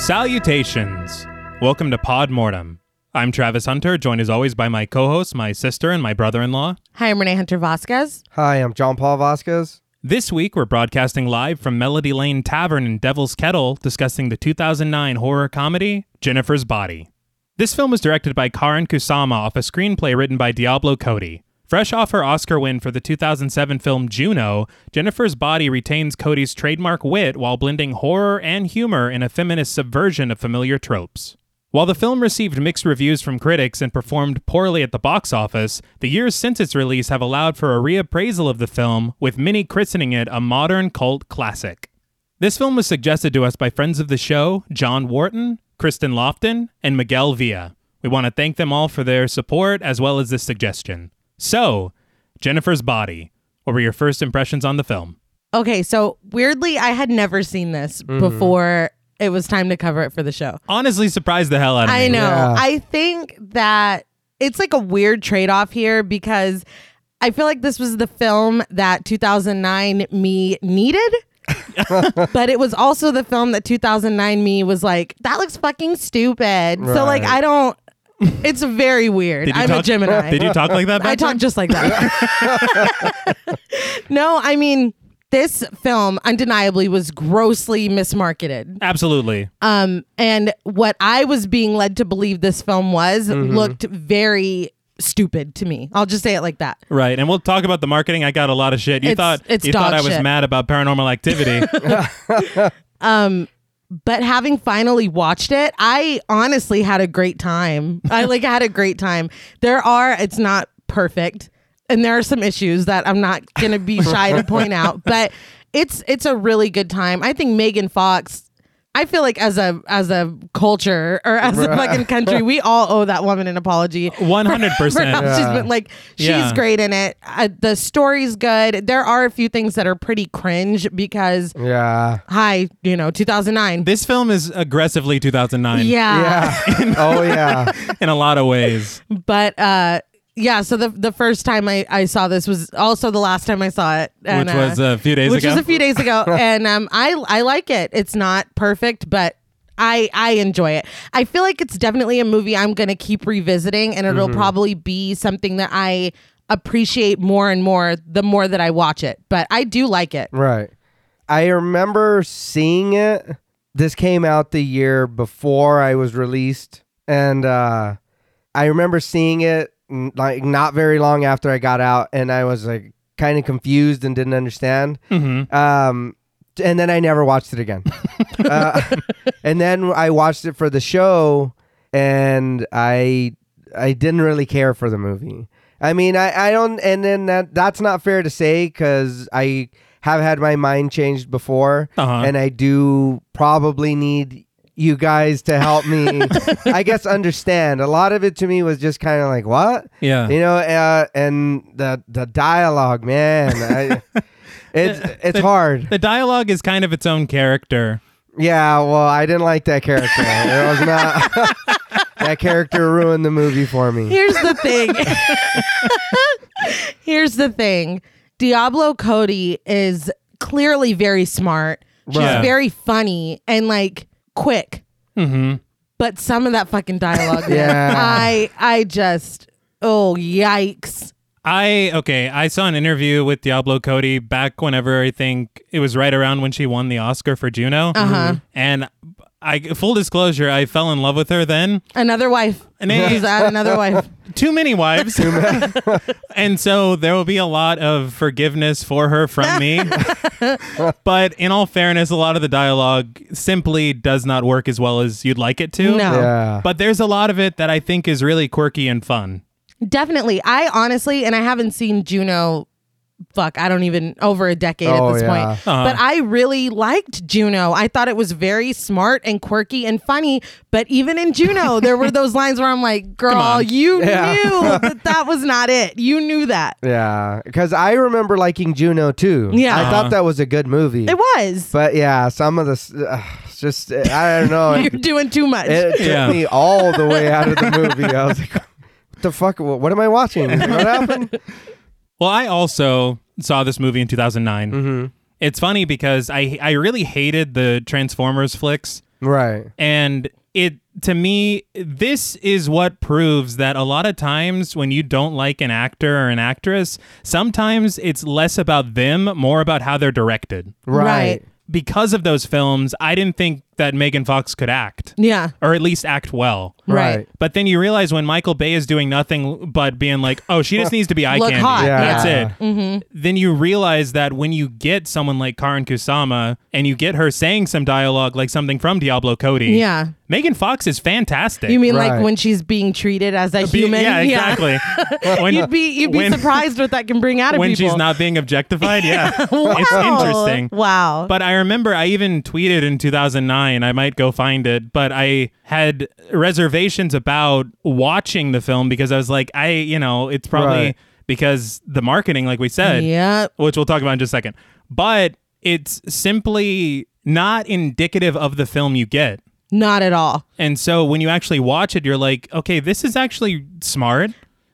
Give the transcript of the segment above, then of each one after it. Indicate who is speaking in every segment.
Speaker 1: Salutations! Welcome to Pod Mortem. I'm Travis Hunter, joined as always by my co host, my sister, and my brother in law.
Speaker 2: Hi, I'm Renee Hunter Vasquez.
Speaker 3: Hi, I'm John Paul Vasquez.
Speaker 1: This week, we're broadcasting live from Melody Lane Tavern in Devil's Kettle, discussing the 2009 horror comedy, Jennifer's Body. This film was directed by Karin Kusama off a screenplay written by Diablo Cody. Fresh off her Oscar win for the 2007 film Juno, Jennifer's Body retains Cody's trademark wit while blending horror and humor in a feminist subversion of familiar tropes. While the film received mixed reviews from critics and performed poorly at the box office, the years since its release have allowed for a reappraisal of the film, with many christening it a modern cult classic. This film was suggested to us by friends of the show, John Wharton, Kristen Lofton, and Miguel Villa. We want to thank them all for their support as well as this suggestion. So, Jennifer's Body, what were your first impressions on the film?
Speaker 2: Okay, so weirdly, I had never seen this
Speaker 3: Mm-hmm.
Speaker 2: before it was time to cover it for the show.
Speaker 1: Honestly, surprised the hell out of me.
Speaker 2: I know.
Speaker 3: Yeah.
Speaker 2: I think that it's like a weird trade off here because I feel like this was the film that 2009 me needed. but it was also the film that 2009 me was like, that looks fucking stupid. So, like,
Speaker 3: Right.
Speaker 2: I don't, it's very weird.
Speaker 1: Did you
Speaker 2: I'm a
Speaker 1: talk-
Speaker 2: Gemini.
Speaker 1: Did you talk like that?
Speaker 2: I
Speaker 1: back
Speaker 2: talk just like that. no, I mean this film undeniably was grossly mismarketed.
Speaker 1: then? Absolutely.
Speaker 2: Um, and what I was being led to believe this film was looked very stupid to me. I'll just say it like that.
Speaker 1: Right, and we'll talk about the marketing. I got a lot of shit. You
Speaker 2: It's-
Speaker 1: thought
Speaker 2: it's
Speaker 1: you thought
Speaker 2: dog
Speaker 1: I was
Speaker 2: shit.
Speaker 1: mad about Paranormal Activity.
Speaker 2: But having finally watched it, I honestly had a great time. I like had a great time. There are it's not perfect and there are some issues that I'm not going to be shy to point out, but it's it's a really good time. I think Megan Fox I feel like as a as a culture or as a fucking country, we all owe that woman an apology.
Speaker 1: One hundred
Speaker 2: For how
Speaker 1: percent.
Speaker 2: she's been like she's
Speaker 1: Oh, Yeah.
Speaker 2: great in it. Uh, the story's good. There are a few things that are pretty cringe because
Speaker 3: Yeah.
Speaker 2: hi, you know, 2009.
Speaker 1: This film is aggressively 2009
Speaker 3: Yeah. oh yeah.
Speaker 1: in a lot of ways.
Speaker 2: but uh yeah so the the first time i i saw this was also the last time i saw it and,
Speaker 1: Which was a few days
Speaker 2: which
Speaker 1: ago.
Speaker 2: was a few days ago and um i i like it it's not perfect but I, I enjoy it. I feel like it's definitely a movie I'm going to keep revisiting, and
Speaker 1: Mm-hmm.
Speaker 2: it'll probably be something that I appreciate more and more the more that I watch it. But I do like it.
Speaker 3: Right. I remember seeing it. This came out the year before I was released, and uh, I remember seeing it n- like not very long after I got out, and I was like kind of confused and didn't understand.
Speaker 1: Mhm.
Speaker 3: Um, and then I never watched it again. uh, and then I watched it for the show, and I I didn't really care for the movie. I mean, I, I don't, and then that that's not fair to say because I have had my mind changed before,
Speaker 1: Uh-huh.
Speaker 3: and I do probably need you guys to help me. I guess understand a lot of it to me was just kind of like what
Speaker 1: Yeah.
Speaker 3: you know, uh, and the the dialogue, man, I, it's it's hard.
Speaker 1: the dialogue is kind of its own character.
Speaker 3: Yeah, well, I didn't like that character. It was not that character ruined the movie for me.
Speaker 2: Here's the thing. Here's the thing. Diablo Cody is clearly very smart. She's
Speaker 1: Right.
Speaker 2: very funny and like quick.
Speaker 1: Mm-hmm.
Speaker 2: But some of that fucking dialogue, man,
Speaker 3: Yeah.
Speaker 2: I I just oh yikes.
Speaker 1: I okay. I saw an interview with Diablo Cody back whenever I think it was right around when she won the Oscar for Juno.
Speaker 2: Uh-huh.
Speaker 1: And I full disclosure, I fell in love with her then.
Speaker 2: Another wife.
Speaker 1: And it-
Speaker 2: She's at another wife.
Speaker 1: too many wives. and so there will be a lot of forgiveness for her from me. but in all fairness, a lot of the dialogue simply does not work as well as you'd like it to.
Speaker 2: No.
Speaker 3: Yeah,
Speaker 1: But there's a lot of it that I think is really quirky and fun.
Speaker 2: Definitely. I honestly, and I haven't seen Juno. Fuck, I don't even over a decade
Speaker 3: Oh,
Speaker 2: at this
Speaker 3: yeah.
Speaker 2: point.
Speaker 1: Uh-huh.
Speaker 2: But I really liked Juno. I thought it was very smart and quirky and funny. But even in Juno, there were those lines where I'm like, "Girl,
Speaker 1: on.
Speaker 2: you
Speaker 3: Yeah.
Speaker 2: knew that that was not it. You knew that
Speaker 3: yeah, because I remember liking Juno too.
Speaker 2: Yeah.
Speaker 3: I thought that was a good movie.
Speaker 2: it was.
Speaker 3: But yeah, some of the s- uh, it's just I don't know.
Speaker 2: You're
Speaker 3: it
Speaker 2: doing too much."
Speaker 3: it took
Speaker 1: Yeah.
Speaker 3: me all the way out of the movie. I was like, what the fuck? What, what am I watching? What happened?
Speaker 1: Well, I also saw this movie in 2009. It's funny because I I really hated the Transformers flicks.
Speaker 3: Right.
Speaker 1: And it to me, this is what proves that a lot of times when you don't like an actor or an actress, sometimes it's less about them, more about how they're directed.
Speaker 3: Right.
Speaker 2: Right.
Speaker 1: Because of those films, I didn't think that Megan Fox could act,
Speaker 2: Yeah.
Speaker 1: or at least act well.
Speaker 2: Right.
Speaker 3: Right.
Speaker 1: But then you realize when Michael Bay is doing nothing but being like, "Oh, she just needs to be eye
Speaker 2: Look
Speaker 1: candy."
Speaker 2: hot. Mm-hmm.
Speaker 3: Yeah.
Speaker 1: That's
Speaker 3: Yeah.
Speaker 1: it. Then you realize that when you get someone like Karin Kusama and you get her saying some dialogue like something from Diablo Cody,
Speaker 2: Yeah.
Speaker 1: Megan Fox is fantastic.
Speaker 2: You mean
Speaker 3: Right.
Speaker 2: like when she's being treated as a
Speaker 1: Be-
Speaker 2: human?
Speaker 1: Yeah, exactly. when,
Speaker 2: You'd be you'd be
Speaker 1: when-
Speaker 2: surprised what that can bring out of
Speaker 1: when
Speaker 2: people.
Speaker 1: she's not being objectified. Yeah, it's
Speaker 2: Wow.
Speaker 1: interesting.
Speaker 2: Wow.
Speaker 1: But I remember I even tweeted in 2009, I might go find it, but I had reservations about watching the film because I was like, I, you know, it's probably
Speaker 3: Right.
Speaker 1: because the marketing, like we said,
Speaker 2: yeah.
Speaker 1: which we'll talk about in just a second, but it's simply not indicative of the film you get.
Speaker 2: Not at all.
Speaker 1: And so when you actually watch it, you're like, okay, this is actually smart.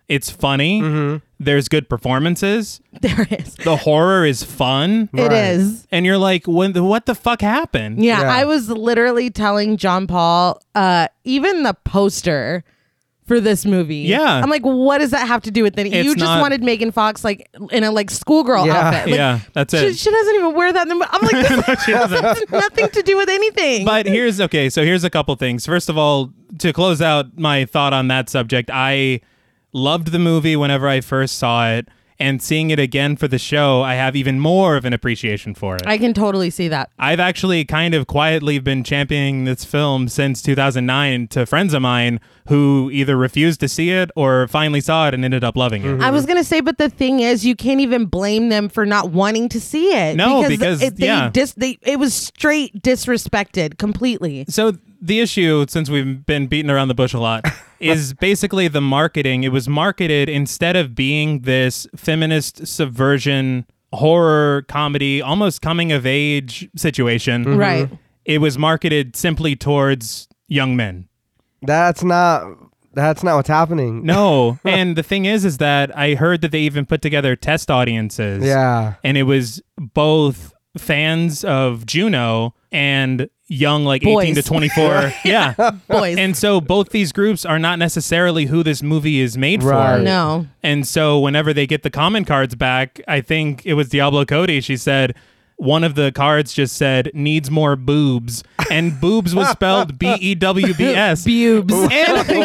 Speaker 1: It's funny.
Speaker 3: Mm-hmm.
Speaker 1: There's good performances.
Speaker 2: There it is.
Speaker 1: The horror is fun.
Speaker 2: It
Speaker 3: Right.
Speaker 2: is.
Speaker 1: And you're like, when the, what the fuck happened?
Speaker 2: Yeah,
Speaker 3: Yeah.
Speaker 2: I was literally telling John Paul, uh, even the poster for this movie.
Speaker 1: Yeah.
Speaker 2: I'm like, what does that have to do with anything?
Speaker 1: It's
Speaker 2: You just
Speaker 1: not-
Speaker 2: wanted Megan Fox like in a like schoolgirl
Speaker 3: Yeah.
Speaker 2: outfit. Like,
Speaker 1: yeah, that's
Speaker 2: She,
Speaker 1: it.
Speaker 2: she doesn't even wear that. In the, mo- I'm like, this has nothing to do with anything.
Speaker 1: but here's okay. So here's a couple things. First of all, to close out my thought on that subject, I loved the movie whenever I first saw it, and seeing it again for the show, I have even more of an appreciation for it.
Speaker 2: I can totally see that.
Speaker 1: I've actually kind of quietly been championing this film since 2009 to friends of mine who either refused to see it or finally saw it and ended up loving it.
Speaker 2: I was gonna say, but the thing is, you can't even blame them for not wanting to see it.
Speaker 1: No, because-
Speaker 2: it, they
Speaker 1: yeah.
Speaker 2: dis, they, it was straight disrespected completely.
Speaker 1: So the issue, since we've been beating around the bush a lot, is basically the marketing. It was marketed instead of being this feminist subversion horror comedy, almost coming of age situation.
Speaker 2: Right.
Speaker 1: It was marketed simply towards young men.
Speaker 3: That's not. That's not what's happening.
Speaker 1: No, and the thing is, is that I heard that they even put together test audiences.
Speaker 3: Yeah.
Speaker 1: and it was both fans of Juno and young like
Speaker 2: Boys.
Speaker 1: 18 to 24 yeah
Speaker 2: Boys.
Speaker 1: and so both these groups are not necessarily who this movie is made
Speaker 3: Right.
Speaker 1: for
Speaker 2: No.
Speaker 1: and so whenever they get the comment cards back i think it was diablo cody she said one of the cards just said needs more boobs and boobs was spelled E b-e-w-b-s
Speaker 3: E
Speaker 2: Boobs.
Speaker 1: and,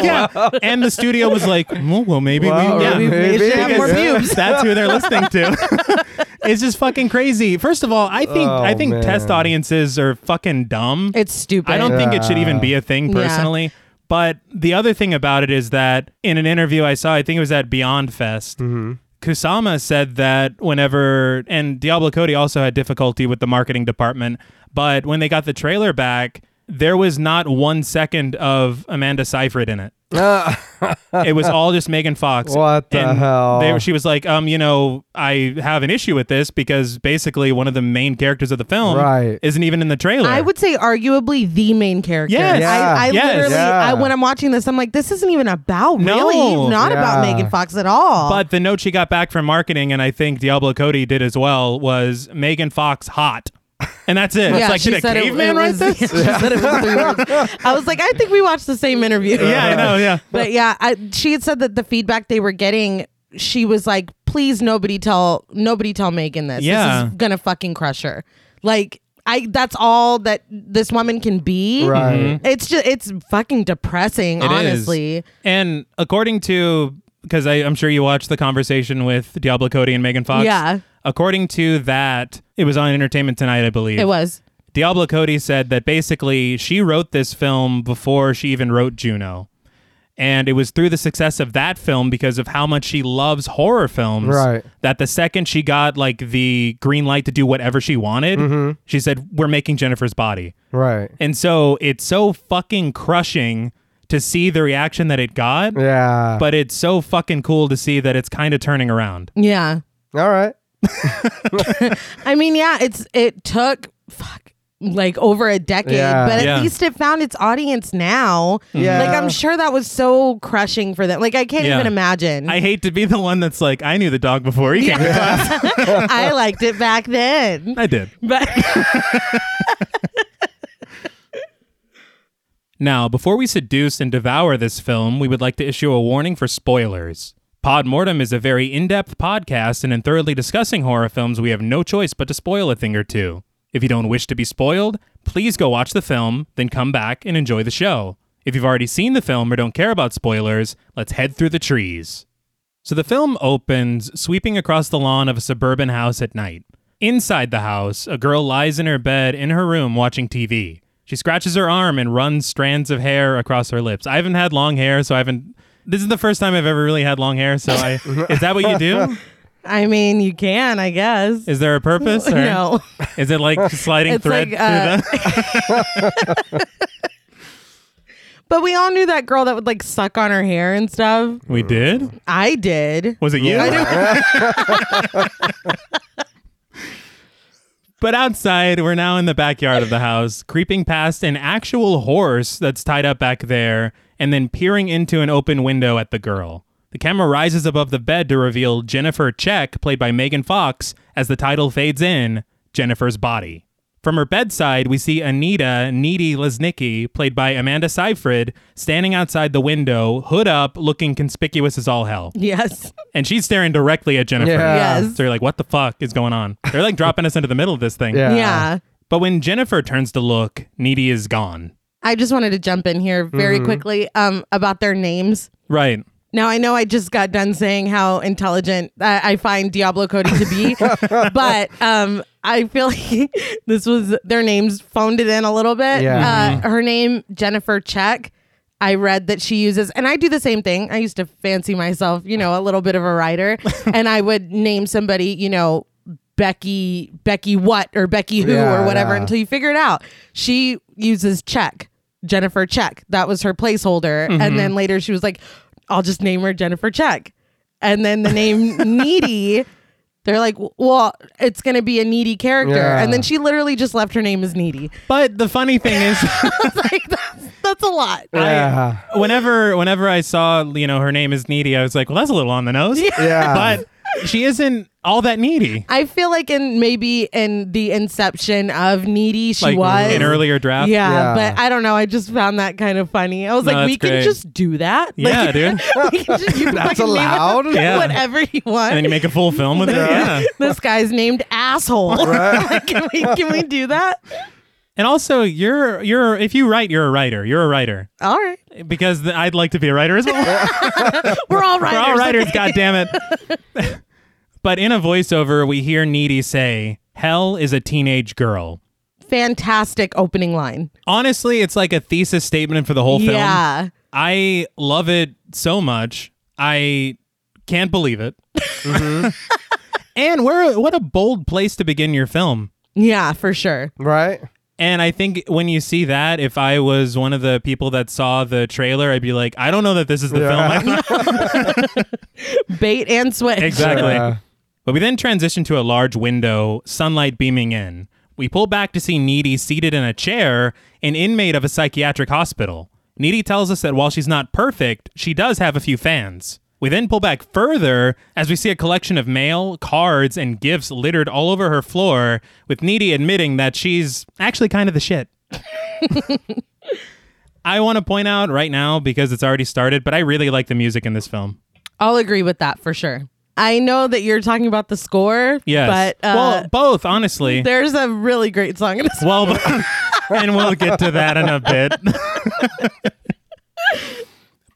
Speaker 1: yeah. and the studio was like "Mm, well, well maybe
Speaker 3: Wow,
Speaker 1: we, yeah.
Speaker 3: maybe
Speaker 2: They should have more
Speaker 1: Because
Speaker 3: Yeah.
Speaker 2: boobs.
Speaker 1: That's who they're listening to. it's just fucking crazy. First of all, I think
Speaker 3: Oh,
Speaker 1: I think
Speaker 3: man.
Speaker 1: test audiences are fucking dumb.
Speaker 2: It's stupid.
Speaker 1: I don't think it should even be a thing
Speaker 2: Yeah.
Speaker 1: personally. But the other thing about it is that in an interview I saw, I think it was at Beyond Fest,
Speaker 3: Mm-hmm.
Speaker 1: Kusama said that whenever, and Diablo Cody also had difficulty with the marketing department, but when they got the trailer back, there was not one second of Amanda Seyfried in it. it was all just Megan Fox.
Speaker 3: What the
Speaker 1: And
Speaker 3: hell?
Speaker 1: They, she was like, um, you know, I have an issue with this because basically one of the main characters of the film
Speaker 3: Right.
Speaker 1: isn't even in the trailer.
Speaker 2: I would say arguably the main character.
Speaker 1: Yes.
Speaker 3: Yeah.
Speaker 2: I, I
Speaker 1: Yes.
Speaker 2: literally,
Speaker 3: Yeah.
Speaker 2: I, when I'm watching this, I'm like, this isn't even about
Speaker 1: No.
Speaker 2: really, not about
Speaker 3: Yeah.
Speaker 2: Megan Fox at all.
Speaker 1: But the note she got back from marketing, and I think Diablo Cody did as well, was Megan Fox hot. And that's it.
Speaker 2: yeah,
Speaker 1: it's like,
Speaker 2: she
Speaker 1: did a
Speaker 2: said it-
Speaker 1: caveman
Speaker 2: it
Speaker 1: write
Speaker 2: was-
Speaker 1: this?
Speaker 2: she said it was three words. I was like, I think we watched the same interview.
Speaker 1: Yeah, I know. Yeah.
Speaker 2: but yeah, I, she had said that the feedback they were getting, she was like, "Please, nobody tell, nobody tell Megan this.
Speaker 1: Yeah.
Speaker 2: This is gonna fucking crush her." Like, I that's all that this woman can be.
Speaker 3: Right.
Speaker 2: It's just it's fucking depressing,
Speaker 1: It is.
Speaker 2: honestly.
Speaker 1: And according to, because I'm sure you watched the conversation with Diablo Cody and Megan Fox.
Speaker 2: Yeah.
Speaker 1: According to that, it was on Entertainment Tonight, I believe.
Speaker 2: It was
Speaker 1: Diablo Cody said that basically she wrote this film before she even wrote Juno. And it was through the success of that film because of how much she loves horror films
Speaker 3: Right.
Speaker 1: that the second she got like the green light to do whatever she wanted,
Speaker 3: Mm-hmm.
Speaker 1: she said, We're making Jennifer's body.
Speaker 3: Right.
Speaker 1: And so it's so fucking crushing to see the reaction that it got,
Speaker 3: Yeah.
Speaker 1: but it's so fucking cool to see that it's kind of turning around.
Speaker 2: yeah.
Speaker 3: all right.
Speaker 2: I mean, yeah, it's it took fuck like over a decade,
Speaker 3: Yeah.
Speaker 2: but at
Speaker 1: Yeah.
Speaker 2: least it found its audience now.
Speaker 3: Yeah.
Speaker 2: Like I'm sure that was so crushing for them. Like I can't
Speaker 1: Yeah.
Speaker 2: even imagine.
Speaker 1: I hate to be the one that's like, I knew the dog before he came. to class."
Speaker 2: I liked it back then.
Speaker 1: I did.
Speaker 2: But
Speaker 1: Now, before we seduce and devour this film, we would like to issue a warning for spoilers. Podmortem is a very in depth podcast, and in thoroughly discussing horror films, we have no choice but to spoil a thing or two. If you don't wish to be spoiled, please go watch the film, then come back and enjoy the show. If you've already seen the film or don't care about spoilers, let's head through the trees. So the film opens sweeping across the lawn of a suburban house at night. Inside the house, a girl lies in her bed in her room watching TV. She scratches her arm and runs strands of hair across her lips. I haven't had long hair, so I haven't. This is the first time I've ever really had long hair, so I. is that what you do?
Speaker 2: I mean, you can, I guess.
Speaker 1: Is there a purpose? Or
Speaker 2: no,
Speaker 1: Is it like sliding
Speaker 2: It's
Speaker 1: thread
Speaker 2: like, uh,
Speaker 1: through the.
Speaker 2: but we all knew that girl that would like suck on her hair and stuff.
Speaker 1: We did?
Speaker 2: I did.
Speaker 1: Was it you? But outside, we're now in the backyard of the house, creeping past an actual horse that's tied up back there, and then peering into an open window at the girl. The camera rises above the bed to reveal Jennifer Check, played by Megan Fox, as the title fades in Jennifer's body. From her bedside, we see Anita Needy Lesnicki, played by Amanda Seyfried, standing outside the window, hood up, looking conspicuous as all hell.
Speaker 2: Yes.
Speaker 1: And she's staring directly at Jennifer.
Speaker 3: Yeah.
Speaker 2: Yes.
Speaker 1: So you're like, what the fuck is going on? They're like dropping us into the middle of this thing.
Speaker 3: Yeah.
Speaker 2: yeah.
Speaker 1: But when Jennifer turns to look, Needy is gone.
Speaker 2: I just wanted to jump in here very quickly um, about their names.
Speaker 1: Right.
Speaker 2: Now I know I just got done saying how intelligent I, I find Diablo Cody to be, but um, I feel like this was their names phoned it in a little bit.
Speaker 3: Yeah.
Speaker 2: Uh, her name Jennifer Check. I read that she uses, and I do the same thing. I used to fancy myself, you know, a little bit of a writer, and I would name somebody, you know, Becky, Becky what or Becky who
Speaker 3: Yeah,
Speaker 2: or whatever
Speaker 3: yeah.
Speaker 2: until you figure it out. She uses check, Jennifer Check. That was her placeholder.
Speaker 1: Mm-hmm.
Speaker 2: And then later she was like, I'll just name her Jennifer Check. And then the name Needy, they're like, well, it's going to be a needy character.
Speaker 3: Yeah.
Speaker 2: And then she literally just left her name as Needy.
Speaker 1: But the funny thing is
Speaker 2: It's like, that's, that's a lot.
Speaker 3: Yeah.
Speaker 1: whenever whenever I saw, you know, her name is Needy, I was like, well, that's a little on the nose.
Speaker 3: Yeah.
Speaker 1: But she isn't all that needy.
Speaker 2: I feel like in maybe in the inception of Needy, she
Speaker 1: Like
Speaker 2: was.
Speaker 1: in earlier draft.
Speaker 2: yeah,
Speaker 3: Yeah.
Speaker 2: but I don't know. I just found that kind of funny. I was
Speaker 1: No,
Speaker 2: like, we
Speaker 1: that's great.
Speaker 2: can just do that. Like,
Speaker 1: Yeah, dude.
Speaker 2: we can just, you can
Speaker 3: That's
Speaker 2: fucking name it
Speaker 3: allowed.
Speaker 1: Yeah.
Speaker 2: whatever you want.
Speaker 1: And then you make a full film with it. Yeah.
Speaker 2: this guy's named asshole. Like, can we can we do that?
Speaker 1: And also, you're you're if you write, you're a writer. You're a writer
Speaker 2: All right,
Speaker 1: because th- I'd like to be a writer as well.
Speaker 2: we're all writers.
Speaker 1: We're all writers,
Speaker 2: okay?
Speaker 1: goddammit. but in a voiceover, we hear Needy say, Hell is a teenage girl.
Speaker 2: Fantastic opening line.
Speaker 1: Honestly, it's like a thesis statement for the whole film.
Speaker 2: Yeah,
Speaker 1: I love it so much. I can't believe it. and we're, what a bold place to begin your film.
Speaker 2: yeah, for sure.
Speaker 3: Right.
Speaker 1: And I think when you see that, if I was one of the people that saw the trailer, I'd be like, I don't know that this is the
Speaker 3: Yeah.
Speaker 1: film.
Speaker 2: Bait and switch.
Speaker 1: Exactly.
Speaker 3: Yeah.
Speaker 1: But we then transition to a large window, sunlight beaming in. We pull back to see Needy seated in a chair, an inmate of a psychiatric hospital. Needy tells us that while she's not perfect, she does have a few fans. We then pull back further as we see a collection of mail, cards, and gifts littered all over her floor, with Needy admitting that she's actually kind of the shit. I want to point out right now because it's already started, but I really like the music in this film.
Speaker 2: I'll agree with that for sure. I know that you're talking about the score.
Speaker 1: Yes.
Speaker 2: but uh,
Speaker 1: well, both, honestly.
Speaker 2: there's a really great song in this.
Speaker 1: Well, and we'll get to that in a bit.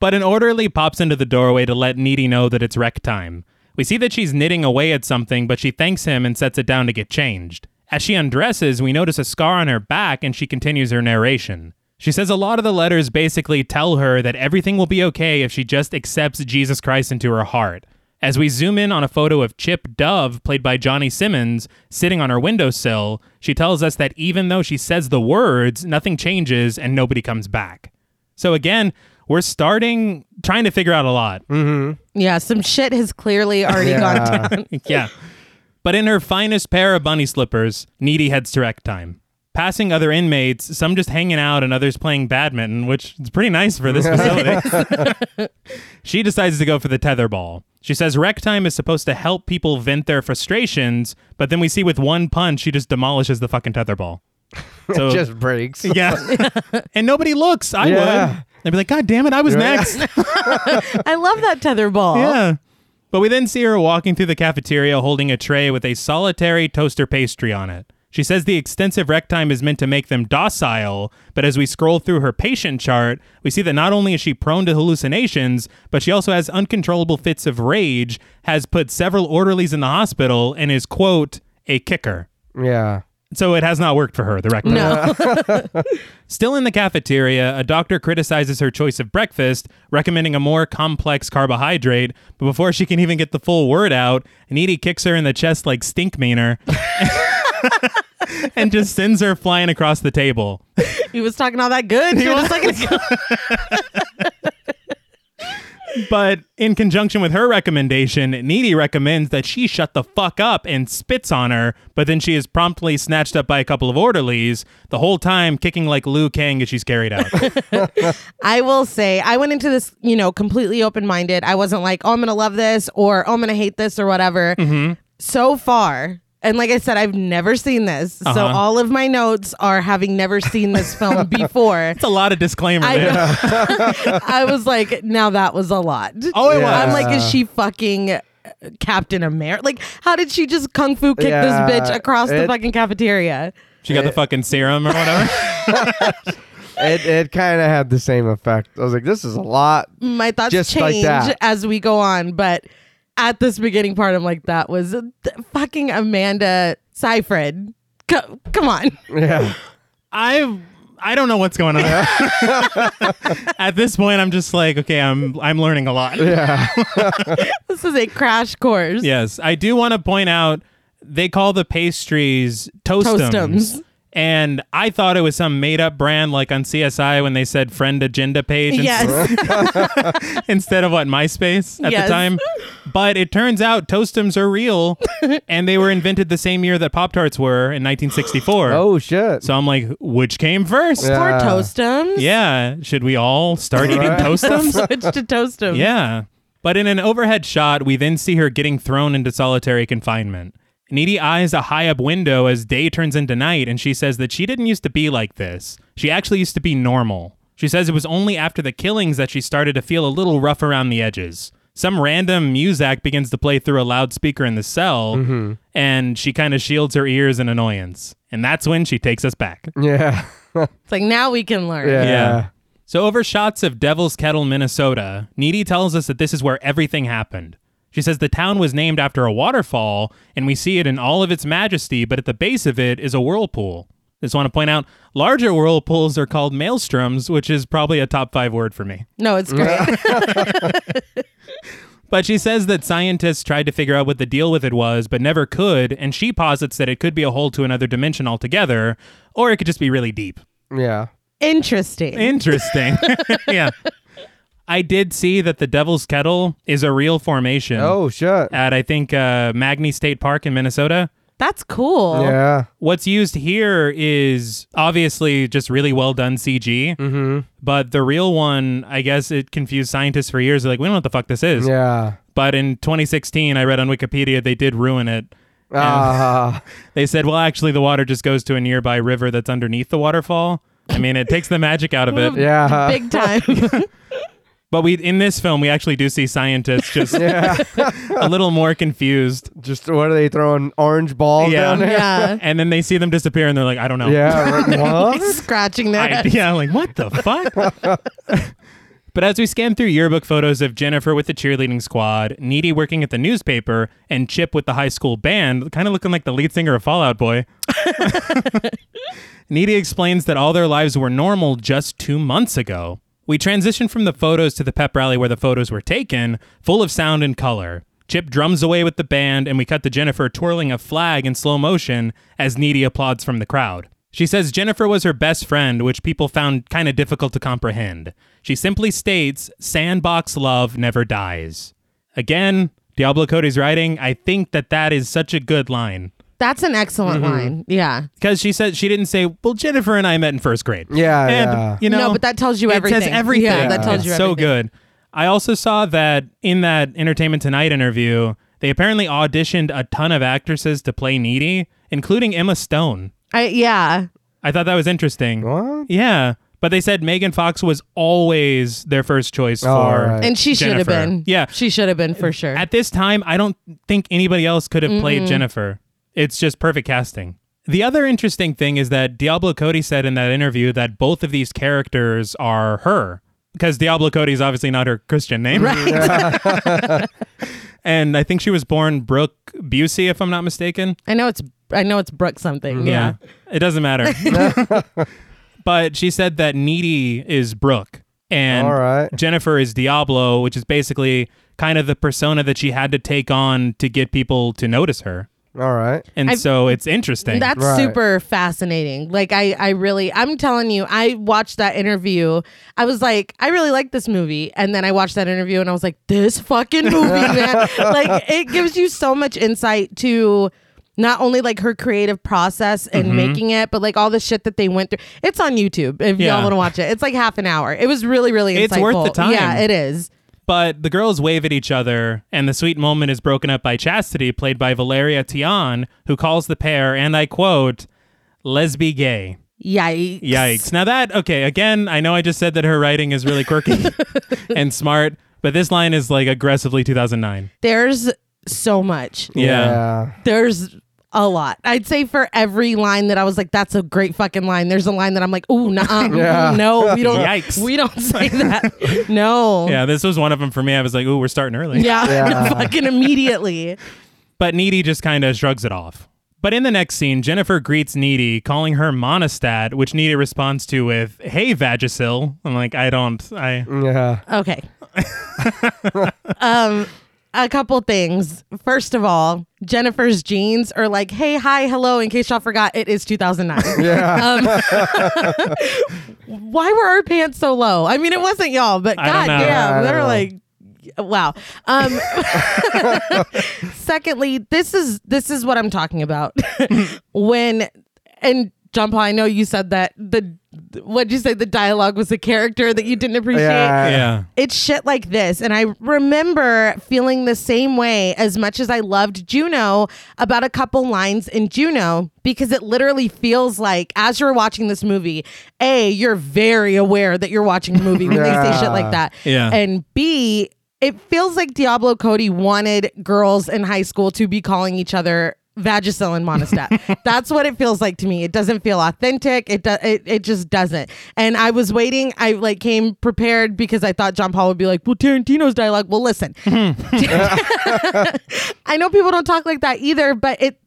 Speaker 1: but an orderly pops into the doorway to let Needy know that it's rec time. We see that she's knitting away at something, but she thanks him and sets it down to get changed. As she undresses, we notice a scar on her back and she continues her narration. She says a lot of the letters basically tell her that everything will be okay if she just accepts Jesus Christ into her heart. As we zoom in on a photo of Chip Dove, played by Johnny Simmons, sitting on her windowsill, she tells us that even though she says the words, nothing changes and nobody comes back. So again, we're starting trying to figure out a lot.
Speaker 3: Mm.
Speaker 2: Yeah, some shit has clearly already gone down.
Speaker 1: yeah. But in her finest pair of bunny slippers, Needy heads to rec time. Passing other inmates, some just hanging out and others playing badminton, which is pretty nice for this facility. she decides to go for the tether ball. She says rec time is supposed to help people vent their frustrations, but then we see with one punch, she just demolishes the fucking tether ball. So
Speaker 3: just breaks.
Speaker 1: yeah, and nobody looks. I
Speaker 3: Yeah.
Speaker 1: would. I'd be like, God damn it, I was
Speaker 3: Right.
Speaker 1: next.
Speaker 2: I love that tetherball.
Speaker 1: Yeah. But we then see her walking through the cafeteria holding a tray with a solitary toaster pastry on it. She says the extensive rec time is meant to make them docile, but as we scroll through her patient chart, we see that not only is she prone to hallucinations, but she also has uncontrollable fits of rage, has put several orderlies in the hospital, and is, quote, a kicker.
Speaker 3: Yeah.
Speaker 1: So it has not worked for her, the rec time.
Speaker 2: No.
Speaker 1: Still in the cafeteria, a doctor criticizes her choice of breakfast, recommending a more complex carbohydrate, but before she can even get the full word out, Needy kicks her in the chest like stink meaner and just sends her flying across the table.
Speaker 2: he was talking all that good. dude, a second ago.
Speaker 1: But in conjunction with her recommendation, Needy recommends that she shut the fuck up and spits on her, but then she is promptly snatched up by a couple of orderlies, the whole time kicking like Liu Kang as she's carried out.
Speaker 2: I will say, I went into this, you know, completely open minded. I wasn't like, oh, I'm going to love this or oh, I'm going to hate this or whatever.
Speaker 1: Mm-hmm.
Speaker 2: So far, and like I said, I've never seen this. So
Speaker 1: Uh-huh.
Speaker 2: all of my notes are having never seen this film before.
Speaker 1: It's a lot of disclaimer
Speaker 2: I,
Speaker 1: there.
Speaker 2: I was like, now that was a lot.
Speaker 1: Oh, it
Speaker 2: I'm
Speaker 3: was.
Speaker 2: like, is she fucking uh, Captain America? Like, how did she just kung fu kick
Speaker 3: Yeah,
Speaker 2: this bitch across the
Speaker 3: it-
Speaker 2: fucking cafeteria?
Speaker 1: She got the fucking serum or whatever.
Speaker 3: It it kind of had the same effect. I was like, this is a lot.
Speaker 2: My thoughts
Speaker 3: Just like
Speaker 2: change
Speaker 3: that.
Speaker 2: as we go on, but at this beginning part, I'm like, that was a th- fucking Amanda Seyfried. Co- come on.
Speaker 3: Yeah.
Speaker 1: I I don't know what's going on. At this point, I'm just like, okay, I'm I'm learning a lot.
Speaker 3: Yeah.
Speaker 2: This is a crash course.
Speaker 1: Yes, I do want to point out they call the pastries toastums.
Speaker 2: Toastums.
Speaker 1: And I thought it was some made up brand like on CSI when they said friend agenda page ins-
Speaker 2: Yes.
Speaker 1: instead of what MySpace at
Speaker 2: Yes.
Speaker 1: the time. But it turns out Toastums are real and they were invented the same year that Pop Tarts were in 1964.
Speaker 3: Oh shit.
Speaker 1: So I'm like, which came first?
Speaker 3: Yeah.
Speaker 2: Poor Toastums.
Speaker 1: Yeah. Should we all start eating
Speaker 3: Right.
Speaker 1: toastums?
Speaker 2: Switch to Toastums.
Speaker 1: yeah. But in an overhead shot, we then see her getting thrown into solitary confinement. Needy eyes a high up window as day turns into night, and she says that she didn't used to be like this. She actually used to be normal. She says it was only after the killings that she started to feel a little rough around the edges. Some random muzak begins to play through a loudspeaker in the cell,
Speaker 3: Mm-hmm.
Speaker 1: and she kind of shields her ears in annoyance. And that's when she takes us back.
Speaker 3: yeah.
Speaker 2: It's like, now we can learn.
Speaker 3: Yeah.
Speaker 1: Yeah. So, over shots of Devil's Kettle, Minnesota, Needy tells us that this is where everything happened. She says the town was named after a waterfall, and we see it in all of its majesty, but at the base of it is a whirlpool. Just want to point out larger whirlpools are called maelstroms, which is probably a top five word for me.
Speaker 2: No, it's great.
Speaker 1: But she says that scientists tried to figure out what the deal with it was, but never could, and she posits that it could be a hole to another dimension altogether, or it could just be really deep.
Speaker 3: Yeah.
Speaker 2: Interesting.
Speaker 1: Interesting. yeah. I did see that the Devil's Kettle is a real formation
Speaker 3: Oh shit.
Speaker 1: at, I think, uh, Magny State Park in Minnesota.
Speaker 2: That's cool.
Speaker 3: Yeah.
Speaker 1: What's used here is obviously just really well done CG, mm-hmm. but the real one, I guess it confused scientists for years. They're like, we don't know what the fuck this is.
Speaker 3: Yeah.
Speaker 1: But in 2016, I read on Wikipedia, they did ruin it.
Speaker 3: Ah.
Speaker 1: They said, well, actually, the water just goes to a nearby river that's underneath the waterfall. I mean, it takes the magic out of it.
Speaker 3: yeah.
Speaker 2: Big time.
Speaker 1: But we in this film we actually do see scientists just
Speaker 3: Yeah.
Speaker 1: a little more confused.
Speaker 3: Just what are they throwing? Orange ball
Speaker 1: Yeah.
Speaker 3: down there?
Speaker 2: yeah.
Speaker 1: And then they see them disappear and they're like, I don't know.
Speaker 3: Yeah. right. what?
Speaker 2: Scratching their
Speaker 1: I,
Speaker 2: head.
Speaker 1: yeah, like what the fuck? but as we scan through yearbook photos of Jennifer with the cheerleading squad, Needy working at the newspaper, and Chip with the high school band, kind of looking like the lead singer of Fallout Boy. Needy explains that all their lives were normal just two months ago. We transition from the photos to the pep rally where the photos were taken, full of sound and color. Chip drums away with the band, and we cut to Jennifer twirling a flag in slow motion as Needy applauds from the crowd. She says Jennifer was her best friend, which people found kind of difficult to comprehend. She simply states, Sandbox love never dies. Again, Diablo Cody's writing, I think that that is such a good line.
Speaker 2: That's an excellent
Speaker 3: Mm-hmm.
Speaker 2: line. Yeah.
Speaker 1: Because she said she didn't say, "Well, Jennifer and I met in first grade."
Speaker 3: Yeah,
Speaker 1: and
Speaker 3: yeah.
Speaker 1: you know,
Speaker 2: No, but that tells you
Speaker 1: It
Speaker 2: everything.
Speaker 1: says everything.
Speaker 2: Yeah, that tells
Speaker 1: It's
Speaker 2: you
Speaker 1: so
Speaker 2: everything.
Speaker 1: good. I also saw that in that Entertainment Tonight interview, they apparently auditioned a ton of actresses to play Needy, including Emma Stone.
Speaker 2: I, yeah.
Speaker 1: I thought that was interesting.
Speaker 3: What?
Speaker 1: Yeah, but they said Megan Fox was always their first choice
Speaker 3: Oh,
Speaker 1: for.
Speaker 3: right.
Speaker 2: And she should have
Speaker 1: Jennifer.
Speaker 2: been.
Speaker 1: Yeah.
Speaker 2: She should have been for sure.
Speaker 1: At this time, I don't think anybody else could have played Jennifer. It's just perfect casting. The other interesting thing is that Diablo Cody said in that interview that both of these characters are her because Diablo Cody is obviously not her Christian name. and I think she was born Brooke Busey, if I'm not mistaken.
Speaker 2: I know it's I know it's Brooke something.
Speaker 1: Mm-hmm. Yeah. It doesn't matter. but she said that Needy is Brooke and
Speaker 3: All right.
Speaker 1: Jennifer is Diablo, which is basically kind of the persona that she had to take on to get people to notice her.
Speaker 3: All right.
Speaker 1: And
Speaker 2: I've-
Speaker 1: so it's interesting.
Speaker 2: That's
Speaker 3: Right.
Speaker 2: super fascinating. Like I I really I'm telling you, I watched that interview. I was like, I really like this movie. And then I watched that interview and I was like, this fucking movie, man. like it gives you so much insight to not only like her creative process and
Speaker 1: Mm-hmm.
Speaker 2: making it, but like all the shit that they went through. It's on YouTube if
Speaker 1: Yeah.
Speaker 2: y'all want to watch it. It's like half an hour. It was really, really insightful.
Speaker 1: It's worth the time.
Speaker 2: Yeah, it is.
Speaker 1: But the girls wave at each other, and the sweet moment is broken up by Chastity, played by Valeria Tian, who calls the pair, and I quote, lesbi gay.
Speaker 2: Yikes.
Speaker 1: Yikes. Now that, okay, again, I know I just said that her writing is really quirky and smart, but this line is like aggressively 2009.
Speaker 2: There's so much.
Speaker 1: Yeah.
Speaker 2: there's a lot. I'd say for every line that I was like, "That's a great fucking line." There's a line that I'm like, "Ooh, nah,
Speaker 3: Yeah.
Speaker 2: no, we don't,
Speaker 1: Yikes.
Speaker 2: we don't say that, no,
Speaker 1: Yeah. this was one of them for me. I was like, ooh, we're starting early.
Speaker 2: yeah,
Speaker 3: Yeah.
Speaker 2: fucking immediately."
Speaker 1: But Needy just kind of shrugs it off. But in the next scene, Jennifer greets Needy, calling her monostat, which Needy responds to with, hey, Vagisil. I'm like, I don't, I.
Speaker 3: Yeah. Yeah.
Speaker 2: Okay. um, a couple things. First of all, Jennifer's jeans are like, "Hey, hi, hello." In case y'all forgot, it is 2009.
Speaker 3: Yeah.
Speaker 1: Um,
Speaker 2: Why were our pants so low? I mean, it wasn't y'all, but
Speaker 1: I don't know.
Speaker 3: Yeah, I
Speaker 2: goddamn,
Speaker 3: don't
Speaker 2: they're
Speaker 3: know.
Speaker 2: like, wow. Um, secondly, this is this is what I'm talking about when and John Paul. I know you said that the what'd you say the dialogue was a character that you didn't appreciate
Speaker 3: Yeah.
Speaker 1: Yeah.
Speaker 2: it's shit like this. And I remember feeling the same way as much as I loved Juno about a couple lines in Juno because it literally feels like as you're watching this movie, A, you're very aware that you're watching a movie when they say shit like that.
Speaker 1: Yeah.
Speaker 2: And B, it feels like Diablo Cody wanted girls in high school to be calling each other Vagisil and Monostat. That's what it feels like to me. It doesn't feel authentic. It, do- it it just doesn't. And I was waiting. I like came prepared because I thought John Paul would be like, "Well, Tarantino's dialogue." Well, listen,
Speaker 1: Hmm.
Speaker 2: I know people don't talk like that either, but it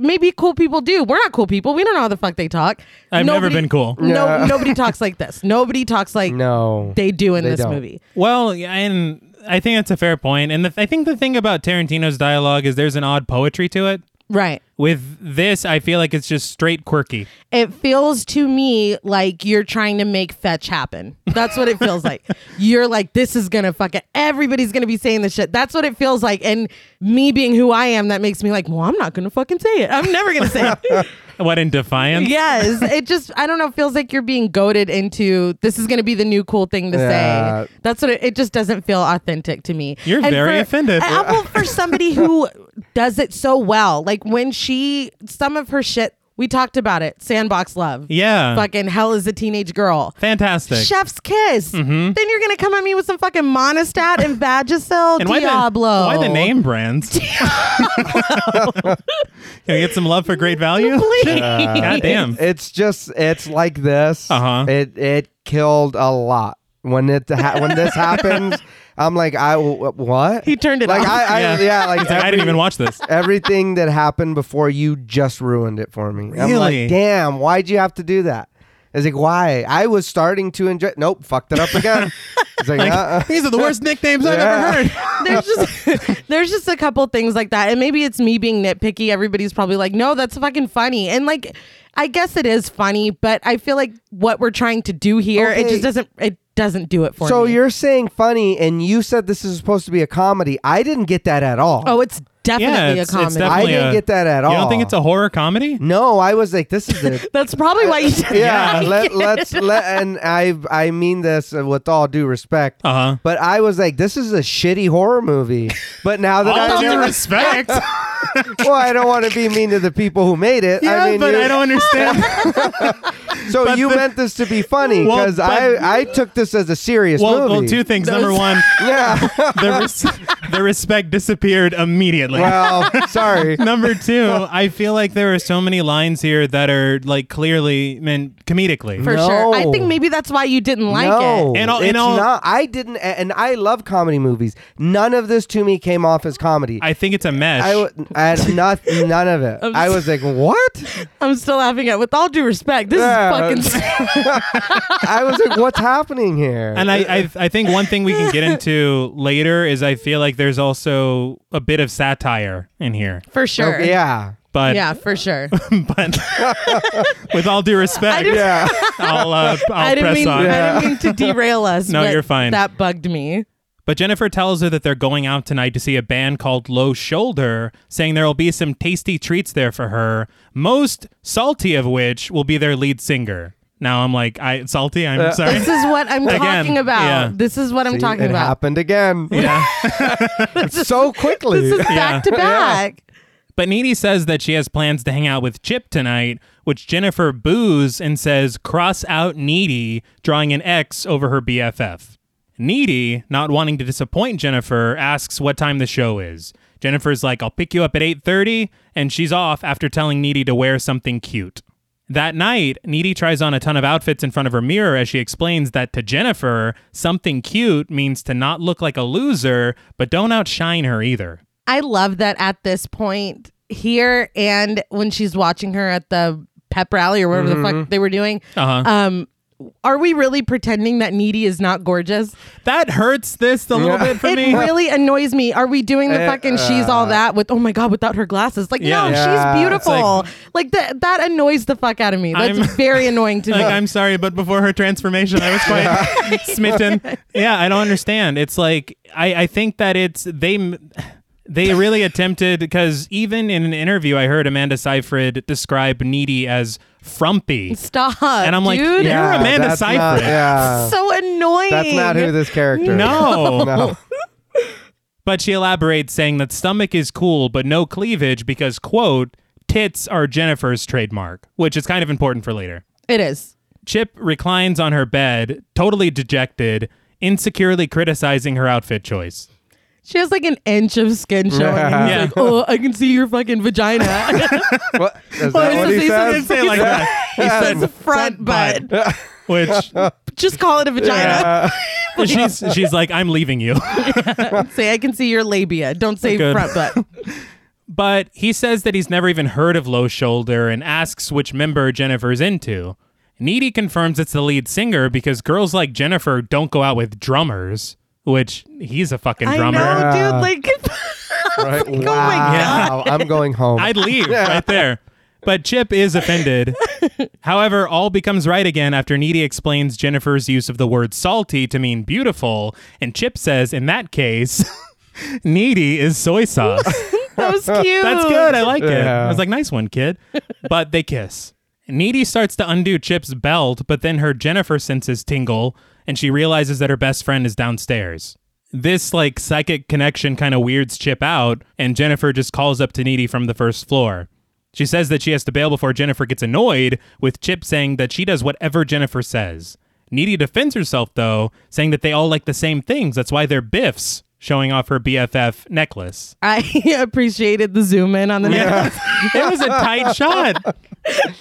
Speaker 2: maybe cool people do. We're not cool people. We don't know how the fuck they talk.
Speaker 1: I've never been cool.
Speaker 2: No,
Speaker 3: Yeah.
Speaker 2: nobody talks like this. Nobody talks like
Speaker 3: No.
Speaker 2: they do in
Speaker 3: They
Speaker 2: this
Speaker 3: don't.
Speaker 2: movie.
Speaker 1: Well, yeah, and I think that's a fair point. And the, I think the thing about Tarantino's dialogue is there's an odd poetry to it.
Speaker 2: Right.
Speaker 1: With this, I feel like it's just straight quirky.
Speaker 2: It feels to me like you're trying to make fetch happen. That's what it feels like. You're like, this is gonna fucking everybody's gonna be saying this shit. That's what it feels like. And me being who I am, that makes me like, well, I'm not gonna fucking say it. I'm never gonna say it.
Speaker 1: What in defiance?
Speaker 2: yes. It just I don't know, feels like you're being goaded into this is gonna be the new cool thing to
Speaker 3: Yeah.
Speaker 2: say. That's what it, it just doesn't feel authentic to me.
Speaker 1: You're very offended.
Speaker 2: I- I- well, for somebody who does it so well. Like when she some of her shit we talked about it, sandbox love
Speaker 1: Yeah.
Speaker 2: fucking hell is a teenage girl.
Speaker 1: Fantastic. Mm-hmm.
Speaker 2: Chef's kiss. Then you're gonna come at me with some fucking monostat and Vagisil
Speaker 1: and why
Speaker 2: Diablo.
Speaker 1: The, why the name brands? Can I get some love for great value?
Speaker 2: Please.
Speaker 1: God damn.
Speaker 3: It's just it's like this.
Speaker 1: Uh-huh.
Speaker 3: It it killed a lot when it ha- when this happens. I'm like I w- what
Speaker 2: He turned it
Speaker 3: like
Speaker 2: off.
Speaker 3: I, I yeah. like
Speaker 1: It's like, I
Speaker 3: every-
Speaker 1: didn't even watch this.
Speaker 3: everything that happened before you just ruined it for me. I'm
Speaker 1: Really?
Speaker 3: like damn, why'd you have to do that? It's like why I was starting to enjoy. Nope, fucked it up again. it's like, uh-uh.
Speaker 1: These are the worst nicknames I've
Speaker 3: Yeah.
Speaker 1: ever heard.
Speaker 2: there's just there's just a couple things like that, and maybe it's me being nitpicky. Everybody's probably like, "No, that's fucking funny," and like, I guess it is funny, but I feel like what we're trying to do here, it
Speaker 3: Okay.
Speaker 2: just doesn't it doesn't do it for
Speaker 3: so
Speaker 2: me.
Speaker 3: you're saying funny, and you said this is supposed to be a comedy. I didn't get that at all.
Speaker 2: oh, it's definitely
Speaker 1: Yeah,
Speaker 2: a
Speaker 1: it's,
Speaker 2: comedy.
Speaker 1: it's
Speaker 3: I
Speaker 1: definitely
Speaker 3: didn't
Speaker 1: a-
Speaker 3: get that at all.
Speaker 1: You don't think it's a horror comedy?
Speaker 3: no? I was like, this is a
Speaker 2: that's probably why you said
Speaker 3: yeah,
Speaker 2: that.
Speaker 3: let, let's let and I I mean this with all due respect.
Speaker 1: Uh huh.
Speaker 3: But I was like, this is a shitty horror movie. But now that
Speaker 1: All
Speaker 3: I
Speaker 1: due
Speaker 3: know,
Speaker 1: respect.
Speaker 3: well, I don't want to be mean to the people who made it.
Speaker 1: Yeah,
Speaker 3: I mean,
Speaker 1: but
Speaker 3: you-
Speaker 1: I don't understand.
Speaker 3: So
Speaker 1: but
Speaker 3: you
Speaker 1: the-
Speaker 3: meant this to be funny
Speaker 1: Well,
Speaker 3: because
Speaker 1: but-
Speaker 3: I I took this as a serious
Speaker 1: well,
Speaker 3: movie.
Speaker 1: well, two things. Number one,
Speaker 3: Yeah.
Speaker 1: the, res- the respect disappeared immediately.
Speaker 3: well, sorry.
Speaker 1: Number two, I feel like there are so many lines here that are like clearly meant comedically.
Speaker 2: for
Speaker 3: No.
Speaker 2: sure. I think maybe that's why you didn't like
Speaker 3: no,
Speaker 2: it.
Speaker 1: And all-
Speaker 3: it's
Speaker 1: and all-
Speaker 3: not. I didn't, a- and I love comedy movies. None of this to me came off as comedy.
Speaker 1: I think it's a mesh.
Speaker 3: I, w- I had not, none of it. I was like, what?
Speaker 2: I'm still laughing at. With all due respect, this
Speaker 3: Yeah.
Speaker 2: is fucking.
Speaker 3: I was like, what's happening here?
Speaker 1: and I, I, I think one thing we can get into later is I feel like there's also a bit of satire in here,
Speaker 2: for sure.
Speaker 3: Okay, yeah,
Speaker 1: but
Speaker 2: Yeah, for sure.
Speaker 1: but with all due respect,
Speaker 2: didn't-
Speaker 3: yeah.
Speaker 1: I'll uh, I'll
Speaker 2: I didn't
Speaker 1: press
Speaker 2: mean
Speaker 1: on.
Speaker 2: I didn't mean to derail us.
Speaker 1: No,
Speaker 2: but
Speaker 1: you're fine.
Speaker 2: That bugged me.
Speaker 1: But Jennifer tells her that they're going out tonight to see a band called Low Shoulder, saying there'll be some tasty treats there for her, most salty of which will be their lead singer. Now I'm like, I salty, I'm sorry.
Speaker 2: This is what I'm
Speaker 1: Again,
Speaker 2: talking about.
Speaker 1: yeah.
Speaker 2: This is what I'm
Speaker 3: See,
Speaker 2: talking
Speaker 3: it
Speaker 2: about.
Speaker 3: happened again
Speaker 1: Yeah.
Speaker 3: so quickly.
Speaker 2: This is back to back.
Speaker 1: But Nene says that she has plans to hang out with Chip tonight, which Jennifer boos and says, cross out Needy, drawing an X over her BFF. Needy, not wanting to disappoint Jennifer, asks what time the show is. Jennifer's like, I'll pick you up at 8.30, and she's off after telling Needy to wear something cute. That night, Needy tries on a ton of outfits in front of her mirror as she explains that to Jennifer, something cute means to not look like a loser, but don't outshine her either.
Speaker 2: I love that at this point here and when she's watching her at the pep rally or whatever the
Speaker 3: Mm-hmm.
Speaker 2: fuck they were doing.
Speaker 1: Uh-huh.
Speaker 2: Um, are we really pretending that needy is not gorgeous?
Speaker 1: That hurts this a little
Speaker 3: Yeah.
Speaker 1: bit for
Speaker 2: it
Speaker 1: me.
Speaker 2: really annoys me. Are we doing the
Speaker 3: Uh,
Speaker 2: fucking she's all that with oh my god without her glasses? Like
Speaker 1: Yeah.
Speaker 2: no,
Speaker 3: Yeah.
Speaker 2: she's
Speaker 3: It's
Speaker 2: beautiful. Like, that that annoys the fuck out of me. That's
Speaker 1: I'm-
Speaker 2: very annoying to me.
Speaker 1: like, I'm sorry, but before her transformation, I was quite smitten. Yeah, I don't understand. It's like I, I think that it's they m- they really attempted because even in an interview, I heard Amanda Seyfried describe Needy as frumpy,
Speaker 2: Stop.
Speaker 1: and I'm like,
Speaker 2: dude,
Speaker 1: you're Amanda
Speaker 3: that's not-
Speaker 1: Seyfried.
Speaker 3: yeah,
Speaker 2: so annoying.
Speaker 3: that's not who this character. is.
Speaker 1: No.
Speaker 3: no.
Speaker 1: But she elaborates saying that stomach is cool, but no cleavage because quote tits are Jennifer's trademark, which is kind of important for later.
Speaker 2: It is.
Speaker 1: Chip reclines on her bed, totally dejected, insecurely criticizing her outfit choice.
Speaker 2: She has like an inch of skin showing. and he's
Speaker 1: Yeah.
Speaker 2: like, oh, I can see your fucking vagina.
Speaker 3: What,
Speaker 2: Well,
Speaker 3: is that
Speaker 2: it's
Speaker 3: what
Speaker 2: just-
Speaker 3: he
Speaker 2: it's
Speaker 1: I didn't
Speaker 2: just-
Speaker 3: said?
Speaker 1: say it like that. He
Speaker 2: It's
Speaker 1: said
Speaker 2: a front butt.
Speaker 1: Which
Speaker 2: Just call it a vagina.
Speaker 1: she's she's like, I'm leaving you.
Speaker 2: Say I can see your labia. Don't say
Speaker 1: Good.
Speaker 2: front butt.
Speaker 1: But he says that he's never even heard of Low Shoulder and asks which member Jennifer's into. Needy confirms it's the lead singer because girls like Jennifer don't go out with drummers, which he's a fucking
Speaker 2: I
Speaker 1: drummer.
Speaker 2: know,
Speaker 3: Yeah.
Speaker 2: dude. Like,
Speaker 3: Right.
Speaker 1: "Oh
Speaker 2: my
Speaker 3: wow, I'm going home.
Speaker 1: I'd leave right there. But Chip is offended. However, all becomes right again after Needy explains Jennifer's use of the word salty to mean beautiful. And Chip says, in that case, Needy is soy sauce.
Speaker 2: that was cute.
Speaker 1: That's good. I like it.
Speaker 3: Yeah.
Speaker 1: I was like, nice one, kid. But they kiss. Needy starts to undo Chip's belt, but then her Jennifer senses tingle and she realizes that her best friend is downstairs. This like psychic connection kind of weirds Chip out, and Jennifer just calls up to Needy from the first floor. She says that she has to bail before Jennifer gets annoyed, with Chip saying that she does whatever Jennifer says. Needy defends herself, though, saying that they all like the same things. That's why they're biffs, showing off her BFF necklace.
Speaker 2: I appreciated the zoom in on the neck.
Speaker 1: it was a tight shot.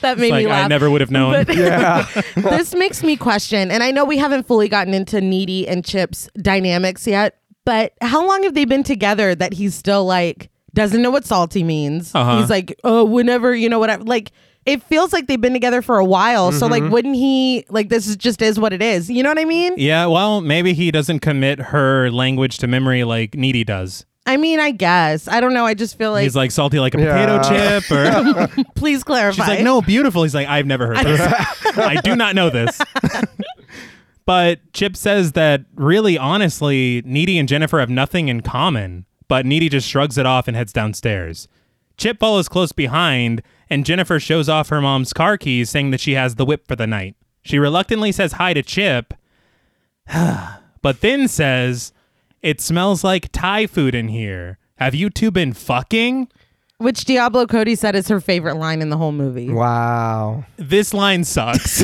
Speaker 2: That made
Speaker 1: Like
Speaker 2: me laugh.
Speaker 1: I never would have known.
Speaker 2: But this makes me question, and I know we haven't fully gotten into Needy and Chip's dynamics yet, but how long have they been together that he's still like doesn't know what salty means?
Speaker 1: Uh-huh.
Speaker 2: He's like, oh, whenever you know whatever. Like it feels like they've been together for a while. So like, wouldn't he like this is just is what it is? You know what I mean?
Speaker 1: Mm-hmm. yeah, well, maybe he doesn't commit her language to memory like Needy does.
Speaker 2: I mean, I guess I don't know. I just feel like
Speaker 1: He's like salty like a
Speaker 3: Yeah.
Speaker 1: potato chip or
Speaker 2: please clarify.
Speaker 1: She's like, no, beautiful. He's like, I've never heard this. I do not know this. but Chip says that really, honestly, Needy and Jennifer have nothing in common. But Needy just shrugs it off and heads downstairs. Chip follows close behind, and Jennifer shows off her mom's car keys, saying that she has the whip for the night. She reluctantly says hi to Chip, but then says, It smells like Thai food in here. Have you two been fucking?
Speaker 2: Which Diablo Cody said is her favorite line in the whole movie.
Speaker 3: Wow.
Speaker 1: This line sucks.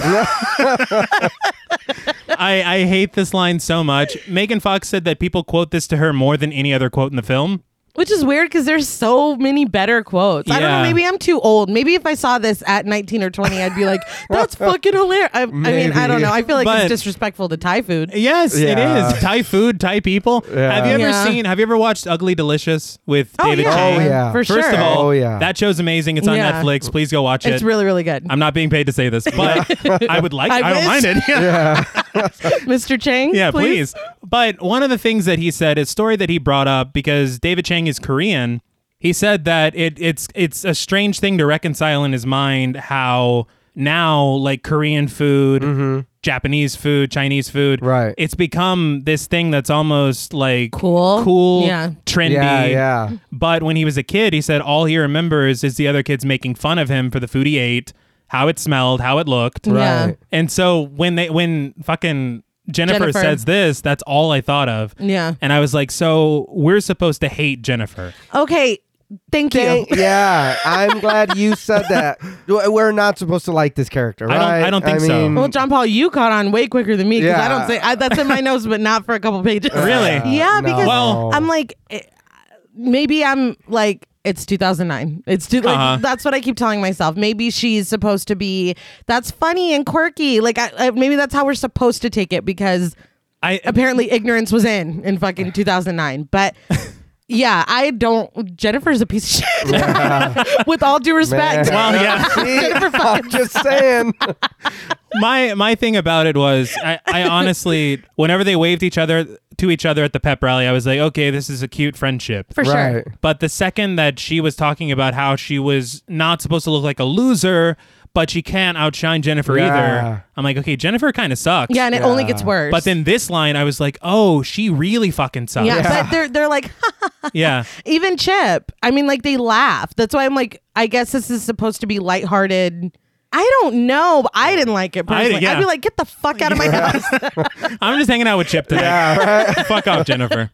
Speaker 1: I, I hate this line so much. Megan Fox said that people quote this to her more than any other quote in the film.
Speaker 2: Which is weird because there's so many better quotes. I don't know.
Speaker 1: Yeah.
Speaker 2: Maybe I'm too old. Maybe if I saw this at 19 or 20, I'd be like, that's fucking hilarious. I, I mean, I don't
Speaker 3: Maybe.
Speaker 2: know. I feel like
Speaker 1: But-
Speaker 2: it's disrespectful to Thai food.
Speaker 1: Yes,
Speaker 3: Yeah.
Speaker 1: it is. Thai food, Thai people. Have you ever
Speaker 2: Yeah.
Speaker 1: seen have you ever watched Ugly Delicious with
Speaker 2: Oh,
Speaker 1: David
Speaker 2: yeah.
Speaker 1: Chang?
Speaker 3: Oh, yeah.
Speaker 2: For sure.
Speaker 1: First of all,
Speaker 3: Oh, yeah.
Speaker 1: that show's amazing. It's on
Speaker 2: Yeah.
Speaker 1: Netflix. Please go watch it.
Speaker 2: it's really, really good.
Speaker 1: I'm not being paid to say this, but I would like. I,
Speaker 2: I
Speaker 1: don't
Speaker 2: wish.
Speaker 1: mind it. Yeah,
Speaker 2: Mr. Chang?
Speaker 1: yeah, please. But one of the things that he said, a story that he brought up, because David Chang is Korean, he said that it it's it's a strange thing to reconcile in his mind how now like Korean food. Japanese food, Chinese food.
Speaker 3: Mm-hmm. Right.
Speaker 1: It's become this thing that's almost like
Speaker 2: Cool.
Speaker 1: cool,
Speaker 2: Yeah.
Speaker 1: trendy.
Speaker 3: Yeah, yeah.
Speaker 1: But when he was a kid, he said all he remembers is the other kids making fun of him for the food he ate, how it smelled, how it looked.
Speaker 2: Yeah.
Speaker 3: Right.
Speaker 1: And so when they when fucking Jennifer,
Speaker 2: Jennifer.
Speaker 1: says this, that's all I thought of.
Speaker 2: Yeah.
Speaker 1: And I was like, so we're supposed to hate Jennifer.
Speaker 2: Okay. Thank you.
Speaker 3: Dang- yeah, I'm glad you said that. W- We're not supposed to like this character,
Speaker 1: I
Speaker 3: right?
Speaker 1: don't- I don't think so.
Speaker 2: well, John Paul, you caught on way quicker than me because I
Speaker 3: Hmm. Yeah.
Speaker 2: don't say I, that's in my nose, but not for a couple pages.
Speaker 1: Really?
Speaker 2: Yeah, because
Speaker 1: Well-
Speaker 2: I'm like, eh, maybe I'm like, it's 2009. It's too, like,
Speaker 1: Uh-huh.
Speaker 2: that's what I keep telling myself. Maybe she's supposed to be, that's funny and quirky. Like, I, I, maybe that's how we're supposed to take it because
Speaker 1: I
Speaker 2: apparently ignorance was in in fucking 2009. But yeah, I don't, Jennifer's a piece of shit. With all due respect.
Speaker 3: Man.
Speaker 1: well, yeah.
Speaker 3: See, I'm just saying.
Speaker 1: my my thing about it was I, I honestly whenever they waved each other to each other at the pep rally, I was like, okay, this is a cute friendship.
Speaker 2: For sure.
Speaker 3: Right.
Speaker 1: But the second that she was talking about how she was not supposed to look like a loser, but she can't outshine Jennifer
Speaker 3: Yeah.
Speaker 1: either, I'm like, okay, Jennifer kind of sucks.
Speaker 2: Yeah, and it only gets worse.
Speaker 1: But then this line, I was like, oh, she really fucking sucks.
Speaker 2: yeah,
Speaker 1: Yeah.
Speaker 2: but they're they're like even Chip. I mean, like they laugh. That's why I'm like, I guess this is supposed to be lighthearted. I don't know. But I didn't like it
Speaker 1: I
Speaker 2: personally. I,
Speaker 1: didn't- yeah.
Speaker 2: would be like, get the fuck out of my house.
Speaker 1: I'm just hanging out with Chip today. Fuck off, Jennifer.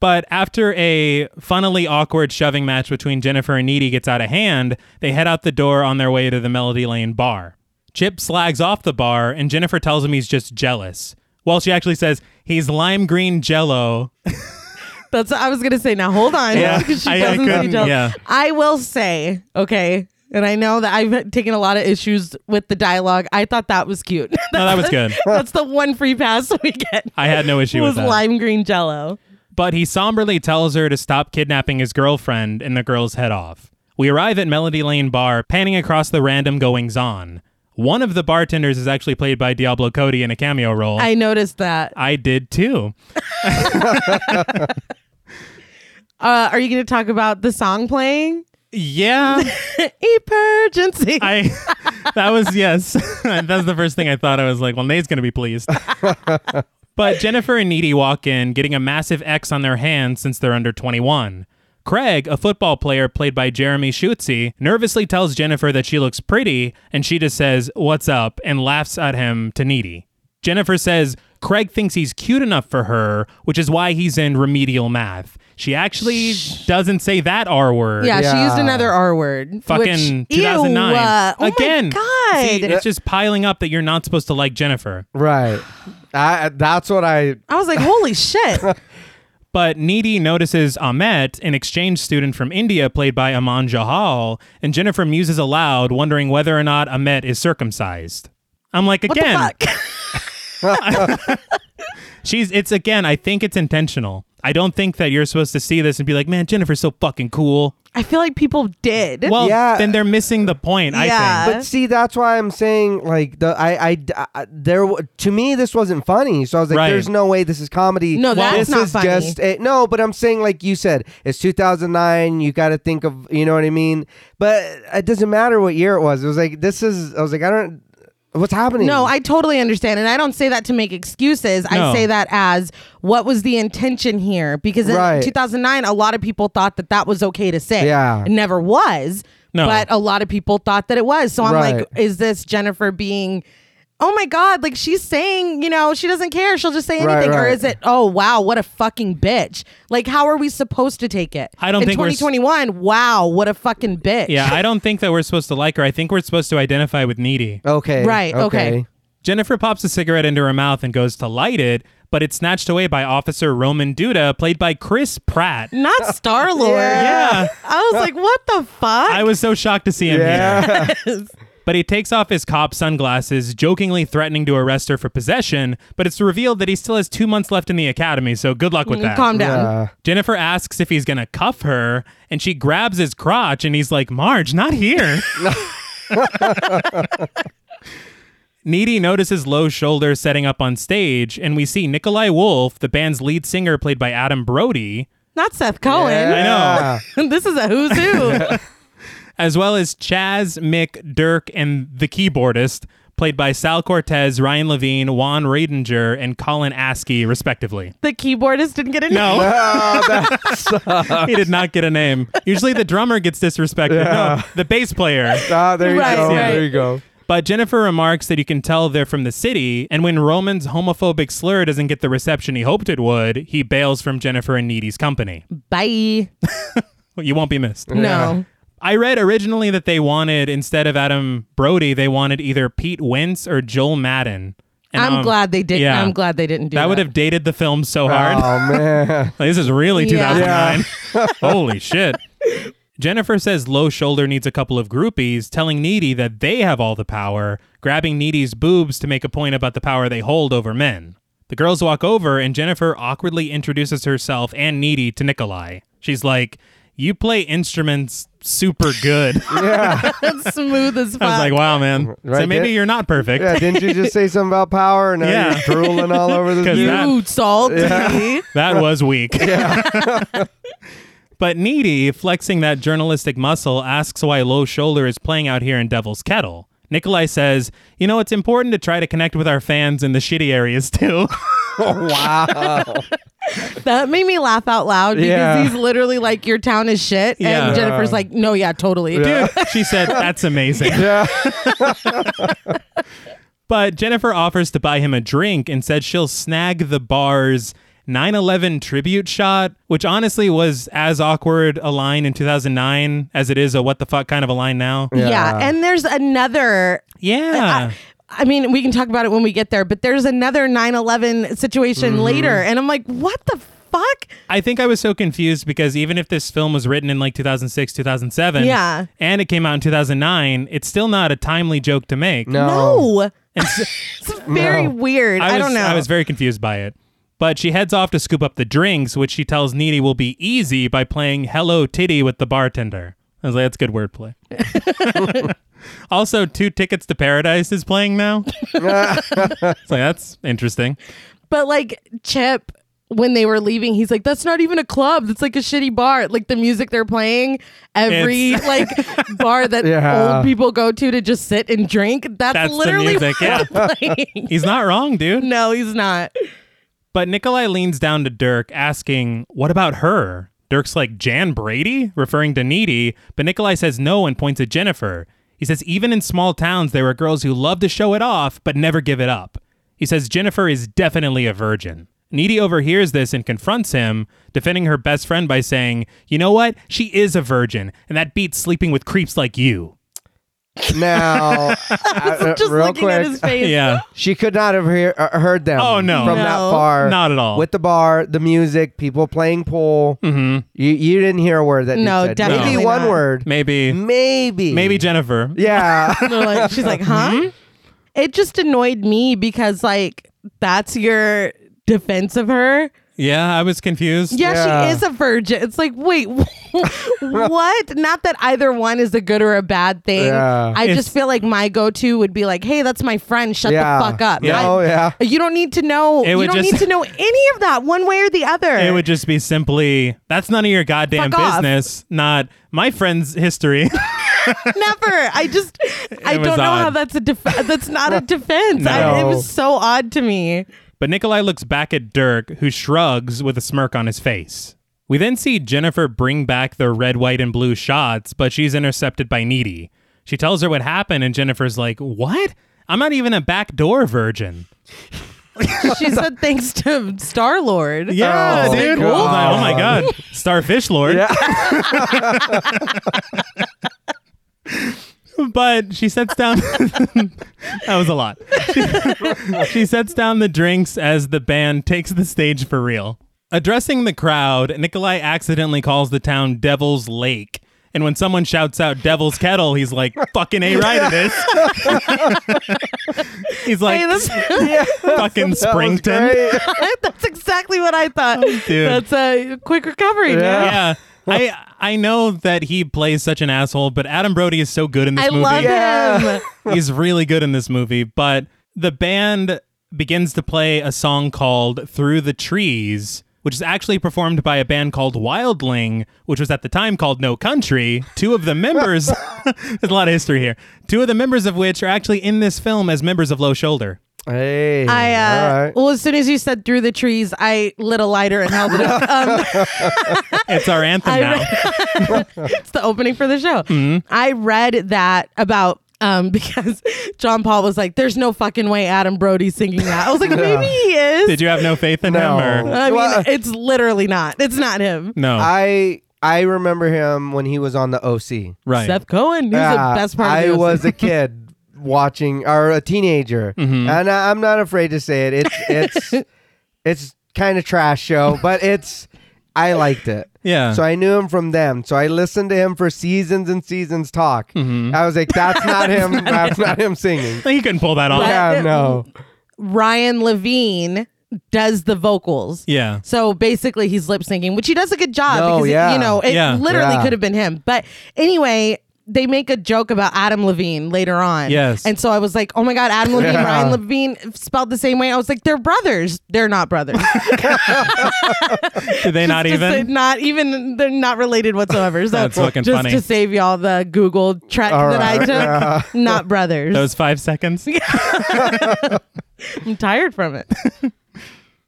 Speaker 1: But after a funnily awkward shoving match between Jennifer and Needy gets out of hand, they head out the door on their way to the Melody Lane bar. Chip slags off the bar, and Jennifer tells him he's just jealous. Well, she actually says he's lime green jello.
Speaker 2: That's what I was gonna say. Now hold on.
Speaker 1: Yeah.
Speaker 2: She
Speaker 1: I- I
Speaker 2: doesn't
Speaker 1: couldn't-
Speaker 2: detail.
Speaker 1: yeah.
Speaker 2: I will say, okay, and I know that I've taken a lot of issues with the dialogue. I thought that was cute.
Speaker 1: No, that was good.
Speaker 2: That's the one free pass we get.
Speaker 1: I had no issue
Speaker 2: was
Speaker 1: with that.
Speaker 2: lime green jello.
Speaker 1: but he somberly tells her to stop kidnapping his girlfriend, and the girls head off. We arrive at Melody Lane Bar, panning across the random goings on. One of the bartenders is actually played by Diablo Cody in a cameo role.
Speaker 2: I noticed that.
Speaker 1: I did too.
Speaker 2: Uh, are you gonna talk about the song playing?
Speaker 1: Yeah,
Speaker 2: Emergency.
Speaker 1: I. That was yes. That's the first thing I thought. I was like, well, Nate's gonna be pleased. but Jennifer and Needy walk in, getting a massive X on their hands since they're under 21. Craig, a football player played by Jeremy Schutze, nervously tells Jennifer that she looks pretty, and she just says, "What's up?" and laughs at him to Needy. Jennifer says Craig thinks he's cute enough for her, which is why he's in remedial math. She actually doesn't say that R word.
Speaker 2: Yeah, she used
Speaker 3: Yeah.
Speaker 2: another R word.
Speaker 1: fucking
Speaker 2: which, ew,
Speaker 1: 2009
Speaker 2: uh, oh
Speaker 1: again.
Speaker 2: My
Speaker 1: see, uh,
Speaker 2: God.
Speaker 1: it's just piling up that you're not supposed to like Jennifer.
Speaker 3: Right. I, that's what I.
Speaker 2: I was like, holy shit.
Speaker 1: But Needy notices Ahmet, an exchange student from India played by Aman Jahal, and Jennifer muses aloud, wondering whether or not Ahmet is circumcised. I'm like,
Speaker 2: What the
Speaker 1: again,
Speaker 2: fuck?
Speaker 1: she's it's again, I think it's intentional. I don't think that you're supposed to see this and be like, man, Jennifer's so fucking cool.
Speaker 2: I feel like people did.
Speaker 1: Well,
Speaker 3: Yeah.
Speaker 1: then they're missing the point, I
Speaker 2: Yeah.
Speaker 1: think.
Speaker 2: Huh?
Speaker 3: But see, that's why I'm saying like the I I, I there w- to me this wasn't funny. So I was like,
Speaker 1: Right.
Speaker 3: there's no way this is comedy.
Speaker 2: No, that's
Speaker 3: this
Speaker 2: not
Speaker 3: is
Speaker 2: funny.
Speaker 3: just a, no. But I'm saying like you said, it's 2009. You got to think of you know what I mean. But it doesn't matter what year it was. It was like this is. I was like, I don't. What's happening?
Speaker 2: no, I totally understand. And I don't say that to make excuses.
Speaker 1: No.
Speaker 2: I say that as what was the intention here? Because in
Speaker 3: Right.
Speaker 2: 2009, a lot of people thought that that was okay to say.
Speaker 3: Yeah.
Speaker 2: It never was.
Speaker 1: No.
Speaker 2: But a lot of people thought that it was. So I'm like,
Speaker 3: Right.
Speaker 2: is this Jennifer being oh my God, like she's saying, you know, she doesn't care. She'll just say
Speaker 3: Right,
Speaker 2: anything. Or
Speaker 3: right.
Speaker 2: is it, oh wow, what a fucking bitch. Like, how are we supposed to take it?
Speaker 1: I don't
Speaker 2: In
Speaker 1: think we're s-
Speaker 2: 2021, wow, what a fucking bitch.
Speaker 1: Yeah, I don't think that we're supposed to like her. I think we're supposed to identify with Needy.
Speaker 3: Okay.
Speaker 2: Right, okay.
Speaker 1: Jennifer pops a cigarette into her mouth and goes to light it, but it's snatched away by Officer Roman Duda, played by Chris Pratt.
Speaker 2: Not Star Lord.
Speaker 1: Yeah.
Speaker 2: I was like, what the fuck?
Speaker 1: I was so shocked to see him here.
Speaker 3: Yeah.
Speaker 1: But he takes off his cop sunglasses, jokingly threatening to arrest her for possession, but it's revealed that he still has two months left in the academy, so good luck with that.
Speaker 2: Mm, Calm down.
Speaker 3: yeah.
Speaker 1: Jennifer asks if he's gonna cuff her, and she grabs his crotch, and he's like, Marge, not here. Needy notices Lowe's shoulder setting up on stage, and we see Nikolai Wolf, the band's lead singer, played by Adam Brody,
Speaker 2: Not Seth Cohen.
Speaker 1: know.
Speaker 2: this is a who's who.
Speaker 1: as well as Chaz, Mick, Dirk, and the keyboardist, played by Sal Cortez, Ryan Levine, Juan Radinger, and Colin Askey, respectively.
Speaker 2: the keyboardist didn't get any.
Speaker 1: No, he did not get a name. Usually the drummer gets disrespected. No, the bass player.
Speaker 3: Ah, there you
Speaker 2: Right,
Speaker 3: go.
Speaker 2: right.
Speaker 3: There you go.
Speaker 1: But Jennifer remarks that you can tell they're from the city, and when Roman's homophobic slur doesn't get the reception he hoped it would, he bails from Jennifer and Needy's company.
Speaker 2: Bye.
Speaker 1: Well, You won't be missed.
Speaker 2: No.
Speaker 1: I read originally that they wanted, instead of Adam Brody, they wanted either Pete Wentz or Joel Madden. And,
Speaker 2: I'm
Speaker 1: um,
Speaker 2: glad they didn't.
Speaker 1: yeah.
Speaker 2: I'm glad they didn't do that.
Speaker 1: That would have dated the film so hard.
Speaker 3: Oh man.
Speaker 1: Like, this is really
Speaker 2: Yeah.
Speaker 1: 2009. Holy shit. Jennifer says Low Shoulder needs a couple of groupies, telling Needy that they have all the power, grabbing Needy's boobs to make a point about the power they hold over men. The girls walk over, and Jennifer awkwardly introduces herself and Needy to Nikolai. She's like, You play instruments super good. I
Speaker 2: That's smooth as fuck.
Speaker 1: was like, Wow, man. so
Speaker 3: Right,
Speaker 1: maybe
Speaker 3: yeah.
Speaker 1: you're not perfect.
Speaker 3: Yeah, didn't you just say something about power and now
Speaker 1: Yeah.
Speaker 3: you're drooling all over this?
Speaker 1: 'Cause
Speaker 3: dude?
Speaker 1: that-
Speaker 2: you salty.
Speaker 1: That was weak. but Needy, flexing that journalistic muscle, asks why Low Shoulder is playing out here in Devil's Kettle. Nikolai says, You know, it's important to try to connect with our fans in the shitty areas too.
Speaker 2: That made me laugh out loud because
Speaker 3: Yeah.
Speaker 2: he's literally like, "Your town is shit,"
Speaker 1: Yeah.
Speaker 2: and Jennifer's like, "No, yeah, totally."
Speaker 1: Dude, she said, That's amazing.
Speaker 3: Yeah.
Speaker 1: But Jennifer offers to buy him a drink and said she'll snag the bar's 9 11 tribute shot, which honestly was as awkward a line in 2009 as it is a what the fuck kind of a line now.
Speaker 2: Yeah.
Speaker 3: Yeah.
Speaker 2: and there's another.
Speaker 1: Yeah.
Speaker 2: I, I mean, we can talk about it when we get there, but there's another 9/11 situation
Speaker 3: Mm-hmm.
Speaker 2: later, and I'm like, "What the fuck?"
Speaker 1: I think I was so confused because even if this film was written in like 2006, 2007,
Speaker 2: Yeah.
Speaker 1: and it came out in 2009, it's still not a timely joke to make.
Speaker 3: No.
Speaker 2: No, it's very weird. I,
Speaker 1: was,
Speaker 2: don't know.
Speaker 1: I was very confused by it. But she heads off to scoop up the drinks, which she tells Needy will be easy by playing Hello Titty with the bartender. I was like, that's good wordplay. also, Two Tickets to Paradise is playing now. it's like, that's interesting.
Speaker 2: But like Chip, when they were leaving, he's like, "That's not even a club. That's like a shitty bar. Like the music they're playing, every
Speaker 1: It's-
Speaker 2: like bar that
Speaker 3: Yeah.
Speaker 2: old people go to to just sit and drink. That's,
Speaker 1: That's the
Speaker 2: literally
Speaker 1: music. Yeah.
Speaker 2: what they're playing."
Speaker 1: He's not wrong, dude.
Speaker 2: no, he's not.
Speaker 1: But Nikolai leans down to Dirk, asking, What about her? Dirk's like, Jan Brady? Referring to Needy. But Nikolai says no and points at Jennifer. He says, Even in small towns, there are girls who love to show it off, but never give it up. He says, Jennifer is definitely a virgin. Needy overhears this and confronts him, defending her best friend by saying, You know what? She is a virgin, and that beats sleeping with creeps like you.
Speaker 3: Now, uh,
Speaker 2: Just
Speaker 3: real
Speaker 2: looking
Speaker 3: quick,
Speaker 2: at his face.
Speaker 1: Yeah.
Speaker 3: she could not have hear, uh, heard them.
Speaker 1: Oh, no.
Speaker 3: from that
Speaker 2: No.
Speaker 3: far,
Speaker 1: Not at all.
Speaker 3: With the bar, the music, people playing pool. Mm-hmm. You you didn't hear a word that Nick
Speaker 2: No,
Speaker 3: said.
Speaker 2: definitely
Speaker 3: maybe one
Speaker 2: not.
Speaker 3: word,
Speaker 1: Maybe.
Speaker 3: maybe
Speaker 1: Maybe Jennifer.
Speaker 3: Yeah,
Speaker 2: They're like- she's like, "Huh?"
Speaker 1: Mm-hmm.
Speaker 2: It just annoyed me because like that's your defense of her.
Speaker 1: Yeah, I was confused.
Speaker 2: Yeah,
Speaker 3: Yeah.
Speaker 2: she is a virgin. It's like, wait, what? Not that either one is a good or a bad thing.
Speaker 3: Yeah.
Speaker 2: I
Speaker 1: It's-
Speaker 2: just feel like my go-to would be like, hey, that's my friend. Shut
Speaker 3: yeah.
Speaker 2: the fuck up.
Speaker 1: Yeah.
Speaker 2: I-
Speaker 3: Oh yeah.
Speaker 2: you don't need to know.
Speaker 1: It
Speaker 2: You
Speaker 1: would
Speaker 2: don't
Speaker 1: just-
Speaker 2: need to know any of that, one way or the other.
Speaker 1: It would just be simply, that's none of your goddamn
Speaker 2: Eh. Fuck off.
Speaker 1: business, not my friend's history.
Speaker 2: Never. I just, I
Speaker 1: was
Speaker 2: don't know how
Speaker 1: odd.
Speaker 2: that's a def- that's not a defense.
Speaker 1: No.
Speaker 2: I, it was so odd to me.
Speaker 1: but Nikolai looks back at Dirk, who shrugs with a smirk on his face. We then see Jennifer bring back the red, white, and blue shots, but she's intercepted by Needy. She tells her what happened, and Jennifer's like, What? I'm not even a backdoor virgin.
Speaker 2: she said thanks to Star Lord.
Speaker 1: Yeah,
Speaker 3: Oh,
Speaker 1: dude.
Speaker 3: God.
Speaker 1: Hold on. Oh my god, Starfish Lord. but she sets down. that was a lot. She, she sets down the drinks as the band takes the stage for real. Addressing the crowd, Nikolai accidentally calls the town Devil's Lake. And when someone shouts out Devil's Kettle, he's like, fucking A right of this. he's like,
Speaker 2: Hey, that's,
Speaker 3: yeah.
Speaker 1: fucking
Speaker 3: That was
Speaker 1: Springton.
Speaker 3: great.
Speaker 2: that's exactly what I thought. That's a quick recovery.
Speaker 3: Yeah.
Speaker 2: Yeah.
Speaker 1: yeah. I I know that he plays such an asshole, but Adam Brody is so good in this
Speaker 2: I
Speaker 1: movie.
Speaker 2: love
Speaker 3: Yeah.
Speaker 2: him.
Speaker 1: He's really good in this movie, but the band begins to play a song called Through the Trees, which is actually performed by a band called Wildling, which was at the time called No Country. Two of the members there's a lot of history here. Two of the members of which are actually in this film as members of Low Shoulder.
Speaker 3: Hey.
Speaker 2: I uh,
Speaker 3: all right.
Speaker 2: well, as soon as you said through the trees, I lit a lighter and held it up. Um,
Speaker 1: It's our anthem
Speaker 2: I
Speaker 1: now.
Speaker 2: it's the opening for the show.
Speaker 3: Mm-hmm.
Speaker 2: I read that about. Um, because John Paul was like, "There's no fucking way Adam Brody's singing that." I was like, "Maybe he is."
Speaker 1: Did you have no faith in
Speaker 3: No.
Speaker 1: him? Or?
Speaker 2: I mean,
Speaker 3: Well, uh,
Speaker 2: it's literally not. It's not him.
Speaker 1: No.
Speaker 3: I I remember him when he was on the OC.
Speaker 1: right.
Speaker 2: Seth Cohen. He's
Speaker 3: Yeah,
Speaker 2: the best part.
Speaker 3: I
Speaker 2: of the
Speaker 3: was a kid watching, or a teenager,
Speaker 1: Mm-hmm.
Speaker 3: and I, I'm not afraid to say it. It's it's it's kind of trash show, but it's I liked it.
Speaker 1: Yeah.
Speaker 3: So I knew him from them. So I listened to him for seasons and seasons talk.
Speaker 1: Mm-hmm.
Speaker 3: I was like, that's not him. that's not him singing.
Speaker 1: he couldn't pull that off.
Speaker 3: Yeah, no.
Speaker 2: Ryan Levine does the vocals.
Speaker 1: Yeah.
Speaker 2: So basically, he's lip syncing, which he does a good job.
Speaker 3: No,
Speaker 2: because it-
Speaker 3: yeah.
Speaker 2: you know, it
Speaker 1: Yeah.
Speaker 2: literally
Speaker 3: Yeah.
Speaker 2: could have been him. But anyway, they make a joke about Adam Levine later on.
Speaker 1: Yes.
Speaker 2: And so I was like, oh my God, Adam Levine,
Speaker 3: Yeah.
Speaker 2: Ryan Levine spelled the same way. I was like, they're brothers. They're not brothers.
Speaker 1: Did they not
Speaker 2: Just to-
Speaker 1: even?
Speaker 2: not even. They're not related whatsoever. So
Speaker 1: That's fucking
Speaker 2: just
Speaker 1: funny.
Speaker 2: to save y'all the Google trek
Speaker 3: All
Speaker 2: that I
Speaker 3: right.
Speaker 2: took, not brothers.
Speaker 1: Those five seconds.
Speaker 2: I'm tired from it.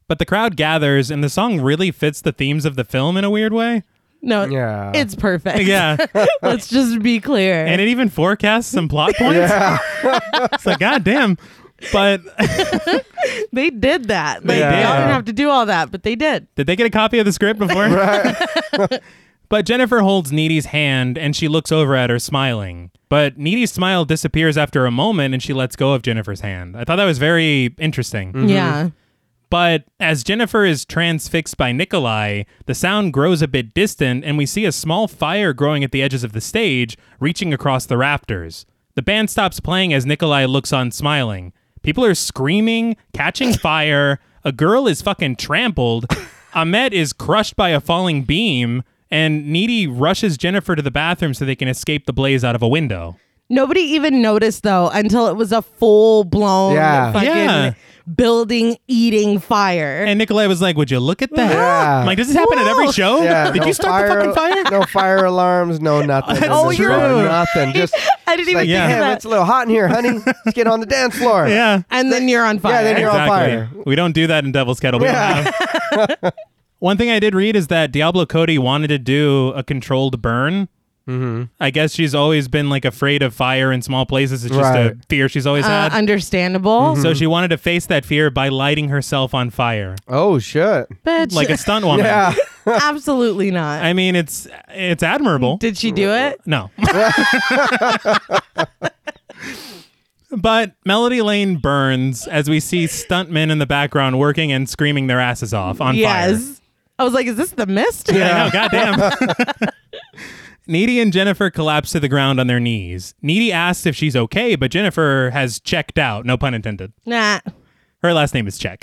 Speaker 1: But the crowd gathers, and the song really fits the themes of the film in a weird way.
Speaker 2: No,
Speaker 3: Yeah.
Speaker 2: it's perfect.
Speaker 1: Yeah.
Speaker 2: Let's just be clear.
Speaker 1: and it even forecasts some plot points. it's like, goddamn. But
Speaker 2: they did that. Like,
Speaker 3: did.
Speaker 2: Y'all didn't have to do all that, but they did.
Speaker 1: did they get a copy of the script before? but Jennifer holds Needy's hand, and she looks over at her, smiling. But Needy's smile disappears after a moment, and she lets go of Jennifer's hand. I thought that was very interesting.
Speaker 2: Yeah.
Speaker 1: But as Jennifer is transfixed by Nikolai, the sound grows a bit distant, and we see a small fire growing at the edges of the stage, reaching across the rafters. The band stops playing as Nikolai looks on, smiling. People are screaming, catching fire. A girl is fucking trampled. Ahmet is crushed by a falling beam, and Needy rushes Jennifer to the bathroom so they can escape the blaze out of a window.
Speaker 2: Nobody even noticed though until it was a full blown
Speaker 3: Yeah.
Speaker 2: fucking
Speaker 1: Yeah.
Speaker 2: building eating fire.
Speaker 1: And Nikolai was like, "Would you look at that?
Speaker 3: Yeah.
Speaker 1: I'm like, does this happen at every
Speaker 2: Whoa.
Speaker 1: show?
Speaker 3: Yeah,
Speaker 1: Did
Speaker 3: no
Speaker 1: you start the fucking fire?
Speaker 3: No fire alarms, no nothing. in
Speaker 2: Oh,
Speaker 3: this
Speaker 2: you're
Speaker 3: room,
Speaker 2: right.
Speaker 3: nothing. Just
Speaker 2: I didn't even
Speaker 3: like,
Speaker 2: think
Speaker 1: yeah.
Speaker 2: of
Speaker 3: damn,
Speaker 2: that.
Speaker 3: it's a little hot in here, honey. Let's get on the dance floor.
Speaker 1: Yeah."
Speaker 2: and then you're on fire.
Speaker 3: Yeah, then you're on fire.
Speaker 1: Exactly. We don't do that in Devil's Kettle. We don't have- One thing I did read is that Diablo Cody wanted to do a controlled burn. Mm-hmm. I guess she's always been like afraid of fire in small places. It's just
Speaker 3: Right. Mm-hmm.
Speaker 1: a fear she's always
Speaker 2: Uh,
Speaker 1: had.
Speaker 2: understandable.
Speaker 1: Mm-hmm. so she wanted to face that fear by lighting herself on fire,
Speaker 3: Oh shit.
Speaker 2: Bitch,
Speaker 1: like a stunt woman.
Speaker 3: Yeah.
Speaker 2: absolutely not.
Speaker 1: I mean, it's it's admirable.
Speaker 2: Did she do it?
Speaker 1: No. but Melody Lane burns as we see stuntmen in the background working and screaming their asses off on fire.
Speaker 2: yes. I was like, is this the mist?
Speaker 1: I know, goddamn. Needy and Jennifer collapse to the ground on their knees. Needy asks if she's okay, but Jennifer has checked out, no pun intended.
Speaker 2: Nah.
Speaker 1: Her last name is Check.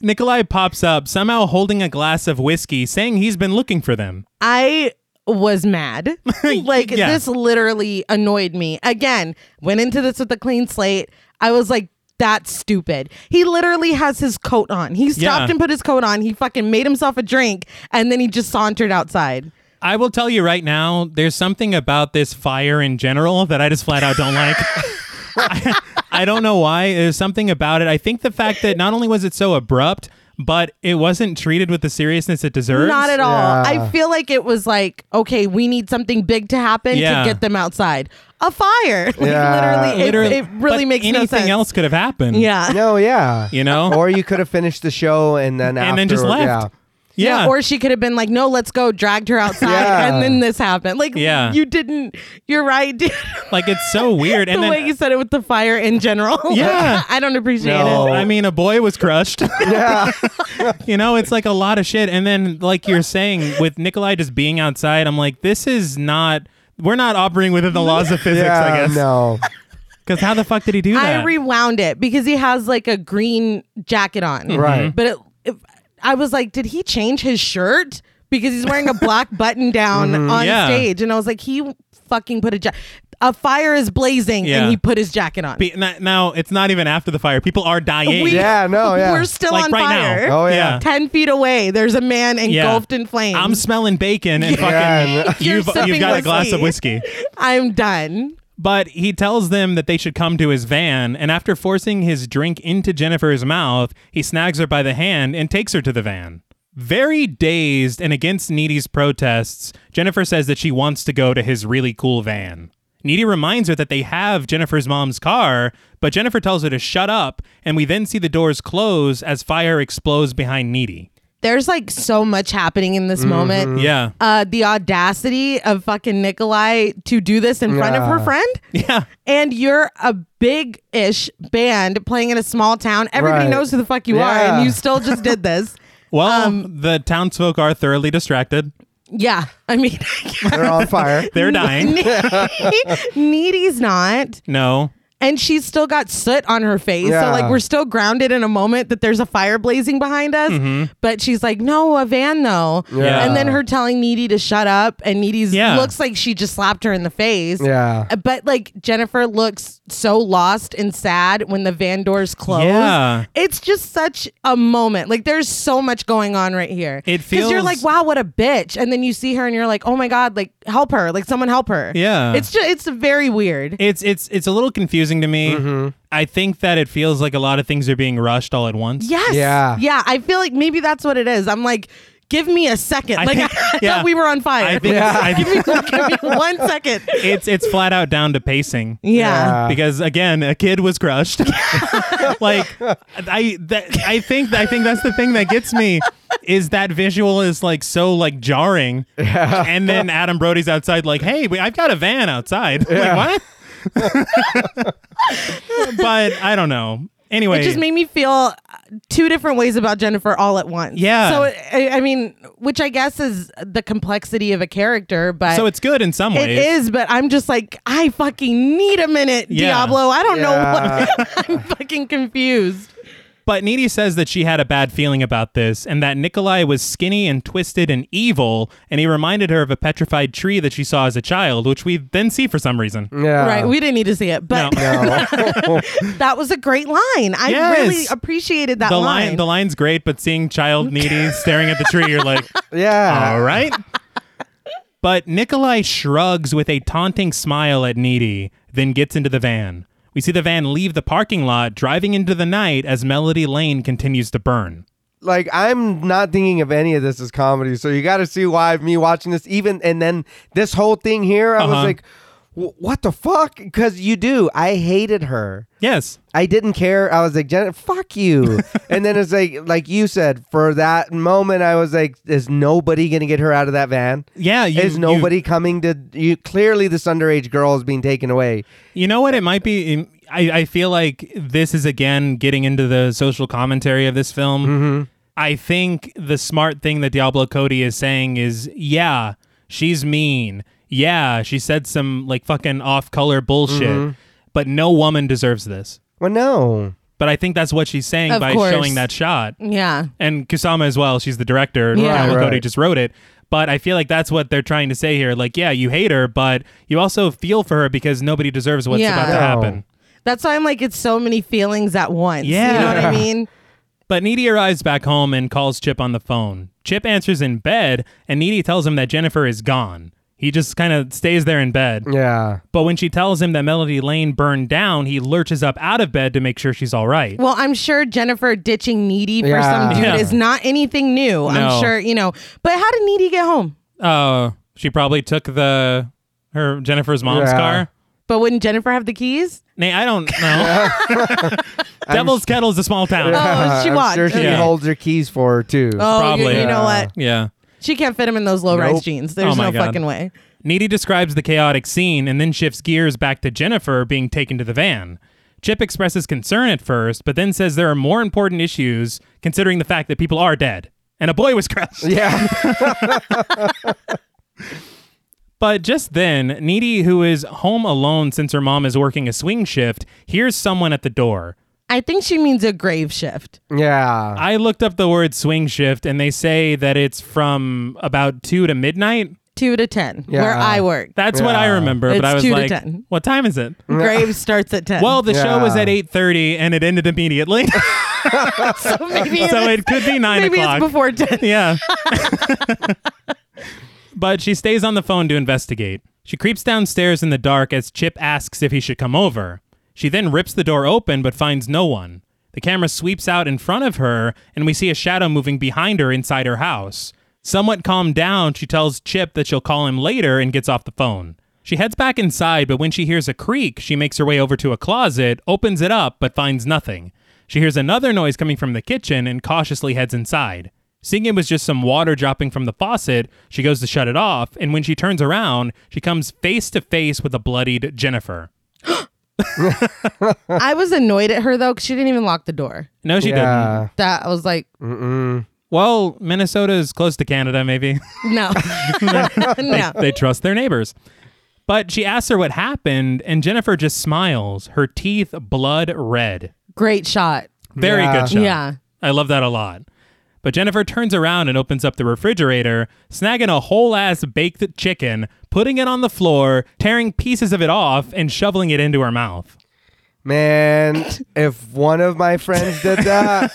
Speaker 1: Nikolai pops up, somehow holding a glass of whiskey, saying he's been looking for them.
Speaker 2: I was mad. like
Speaker 1: Yeah.
Speaker 2: this literally annoyed me. Again, went into this with a clean slate. I was like that's stupid. He literally has his coat on. He stopped
Speaker 1: Yeah.
Speaker 2: and put his coat on. He fucking made himself a drink and then he just sauntered outside.
Speaker 1: I will tell you right now, there's something about this fire in general that I just flat out don't like. I, I don't know why. There's something about it. I think the fact that not only was it so abrupt, but it wasn't treated with the seriousness it deserves.
Speaker 2: Not at all.
Speaker 3: Yeah.
Speaker 2: I feel like it was like, okay, we need something big to happen
Speaker 1: Yeah.
Speaker 2: to get them outside. A fire. Like,
Speaker 3: Yeah.
Speaker 2: literally, it-
Speaker 1: Literally-
Speaker 2: it, really
Speaker 1: but
Speaker 2: makes
Speaker 1: anything
Speaker 2: no sense.
Speaker 1: else could have happened.
Speaker 2: Yeah.
Speaker 3: No, yeah.
Speaker 1: you know,
Speaker 3: or you could have finished the show and then
Speaker 1: and then just
Speaker 3: afterward-
Speaker 1: left.
Speaker 2: Yeah.
Speaker 1: Yeah,
Speaker 2: Or she could have been like, no, let's go, dragged her outside,
Speaker 3: Yeah.
Speaker 2: and then this happened. Like,
Speaker 1: Yeah.
Speaker 2: you didn't, you're right, dude.
Speaker 1: like it's so weird.
Speaker 2: the
Speaker 1: And
Speaker 2: way you
Speaker 1: then,
Speaker 2: said it with the fire in general.
Speaker 1: Yeah.
Speaker 2: I don't appreciate
Speaker 3: No.
Speaker 2: it.
Speaker 1: I mean, a boy was crushed.
Speaker 3: Yeah. yeah.
Speaker 1: you know, it's like a lot of shit. And then, like you're saying, with Nikolai just being outside, I'm like, this is not. We're not operating within the laws of physics, I guess.
Speaker 3: No.
Speaker 1: Because how the fuck did he do that?
Speaker 2: I rewound it because he has like a green jacket on.
Speaker 1: Mm-hmm.
Speaker 3: Right.
Speaker 2: But it, it, I was like, did he change his shirt? Because he's wearing a black button down on
Speaker 1: Mm-hmm. Yeah.
Speaker 2: stage. And I was like, he fucking put a jacket. A fire is blazing
Speaker 1: Yeah.
Speaker 2: and he put his jacket on.
Speaker 1: Be- n- now it's not even after the fire. People are dying.
Speaker 2: We-
Speaker 3: Yeah, no, yeah.
Speaker 2: We're still
Speaker 1: Like
Speaker 2: on
Speaker 1: right now.
Speaker 2: fire.
Speaker 3: Oh, yeah.
Speaker 1: Yeah.
Speaker 2: 10 feet away, there's a man
Speaker 1: Yeah.
Speaker 2: engulfed in flames.
Speaker 1: I'm smelling bacon and
Speaker 3: Yeah,
Speaker 1: fucking.
Speaker 2: You're
Speaker 1: You've,
Speaker 2: sipping
Speaker 1: you've got a glass of
Speaker 2: whiskey.
Speaker 1: whiskey.
Speaker 2: I'm done.
Speaker 1: But he tells them that they should come to his van, and after forcing his drink into Jennifer's mouth, he snags her by the hand and takes her to the van. Very dazed and against Needy's protests, Jennifer says that she wants to go to his really cool van. Needy reminds her that they have Jennifer's mom's car, but Jennifer tells her to shut up, and we then see the doors close as fire explodes behind Needy.
Speaker 2: There's like so much happening in this
Speaker 3: Mm-hmm.
Speaker 2: moment.
Speaker 1: Yeah.
Speaker 2: Uh, the audacity of fucking Nikolai to do this in front of her
Speaker 3: Yeah.
Speaker 2: friend.
Speaker 1: Yeah.
Speaker 2: and you're a big ish band playing in a small town. Everybody
Speaker 3: Right.
Speaker 2: knows who the fuck you are,
Speaker 3: Yeah.
Speaker 2: and you still just did this.
Speaker 1: Well, the townsfolk are thoroughly distracted.
Speaker 2: Yeah, I mean,
Speaker 3: They're on fire.
Speaker 1: They're dying.
Speaker 2: Needy's not,
Speaker 1: no.
Speaker 2: and she's still got soot on her face. So
Speaker 3: Yeah.
Speaker 2: like, we're still grounded in a moment that there's a fire blazing behind us.
Speaker 1: Mm-hmm.
Speaker 2: But she's like, "No, a van though."
Speaker 3: Yeah.
Speaker 2: And then her telling Needy to shut up, and Needy's
Speaker 1: Yeah.
Speaker 2: looks like she just slapped her in the face. Uh,
Speaker 3: Yeah.
Speaker 2: But like Jennifer looks so lost and sad when the van doors close.
Speaker 1: Yeah.
Speaker 2: It's just such a moment. Like there's so much going on right here.
Speaker 1: It
Speaker 2: 'Cause you're
Speaker 1: feels-
Speaker 2: like, wow, what a bitch. And then you see her and you're like, oh my God, like help her. Like someone help her.
Speaker 1: Yeah.
Speaker 2: It's just it's very weird.
Speaker 1: It's it's it's a little confusing to me. I think that it feels like a lot of things are being rushed all at once.
Speaker 2: yes.
Speaker 3: Yeah.
Speaker 2: Yeah. I feel like maybe that's what it is. I'm like, give me a second.
Speaker 1: I
Speaker 2: like
Speaker 1: think-
Speaker 2: I
Speaker 1: yeah.
Speaker 2: thought we were on fire.
Speaker 1: I think I
Speaker 2: give,
Speaker 1: think
Speaker 2: me, give me one second.
Speaker 1: it's it's flat out down to pacing.
Speaker 2: Yeah.
Speaker 3: Yeah.
Speaker 1: Because again, a kid was crushed. like I that, I think I think that's the thing that gets me is that visual is like so like jarring. And then Adam Brody's outside like, "Hey, we, I've got a van outside." Like, what? but I don't know. Anyway,
Speaker 2: It just made me feel uh, two different ways about Jennifer all at once.
Speaker 1: Yeah.
Speaker 2: So I, I mean, which I guess is the complexity of a character, but
Speaker 1: so it's good in some
Speaker 2: it
Speaker 1: ways.
Speaker 2: is. But I'm just like, I fucking need a minute,
Speaker 1: Yeah.
Speaker 2: Diablo. I don't
Speaker 3: Yeah.
Speaker 2: know. What, I'm fucking confused.
Speaker 1: But Needy says that she had a bad feeling about this and that Nikolai was skinny and twisted and evil, and he reminded her of a petrified tree that she saw as a child, which we then see for some reason.
Speaker 3: Yeah.
Speaker 2: right. We didn't need to see it, but
Speaker 3: No.
Speaker 2: that was a great line. I
Speaker 1: Yes.
Speaker 2: really appreciated that
Speaker 1: The
Speaker 2: line.
Speaker 1: line the line's great, but seeing child Needy staring at the tree, you're like,
Speaker 3: yeah.
Speaker 1: all right. But Nikolai shrugs with a taunting smile at Needy, then gets into the van. We see the van leave the parking lot, driving into the night as Melody Lane continues to burn.
Speaker 3: Like I'm not thinking of any of this as comedy, so you got to see why me watching this even and then this whole thing here, I
Speaker 1: Uh-huh.
Speaker 3: was like, "Wh- what the fuck? Because you do. I hated her.
Speaker 1: Yes.
Speaker 3: I didn't care. I was like, Janet, fuck you. and then it's like, like you said, for that moment, I was like, is nobody gonna get her out of that van?
Speaker 1: Yeah, you-
Speaker 3: is
Speaker 1: you-
Speaker 3: nobody coming to you? Clearly, this underage girl is being taken away.
Speaker 1: You know what? It might be. I, I feel like this is again getting into the social commentary of this film.
Speaker 3: Mm-hmm.
Speaker 1: I think the smart thing that Diablo Cody is saying is, yeah, she's mean. Yeah, she said some like fucking off color bullshit,
Speaker 3: Mm-hmm.
Speaker 1: but no woman deserves this.
Speaker 3: Well, no.
Speaker 1: But I think that's what she's saying
Speaker 2: Of
Speaker 1: by
Speaker 2: course.
Speaker 1: showing that shot.
Speaker 2: yeah.
Speaker 1: And Kusama as well. She's the director.
Speaker 2: Yeah.
Speaker 1: Diablo
Speaker 3: Right.
Speaker 1: Cody just wrote it. But I feel like that's what they're trying to say here. Like, yeah, you hate her, but you also feel for her because nobody deserves what's
Speaker 2: Yeah.
Speaker 1: about to
Speaker 3: No.
Speaker 1: happen.
Speaker 2: That's why I'm like, it's so many feelings at once. You know
Speaker 1: Yeah.
Speaker 2: what I mean?
Speaker 1: But Needy arrives back home and calls Chip on the phone. Chip answers in bed, and Needy tells him that Jennifer is gone. He just kind of stays there in bed.
Speaker 3: Yeah.
Speaker 1: But when she tells him that Melody Lane burned down, he lurches up out of bed to make sure she's all right.
Speaker 2: Well, I'm sure Jennifer ditching Needy for
Speaker 3: Yeah.
Speaker 2: some dude
Speaker 1: Yeah.
Speaker 2: is not anything new.
Speaker 1: No.
Speaker 2: I'm sure, you know. But how did Needy get home?
Speaker 1: Uh, she probably took the her Jennifer's mom's
Speaker 3: Yeah.
Speaker 1: car.
Speaker 2: But wouldn't Jennifer have the keys?
Speaker 1: Nay, I don't know. Devil's Kettle's a small town.
Speaker 2: Oh, she
Speaker 3: I'm
Speaker 2: walked.
Speaker 3: sure she
Speaker 1: Yeah.
Speaker 3: holds her keys for her too.
Speaker 2: Oh, you,
Speaker 1: Probably.
Speaker 2: you know
Speaker 3: Yeah.
Speaker 2: what?
Speaker 1: Yeah.
Speaker 2: She can't fit him in those low-rise
Speaker 3: Nope.
Speaker 2: jeans.
Speaker 1: Oh
Speaker 2: There's
Speaker 1: my
Speaker 2: no
Speaker 1: God.
Speaker 2: fucking way.
Speaker 1: Needy describes the chaotic scene and then shifts gears back to Jennifer being taken to the van. Chip expresses concern at first, but then says there are more important issues considering the fact that people are dead and a boy was crushed.
Speaker 3: Yeah.
Speaker 1: But just then, Needy, who is home alone since her mom is working a swing shift, hears someone at the door.
Speaker 2: I think she means a grave shift.
Speaker 3: yeah.
Speaker 1: I looked up the word swing shift and they say that it's from about 2 to midnight.
Speaker 2: Two to ten,
Speaker 3: Yeah.
Speaker 2: where I work.
Speaker 1: That's what I
Speaker 3: Yeah.
Speaker 1: remember, but
Speaker 2: It's
Speaker 1: I was
Speaker 2: 2 to
Speaker 1: like,
Speaker 2: 10.
Speaker 1: what time is it?
Speaker 2: grave starts at ten.
Speaker 1: Well, the show was
Speaker 3: Yeah.
Speaker 1: at 8:30 and it ended immediately.
Speaker 2: so maybe it's,
Speaker 1: so it could be nine
Speaker 2: maybe
Speaker 1: o'clock.
Speaker 2: it's before ten.
Speaker 1: yeah. but she stays on the phone to investigate. She creeps downstairs in the dark as Chip asks if he should come over. She then rips the door open but finds no one. The camera sweeps out in front of her, and we see a shadow moving behind her inside her house. Somewhat calmed down, she tells Chip that she'll call him later and gets off the phone. She heads back inside, but when she hears a creak, she makes her way over to a closet, opens it up, but finds nothing. She hears another noise coming from the kitchen and cautiously heads inside. Seeing it was just some water dropping from the faucet, she goes to shut it off, and when she turns around, she comes face to face with a bloodied Jennifer.
Speaker 2: I was annoyed at her though because she didn't even lock the door.
Speaker 1: No, she didn't.
Speaker 3: yeah.
Speaker 2: That I was like,
Speaker 1: Well, Minnesota is close to Canada, maybe.
Speaker 2: no, no.
Speaker 1: they trust their neighbors. But she asks her what happened, and Jennifer just smiles, her teeth blood red.
Speaker 2: Great shot.
Speaker 1: Very
Speaker 3: Yeah.
Speaker 1: good shot.
Speaker 2: Yeah.
Speaker 1: I love that a lot. But Jennifer turns around and opens up the refrigerator, snagging a whole ass baked chicken, putting it on the floor, tearing pieces of it off, and shoveling it into her mouth.
Speaker 3: Man, if one of my friends did that,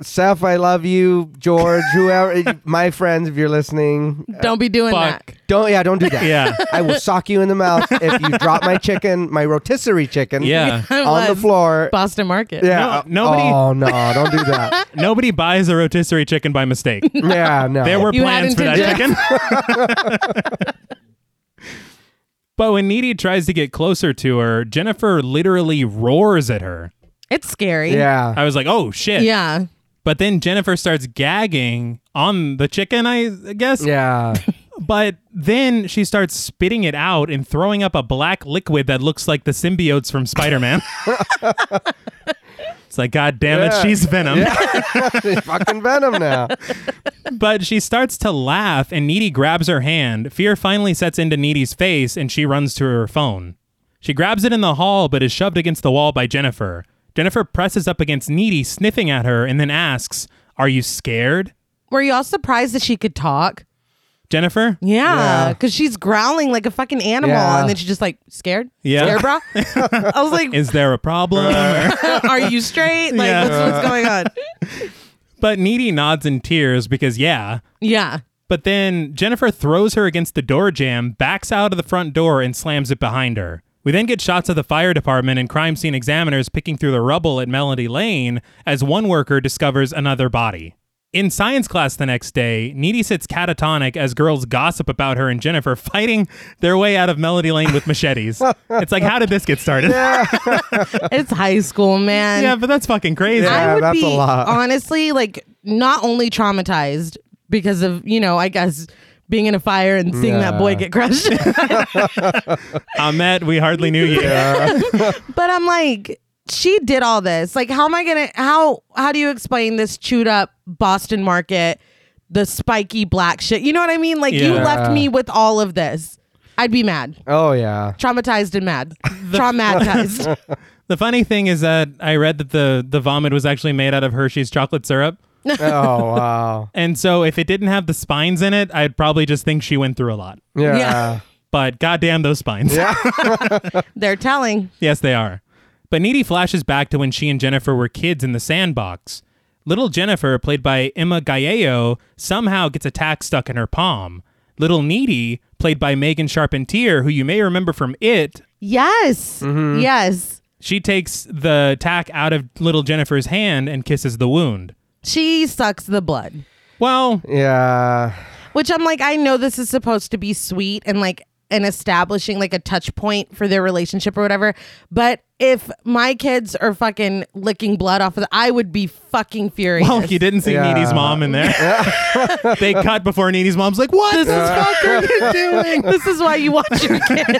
Speaker 3: Seth, I love you. George, whoever, my friends, if you're listening,
Speaker 2: Don't be doing
Speaker 1: Fuck.
Speaker 2: that.
Speaker 3: don't, yeah, don't do that.
Speaker 1: Yeah.
Speaker 3: I will sock you in the mouth if you drop my chicken, my rotisserie chicken,
Speaker 1: Yeah.
Speaker 2: I
Speaker 3: on the
Speaker 2: was.
Speaker 3: floor.
Speaker 2: Boston Market.
Speaker 3: Yeah.
Speaker 1: No, nobody-
Speaker 3: Oh no! Don't do that.
Speaker 1: Nobody buys a rotisserie chicken by mistake.
Speaker 3: yeah. No.
Speaker 1: There were
Speaker 2: You
Speaker 1: plans
Speaker 2: hadn't
Speaker 1: for that chicken.
Speaker 2: ingested-
Speaker 1: but when Needy tries to get closer to her, Jennifer literally roars at her.
Speaker 2: It's scary.
Speaker 3: Yeah.
Speaker 1: I was like, oh shit.
Speaker 2: Yeah.
Speaker 1: But then Jennifer starts gagging on the chicken, I guess.
Speaker 3: Yeah.
Speaker 1: But then she starts spitting it out and throwing up a black liquid that looks like the symbiotes from Spider Man. it's like, God damn it,
Speaker 3: Yeah.
Speaker 1: she's Venom.
Speaker 3: Fucking venom now.
Speaker 1: But she starts to laugh, and Needy grabs her hand. Fear finally sets into Needy's face, and she runs to her phone. She grabs it in the hall, but is shoved against the wall by Jennifer. Jennifer presses up against Needy, sniffing at her, and then asks, Are you scared?
Speaker 2: Were you all surprised that she could talk?
Speaker 1: Jennifer?
Speaker 2: Yeah,
Speaker 3: Yeah.
Speaker 2: because she's growling like a fucking animal,
Speaker 3: Yeah.
Speaker 2: and then she's just like scared.
Speaker 1: Yeah.
Speaker 2: scared, bro. I was like,
Speaker 1: Is there a problem?
Speaker 2: "Are you straight? Like,
Speaker 1: Yeah.
Speaker 2: what's, what's going on?"
Speaker 1: but Needy nods in tears because, yeah.
Speaker 2: Yeah,
Speaker 1: But then Jennifer throws her against the door jamb, backs out of the front door, and slams it behind her. We then get shots of the fire department and crime scene examiners picking through the rubble at Melody Lane as one worker discovers another body. In science class the next day, Needy sits catatonic as girls gossip about her and Jennifer fighting their way out of Melody Lane with machetes. it's like, how did this get started? Yeah,
Speaker 2: it's high school, man.
Speaker 1: but that's fucking crazy.
Speaker 3: Yeah,
Speaker 2: I would
Speaker 3: that's a
Speaker 2: be
Speaker 3: lot.
Speaker 2: honestly like not only traumatized because of you know I guess being in a fire and seeing that boy
Speaker 3: Yeah.
Speaker 2: get crushed,
Speaker 1: Ahmed, Uh, we hardly knew you.
Speaker 2: but I'm like. She did all this. Like, how am I gonna how how do you explain this chewed up Boston market, the spiky black shit? You know what I mean? Like you
Speaker 1: Yeah.
Speaker 2: left me with all of this. I'd be mad.
Speaker 3: Oh yeah.
Speaker 2: Traumatized and mad. Traumatized.
Speaker 1: The funny thing is that I read that the, the vomit was actually made out of Hershey's chocolate syrup.
Speaker 3: Oh wow.
Speaker 1: And so if it didn't have the spines in it, I'd probably just think she went through a lot.
Speaker 3: Yeah.
Speaker 2: Yeah.
Speaker 1: But goddamn those spines.
Speaker 2: They're telling.
Speaker 1: yes, they are. But Needy flashes back to when she and Jennifer were kids in the sandbox. Little Jennifer, played by Emma Gallego, somehow gets a tack stuck in her palm. Little Needy, played by Megan Charpentier, who you may remember from It,
Speaker 2: Yes. Yes.
Speaker 1: she takes the tack out of little Jennifer's hand and kisses the wound.
Speaker 2: She sucks the blood.
Speaker 1: Well,
Speaker 3: Yeah.
Speaker 2: Which I'm like, I know this is supposed to be sweet and like an establishing like a touch point for their relationship or whatever. But if my kids are fucking licking blood off of the, I would be fucking furious.
Speaker 1: well, Oh, you didn't see
Speaker 3: Yeah.
Speaker 1: Needy's mom in there. they cut before Needy's mom's like, "What?"
Speaker 2: this is fucking doing. This is why you watch your kids.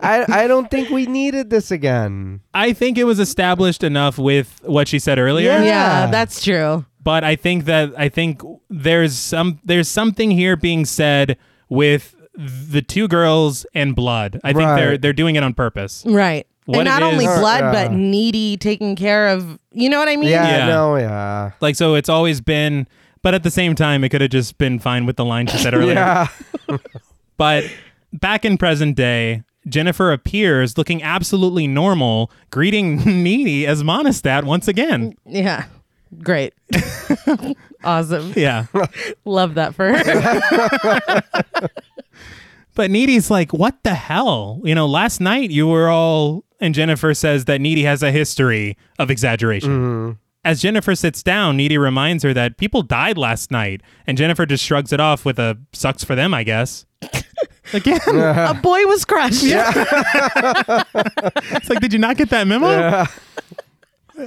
Speaker 3: I, I don't think we needed this again.
Speaker 1: I think it was established enough with what she said earlier.
Speaker 3: Yeah.
Speaker 2: Yeah, that's true.
Speaker 1: but I think that I think there's some there's something here being said with the two girls and blood. I think they're
Speaker 3: Right.
Speaker 1: they're doing it on purpose.
Speaker 2: Right.
Speaker 1: What
Speaker 2: and not
Speaker 1: it
Speaker 2: only
Speaker 1: is-
Speaker 2: blood,
Speaker 3: Uh,
Speaker 2: but needy taking care of you know what I mean?
Speaker 3: Yeah,
Speaker 1: Yeah.
Speaker 3: no, yeah.
Speaker 1: Like so it's always been but at the same time it could have just been fine with the line she said earlier.
Speaker 3: Yeah.
Speaker 1: But back in present day, Jennifer appears looking absolutely normal, greeting Needy as Monistat once again.
Speaker 2: Yeah. Great. awesome.
Speaker 1: Yeah.
Speaker 2: Love that for her.
Speaker 1: But Needy's like, what the hell? You know, last night you were all. And Jennifer says that Needy has a history of exaggeration.
Speaker 2: Mm-hmm.
Speaker 1: As Jennifer sits down, Needy reminds her that people died last night. And Jennifer just shrugs it off with a sucks for them, I guess. Again,
Speaker 2: A boy was crushed.
Speaker 1: it's like, did you not get that memo?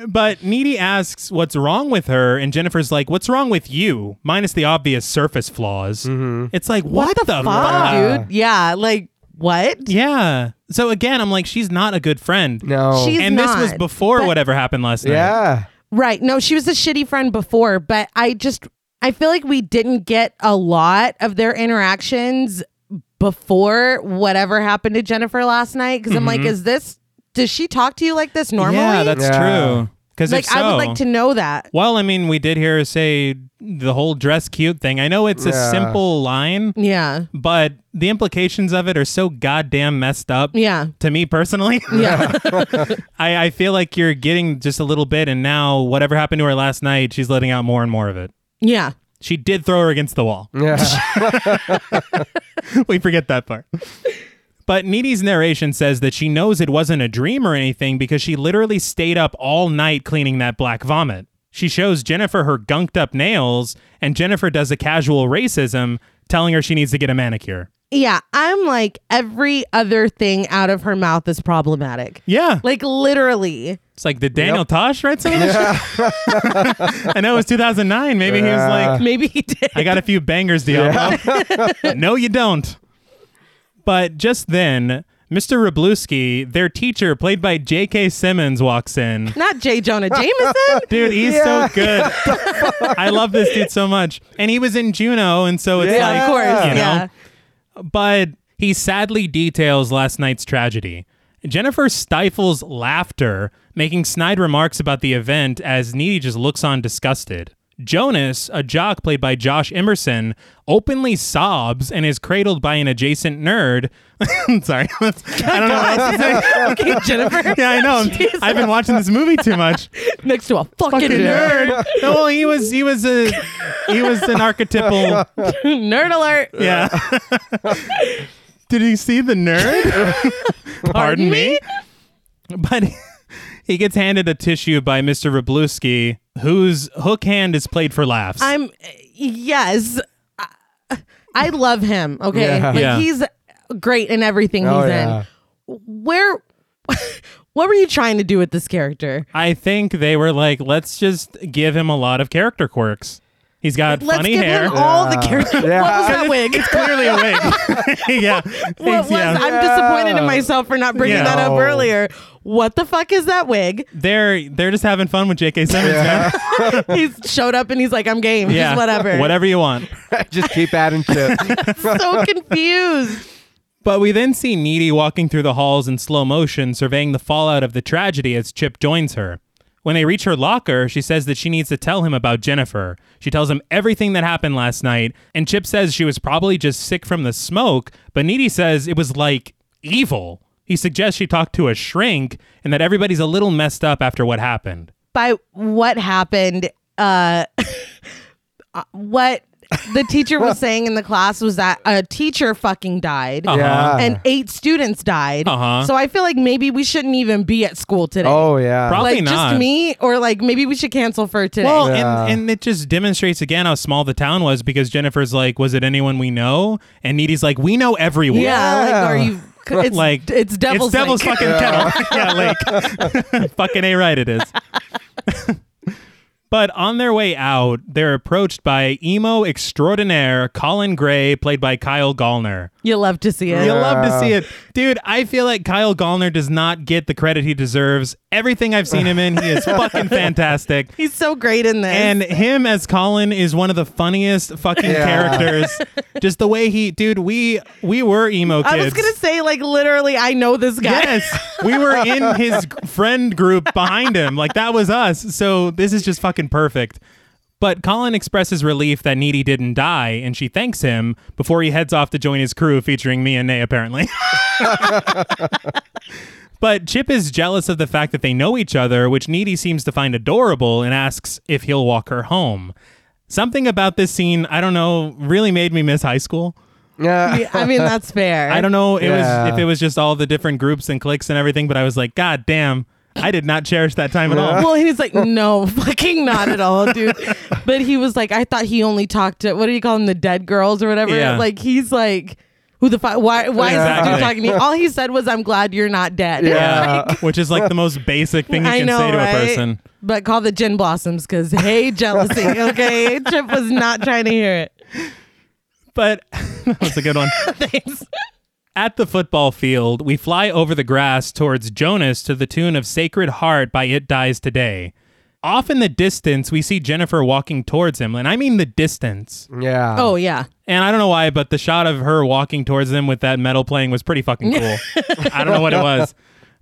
Speaker 1: But Needy asks what's wrong with her. And Jennifer's like, what's wrong with you? Minus the obvious surface flaws. It's like, what,
Speaker 2: Mm-hmm. What the, fuck, dude? Yeah, like what?
Speaker 1: Yeah. So again, I'm like, she's not a good friend.
Speaker 3: No.
Speaker 2: She's-
Speaker 1: and this was
Speaker 2: not,
Speaker 1: before whatever happened last night.
Speaker 3: yeah.
Speaker 2: Right. No, she was a shitty friend before, but I just I feel like we didn't get a lot of their interactions before whatever happened to Jennifer last night because I'm like is this does she talk to you like this normally?
Speaker 1: Mm-hmm. Yeah, that's
Speaker 3: Yeah.
Speaker 1: true. Because
Speaker 2: like
Speaker 1: if so,
Speaker 2: I would like to know that.
Speaker 1: well, I mean, we did hear her say the whole dress cute thing. I know it's a
Speaker 3: Yeah.
Speaker 1: simple line,
Speaker 2: Yeah.
Speaker 1: but the implications of it are so goddamn messed up.
Speaker 2: Yeah.
Speaker 1: To me personally,
Speaker 2: Yeah.
Speaker 1: I, I feel like you're getting just a little bit, and now whatever happened to her last night, she's letting out more and more of it.
Speaker 2: yeah.
Speaker 1: She did throw her against the wall.
Speaker 3: Yeah.
Speaker 1: we forget that part. But Needy's narration says that she knows it wasn't a dream or anything because she literally stayed up all night cleaning that black vomit. She shows Jennifer her gunked up nails, and Jennifer does a casual racism, telling her she needs to get a manicure.
Speaker 2: Yeah, I'm like every other thing out of her mouth is problematic.
Speaker 1: Yeah.
Speaker 2: Like literally.
Speaker 1: It's like, did Daniel Tosh write some of this shit? I know it was 2009. Maybe he was like,
Speaker 2: Maybe he did.
Speaker 1: I got a few bangers, Diablo. no, you don't. But just then, Mr. Rabluski, their teacher, played by J.K. Simmons, walks in.
Speaker 2: Not J. Jonah Jameson.
Speaker 1: Dude, he's
Speaker 3: Yeah.
Speaker 1: so good. I love this dude so much. And he was in Juno, and so it's
Speaker 3: Yeah,
Speaker 1: like,
Speaker 2: of course.
Speaker 1: you know,
Speaker 2: yeah.
Speaker 1: but he sadly details last night's tragedy. Jennifer stifles laughter, making snide remarks about the event as Needy just looks on disgusted. Jonas, a jock played by Josh Emerson, openly sobs and is cradled by an adjacent nerd. I'm sorry. I don't know what else to say.
Speaker 2: okay, Jennifer.
Speaker 1: Yeah, I know.
Speaker 2: Jesus.
Speaker 1: I've been watching this movie too much.
Speaker 2: Next to a fucking, nerd.
Speaker 1: Nerd. No, well, he was he was a he was an archetypal
Speaker 2: nerd alert.
Speaker 1: yeah. Did you see the nerd? Pardon me? But he gets handed a tissue by Mr. Rabluski, whose hook hand is played for laughs.
Speaker 2: I'm yes. I- I love him. Okay.
Speaker 3: Yeah.
Speaker 2: Like
Speaker 1: Yeah.
Speaker 2: he's great in everything
Speaker 3: Oh,
Speaker 2: he's
Speaker 3: yeah.
Speaker 2: in. Where what were you trying to do with this character?
Speaker 1: I think they were like, let's just give him a lot of character quirks. He's got
Speaker 2: Let's
Speaker 1: funny
Speaker 2: give
Speaker 1: hair.
Speaker 2: him all the
Speaker 3: Yeah.
Speaker 2: characters.
Speaker 3: Yeah.
Speaker 2: What was that
Speaker 1: It's-
Speaker 2: wig?
Speaker 1: It's clearly a wig. yeah.
Speaker 2: What was,
Speaker 1: yeah.
Speaker 2: I'm disappointed in myself for not bringing
Speaker 1: Yeah.
Speaker 2: that up
Speaker 3: No.
Speaker 2: earlier. What the fuck is that wig?
Speaker 1: They're they're just having fun with J.K. Simmons, man.
Speaker 2: He's showed up and he's like, I'm game.
Speaker 1: Yeah.
Speaker 2: Just whatever.
Speaker 1: Whatever you want.
Speaker 3: Just keep adding shit.
Speaker 2: so confused.
Speaker 1: But we then see Needy walking through the halls in slow motion, surveying the fallout of the tragedy as Chip joins her. When they reach her locker, she says that she needs to tell him about Jennifer. She tells him everything that happened last night, and Chip says she was probably just sick from the smoke, but Needy says it was like evil. He suggests she talk to a shrink and that everybody's a little messed up after what happened.
Speaker 2: By what happened, uh, uh, what the teacher was saying in the class was that a teacher fucking died
Speaker 3: Yeah.
Speaker 2: and eight students died.
Speaker 1: Oh. Uh-huh.
Speaker 2: So I feel like maybe we shouldn't even be at school today.
Speaker 3: oh yeah.
Speaker 1: Prob-
Speaker 2: like
Speaker 1: Probably not.
Speaker 2: just me, or like maybe we should cancel for today.
Speaker 1: Well,
Speaker 3: Yeah.
Speaker 1: and, and it just demonstrates again how small the town was because Jennifer's like, was it anyone we know? And Needy's like, we know everyone.
Speaker 2: yeah,
Speaker 3: Yeah.
Speaker 2: like are you? It's
Speaker 1: Like
Speaker 2: like it's devil's.
Speaker 1: it's devil's
Speaker 2: Lake.
Speaker 1: fucking kettle. yeah, like fucking a right it is. but on their way out, they're approached by emo extraordinaire Colin Gray, played by Kyle Gallner.
Speaker 2: You love to see it.
Speaker 1: You love to see it, dude. I feel like Kyle Gallner does not get the credit he deserves. Everything I've seen him in, he is fucking fantastic.
Speaker 2: He's so great in this.
Speaker 1: And him as Colin is one of the funniest fucking
Speaker 3: Yeah.
Speaker 1: characters. Just the way he, dude, we we were emo kids.
Speaker 2: I was gonna say, like, literally, I know this guy.
Speaker 1: Yes, we were in his g- friend group behind him. Like that was us. So this is just fucking perfect. But Colin expresses relief that Needy didn't die, and she thanks him before he heads off to join his crew, featuring me and Nay, apparently. but Chip is jealous of the fact that they know each other, which Needy seems to find adorable and asks if he'll walk her home. Something about this scene, I don't know, really made me miss high school.
Speaker 3: yeah.
Speaker 2: Yeah, I mean, that's fair.
Speaker 1: I don't know it
Speaker 3: Yeah.
Speaker 1: was if it was just all the different groups and cliques and everything, but I was like, God damn, I did not cherish that time at all.
Speaker 2: Well, he was like, no, fucking not at all, dude. But he was like, I thought he only talked to what do you call them, the dead girls or whatever.
Speaker 1: Yeah.
Speaker 2: Like he's like, who the fuck? Why? Why is this
Speaker 1: Exactly.
Speaker 2: dude talking to me? All he said was, I'm glad you're not dead.
Speaker 1: Yeah. Which is like the most basic thing you
Speaker 2: I
Speaker 1: can
Speaker 2: know,
Speaker 1: say to
Speaker 2: right?
Speaker 1: a person.
Speaker 2: But call the gin blossoms because hey, jealousy. Okay, Chip was not trying to hear it.
Speaker 1: But that was a good one.
Speaker 2: Thanks.
Speaker 1: At the football field, we fly over the grass towards Jonas to the tune of Sacred Heart by It Dies Today. Off in the distance, we see Jennifer walking towards him, and I mean the distance.
Speaker 3: Yeah.
Speaker 2: Oh yeah,
Speaker 1: And I don't know why, but the shot of her walking towards him with that metal playing was pretty fucking cool. I don't know what it was.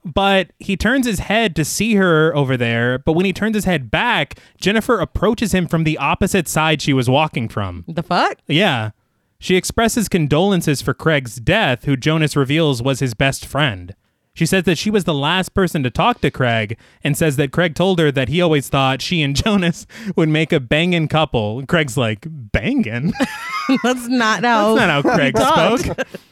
Speaker 1: But he turns his head to see her over there. But when he turns his head back, Jennifer approaches him from the opposite side she was walking from.
Speaker 2: the fuck.
Speaker 1: Yeah. She expresses condolences for Craig's death, who Jonas reveals was his best friend. She says that she was the last person to talk to Craig and says that Craig told her that he always thought she and Jonas would make a bangin' couple. Craig's like, bangin'?
Speaker 2: That's not how.
Speaker 1: That's not how Craig spoke.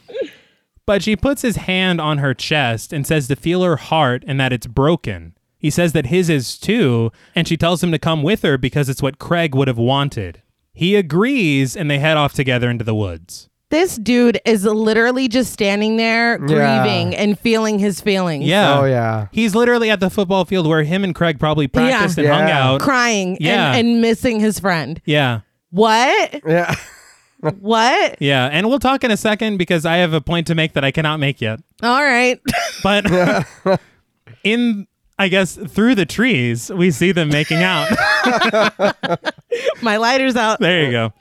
Speaker 1: But she puts his hand on her chest and says to feel her heart and that it's broken. He says that his is too, and she tells him to come with her because it's what Craig would have wanted. He agrees, and they head off together into the woods.
Speaker 2: this dude is literally just standing there
Speaker 3: Yeah.
Speaker 2: grieving and feeling his feelings.
Speaker 1: Yeah.
Speaker 3: Oh, yeah.
Speaker 1: He's literally at the football field where him and Craig probably practiced and
Speaker 3: Yeah.
Speaker 1: hung
Speaker 3: Yeah.
Speaker 1: out.
Speaker 2: Crying
Speaker 1: Yeah.
Speaker 2: and, and missing his friend.
Speaker 1: yeah.
Speaker 2: What?
Speaker 3: Yeah.
Speaker 2: What?
Speaker 1: Yeah. And we'll talk in a second because I have a point to make that I cannot make yet.
Speaker 2: All right.
Speaker 1: But in, I guess, through the trees, we see them making out.
Speaker 2: My lighter's out.
Speaker 1: There you go.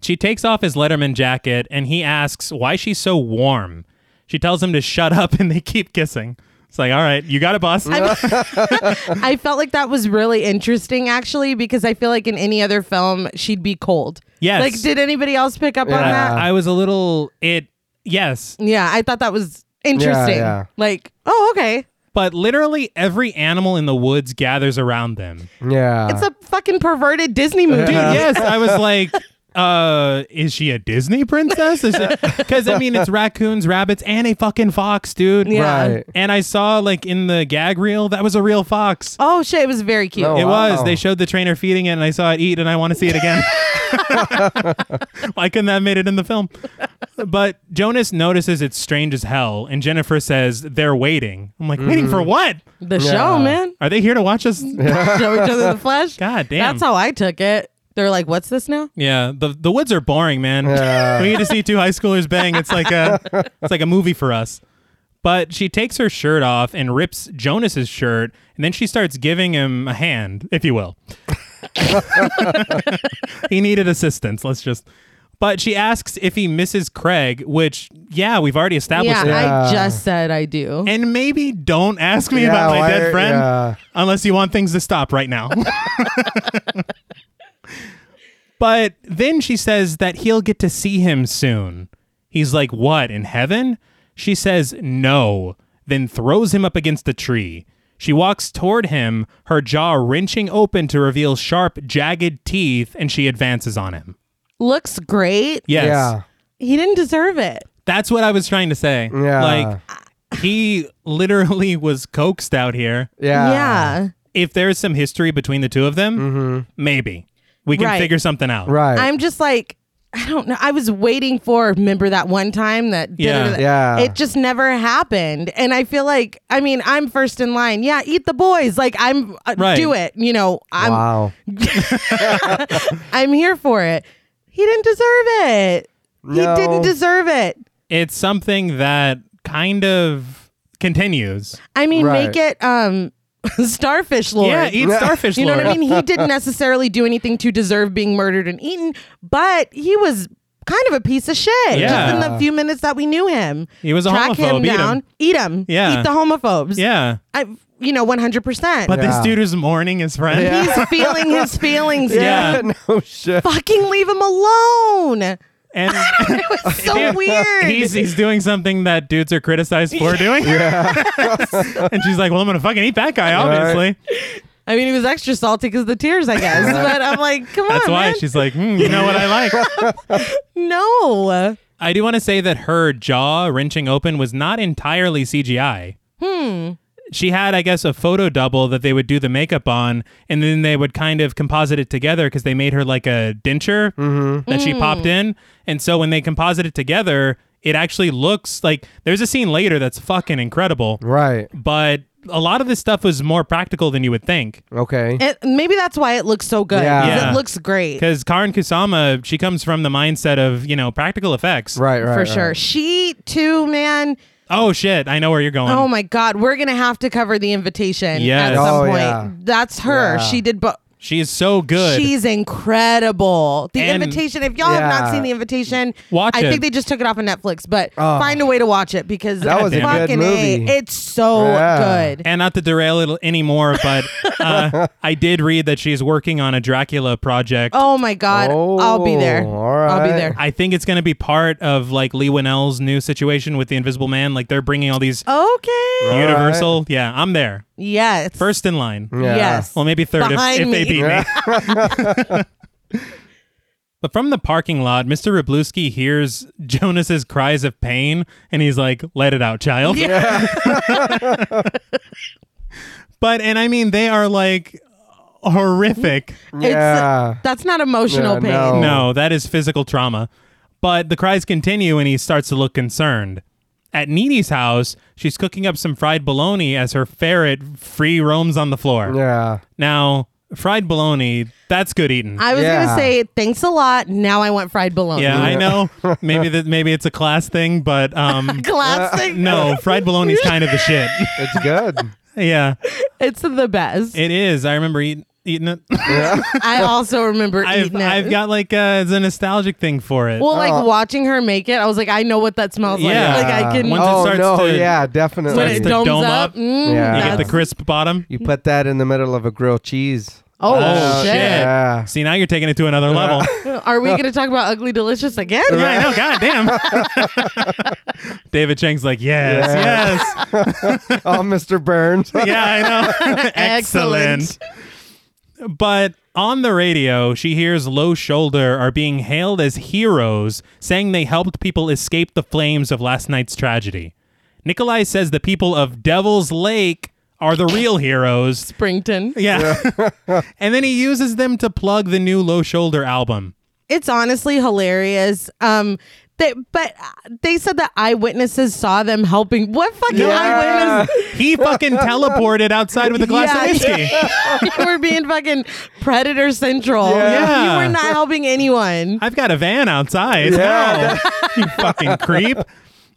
Speaker 1: She takes off his Letterman jacket and he asks why she's so warm. She tells him to shut up and they keep kissing. It's like, all right, you got it, boss.
Speaker 2: I felt like that was really interesting, actually, because I feel like in any other film, she'd be cold.
Speaker 1: Yes.
Speaker 2: Like, did anybody else pick up on
Speaker 3: Yeah.
Speaker 2: that?
Speaker 1: I was a little, it, yes.
Speaker 2: Yeah, I thought that was interesting.
Speaker 3: yeah.
Speaker 2: Like, oh, okay.
Speaker 1: But literally every animal in the woods gathers around them.
Speaker 3: Yeah.
Speaker 2: It's a fucking perverted Disney movie.
Speaker 1: Dude, yes. I was like, uh, is she a Disney princess? Because, I mean, it's raccoons, rabbits, and a fucking fox, dude.
Speaker 2: Yeah.
Speaker 3: Right.
Speaker 1: And I saw, like, in the gag reel, that was a real fox.
Speaker 2: Oh, shit. It was very cute.
Speaker 3: No.
Speaker 1: It
Speaker 3: Wow.
Speaker 1: was. They showed the trainer feeding it, and I saw it eat, and I want to see it again. Why couldn't that have made it in the film? But Jonas notices it's strange as hell, and Jennifer says they're waiting. I'm like, waiting for what?
Speaker 2: The show, man.
Speaker 1: Are they here to watch us?
Speaker 2: show each other the flesh.
Speaker 1: God damn.
Speaker 2: That's how I took it. They're like, what's this now?
Speaker 1: yeah, the the woods are boring, man.
Speaker 3: Yeah.
Speaker 1: we need to see two high schoolers bang. It's like a it's like a movie for us. But she takes her shirt off and rips Jonas's shirt, and then she starts giving him a hand, if you will. he needed assistance. Let's just. But she asks if he misses Craig, which yeah, we've already established
Speaker 2: Yeah,
Speaker 1: that.
Speaker 2: I
Speaker 3: Yeah.
Speaker 2: just said I do.
Speaker 1: And maybe don't ask me
Speaker 3: Yeah,
Speaker 1: about my
Speaker 3: why
Speaker 1: dead
Speaker 3: are-
Speaker 1: friend
Speaker 3: yeah.
Speaker 1: unless you want things to stop right now. but then she says that he'll get to see him soon. He's like, What, in heaven? She says, No, then throws him up against a tree. She walks toward him, her jaw wrenching open to reveal sharp, jagged teeth, and she advances on him.
Speaker 2: looks great.
Speaker 1: Yes.
Speaker 3: Yeah.
Speaker 2: He didn't deserve it.
Speaker 1: That's what I was trying to say.
Speaker 3: Yeah.
Speaker 1: Like he literally was coaxed out here.
Speaker 3: Yeah.
Speaker 2: yeah.
Speaker 1: If there is some history between the two of them, maybe we can
Speaker 2: Right.
Speaker 1: figure something out.
Speaker 3: Right.
Speaker 2: I'm just like, I don't know. I was waiting for, remember that one time that did
Speaker 1: Yeah.
Speaker 2: it?
Speaker 3: Yeah.
Speaker 2: It just never happened. And I feel like, I mean, I'm first in line. Yeah, eat the boys. Like, I'm, uh,
Speaker 1: Right.
Speaker 2: do it. You know, I'm,
Speaker 3: wow.
Speaker 2: I'm here for it. He didn't deserve it.
Speaker 3: No.
Speaker 2: He didn't deserve it.
Speaker 1: It's something that kind of continues.
Speaker 2: I mean,
Speaker 3: Right.
Speaker 2: make it um starfish lord.
Speaker 1: Yeah, eat starfish
Speaker 2: you know
Speaker 1: lord.
Speaker 2: what I mean? He didn't necessarily do anything to deserve being murdered and eaten, but he was kind of a piece of shit. Just in
Speaker 3: Yeah.
Speaker 2: the few minutes that we knew him.
Speaker 1: He was a
Speaker 2: Track
Speaker 1: homophobe.
Speaker 2: him
Speaker 1: Eat him.
Speaker 2: down. Eat him.
Speaker 1: Yeah.
Speaker 2: Eat the homophobes.
Speaker 1: Yeah.
Speaker 2: I you know, one hundred percent.
Speaker 1: But this
Speaker 3: Yeah.
Speaker 1: dude is mourning his friend.
Speaker 3: Yeah.
Speaker 2: He's feeling his feelings.
Speaker 1: Yeah.
Speaker 2: dude.
Speaker 3: no shit.
Speaker 2: Fucking leave him alone.
Speaker 1: And
Speaker 2: It was so
Speaker 1: Dude,
Speaker 2: weird.
Speaker 1: he's e- he's doing something that dudes are criticized for doing. and she's like, "Well, I'm gonna fucking eat that guy, obviously."
Speaker 2: I mean, he was extra salty because the tears, I guess. but I'm like, come
Speaker 1: That's
Speaker 2: on,
Speaker 1: why
Speaker 2: man.
Speaker 1: she's like, "Hmm, "You know what I like."
Speaker 2: no.
Speaker 1: I do want to say that her jaw wrenching open was not entirely CGI. Hmm. She had, I guess, a photo double that they would do the makeup on, and then they would kind of composite it together because they made her like a denture that she popped in. And so when they composite it together, it actually looks like there's a scene later that's fucking incredible.
Speaker 3: Right.
Speaker 1: But a lot of this stuff was more practical than you would think.
Speaker 3: Okay.
Speaker 2: It, maybe that's why it looks so good.
Speaker 3: Yeah.
Speaker 2: 'cause
Speaker 1: Yeah.
Speaker 2: It looks great.
Speaker 1: Because Karin Kusama, she comes from the mindset of, you know, practical effects.
Speaker 3: right. Right.
Speaker 2: for
Speaker 3: right.
Speaker 2: sure. She too, man.
Speaker 1: Oh, shit. I know where you're going.
Speaker 2: Oh my God, we're gonna have to cover the invitation
Speaker 1: Yes.
Speaker 2: at some
Speaker 3: Oh,
Speaker 2: point.
Speaker 3: yeah.
Speaker 2: That's her.
Speaker 3: Yeah.
Speaker 2: She did, but
Speaker 1: she is so good.
Speaker 2: she's incredible. The
Speaker 1: And-
Speaker 2: invitation. If y'all have
Speaker 3: Yeah.
Speaker 2: not seen the invitation,
Speaker 1: Watch
Speaker 2: I
Speaker 1: it.
Speaker 2: think they just took it off of Netflix, but find a way to watch it because
Speaker 3: Oh. That was
Speaker 1: a good
Speaker 2: fucking
Speaker 3: movie.
Speaker 2: A, it's so
Speaker 3: Yeah.
Speaker 2: good.
Speaker 1: and not to derail it anymore, but uh, I did read that she's working on a Dracula project.
Speaker 2: Oh my God, I'll be there.
Speaker 3: Oh,
Speaker 2: I'll be
Speaker 3: alright.
Speaker 2: there.
Speaker 1: I think it's going to be part of like Lee Winnell's new situation with the Invisible Man. Like they're bringing all these
Speaker 2: Okay.
Speaker 3: Alright.
Speaker 1: Universal. Yeah, I'm there.
Speaker 2: Yes.
Speaker 1: First in line.
Speaker 3: Yeah.
Speaker 2: Yes.
Speaker 1: Well, maybe third if,
Speaker 2: Behind
Speaker 1: if they
Speaker 2: me.
Speaker 1: beat me. but from the parking lot, Mr. Rabluski hears Jonas's cries of pain, and he's like, "Let it out, child."
Speaker 2: Yeah.
Speaker 1: But and I mean, they are like horrific.
Speaker 3: Yeah.
Speaker 2: It's, that's not emotional
Speaker 3: Yeah,
Speaker 2: pain.
Speaker 3: no.
Speaker 1: No, that is physical trauma. But the cries continue, and he starts to look concerned. At Needy's house, she's cooking up some fried bologna as her ferret free roams on the floor.
Speaker 3: Yeah.
Speaker 1: Now, fried bologna, that's good eating.
Speaker 2: I was
Speaker 3: Yeah.
Speaker 2: gonna say thanks a lot. Now I want fried bologna.
Speaker 1: yeah, I know. Maybe that maybe it's a class thing, but um,
Speaker 2: Classic.
Speaker 1: no, fried bologna's kind of the shit.
Speaker 3: It's good.
Speaker 1: yeah,
Speaker 2: It's the best.
Speaker 1: it is. I remember eat, eating it.
Speaker 2: I also remember
Speaker 1: I've,
Speaker 2: eating it.
Speaker 1: I've got like uh, it's a nostalgic thing for it.
Speaker 2: well, like
Speaker 3: Oh.
Speaker 2: watching her make it, I was like, I know what that smells
Speaker 1: Yeah.
Speaker 2: like. Like I can
Speaker 1: Once it
Speaker 3: oh
Speaker 1: starts
Speaker 3: no.
Speaker 1: to-
Speaker 3: yeah.
Speaker 2: when
Speaker 3: Definitely.
Speaker 2: it
Speaker 1: to
Speaker 2: domes
Speaker 1: dome
Speaker 2: up.
Speaker 1: up,
Speaker 2: mm,
Speaker 3: Yeah.
Speaker 1: you get the
Speaker 2: that's-
Speaker 1: crisp bottom.
Speaker 3: you put that in the middle of a grilled cheese.
Speaker 2: oh,
Speaker 1: Oh,
Speaker 2: shit.
Speaker 1: shit.
Speaker 3: Yeah.
Speaker 1: See, now you're taking it to another level.
Speaker 2: Are we gonna talk about ugly delicious again?
Speaker 1: Yeah, I know. God damn. David Chang's like, yes, yes.
Speaker 3: oh, Mr. Burns.
Speaker 1: Yeah, I know. Excellent.
Speaker 2: Excellent.
Speaker 1: But on the radio, she hears Low Shoulder are being hailed as heroes, saying they helped people escape the flames of last night's tragedy. Nikolai says the people of Devil's Lake are the real heroes.
Speaker 2: Springton.
Speaker 1: Yeah. and then he uses them to plug the new Low Shoulder album.
Speaker 2: it's honestly hilarious. Um, they, but uh, they said that eyewitnesses saw them helping. What fucking
Speaker 3: Yeah.
Speaker 2: eyewitness?
Speaker 1: He fucking teleported outside with a glass of
Speaker 2: Yeah.
Speaker 1: whiskey.
Speaker 2: you were being fucking predator central.
Speaker 1: Yeah.
Speaker 2: You were not helping anyone.
Speaker 1: I've got a van outside.
Speaker 3: Yeah.
Speaker 1: No. you fucking creep.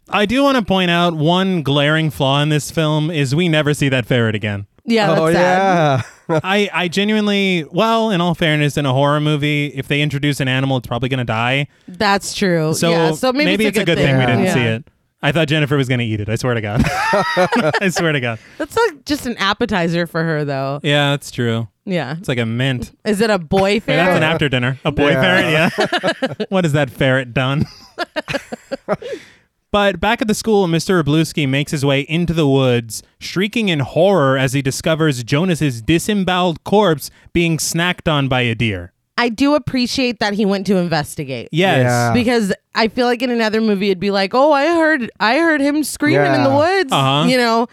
Speaker 1: I do want to point out one glaring flaw in this film is we never see that ferret again.
Speaker 2: Yeah, that's
Speaker 3: oh
Speaker 2: sad.
Speaker 3: yeah.
Speaker 1: I, I genuinely, well, in all fairness, in a horror movie, if they introduce an animal, it's probably going to die.
Speaker 2: That's true.
Speaker 1: So
Speaker 2: yeah, so maybe,
Speaker 1: it's, a good thing, we didn't
Speaker 2: Yeah.
Speaker 1: see it. I thought Jennifer was going to eat it. I swear to God. I swear to God.
Speaker 2: That's like just an appetizer for her, though.
Speaker 1: Yeah, that's true.
Speaker 2: Yeah.
Speaker 1: It's like a mint.
Speaker 2: Is it a boy
Speaker 1: Wait,
Speaker 2: fair?
Speaker 1: that's an after dinner. A boy ferret, yeah. what has that ferret done? but back at the school, Mr. Oblewski makes his way into the woods, shrieking in horror as he discovers Jonas's disemboweled corpse being snacked on by a deer.
Speaker 2: I do appreciate that he went to investigate.
Speaker 1: Yes.
Speaker 3: Yeah.
Speaker 2: Because I feel like in another movie it'd be like, "Oh, I heard I heard him screaming in the
Speaker 3: Yeah.
Speaker 2: woods."
Speaker 1: Uh-huh.
Speaker 2: You know,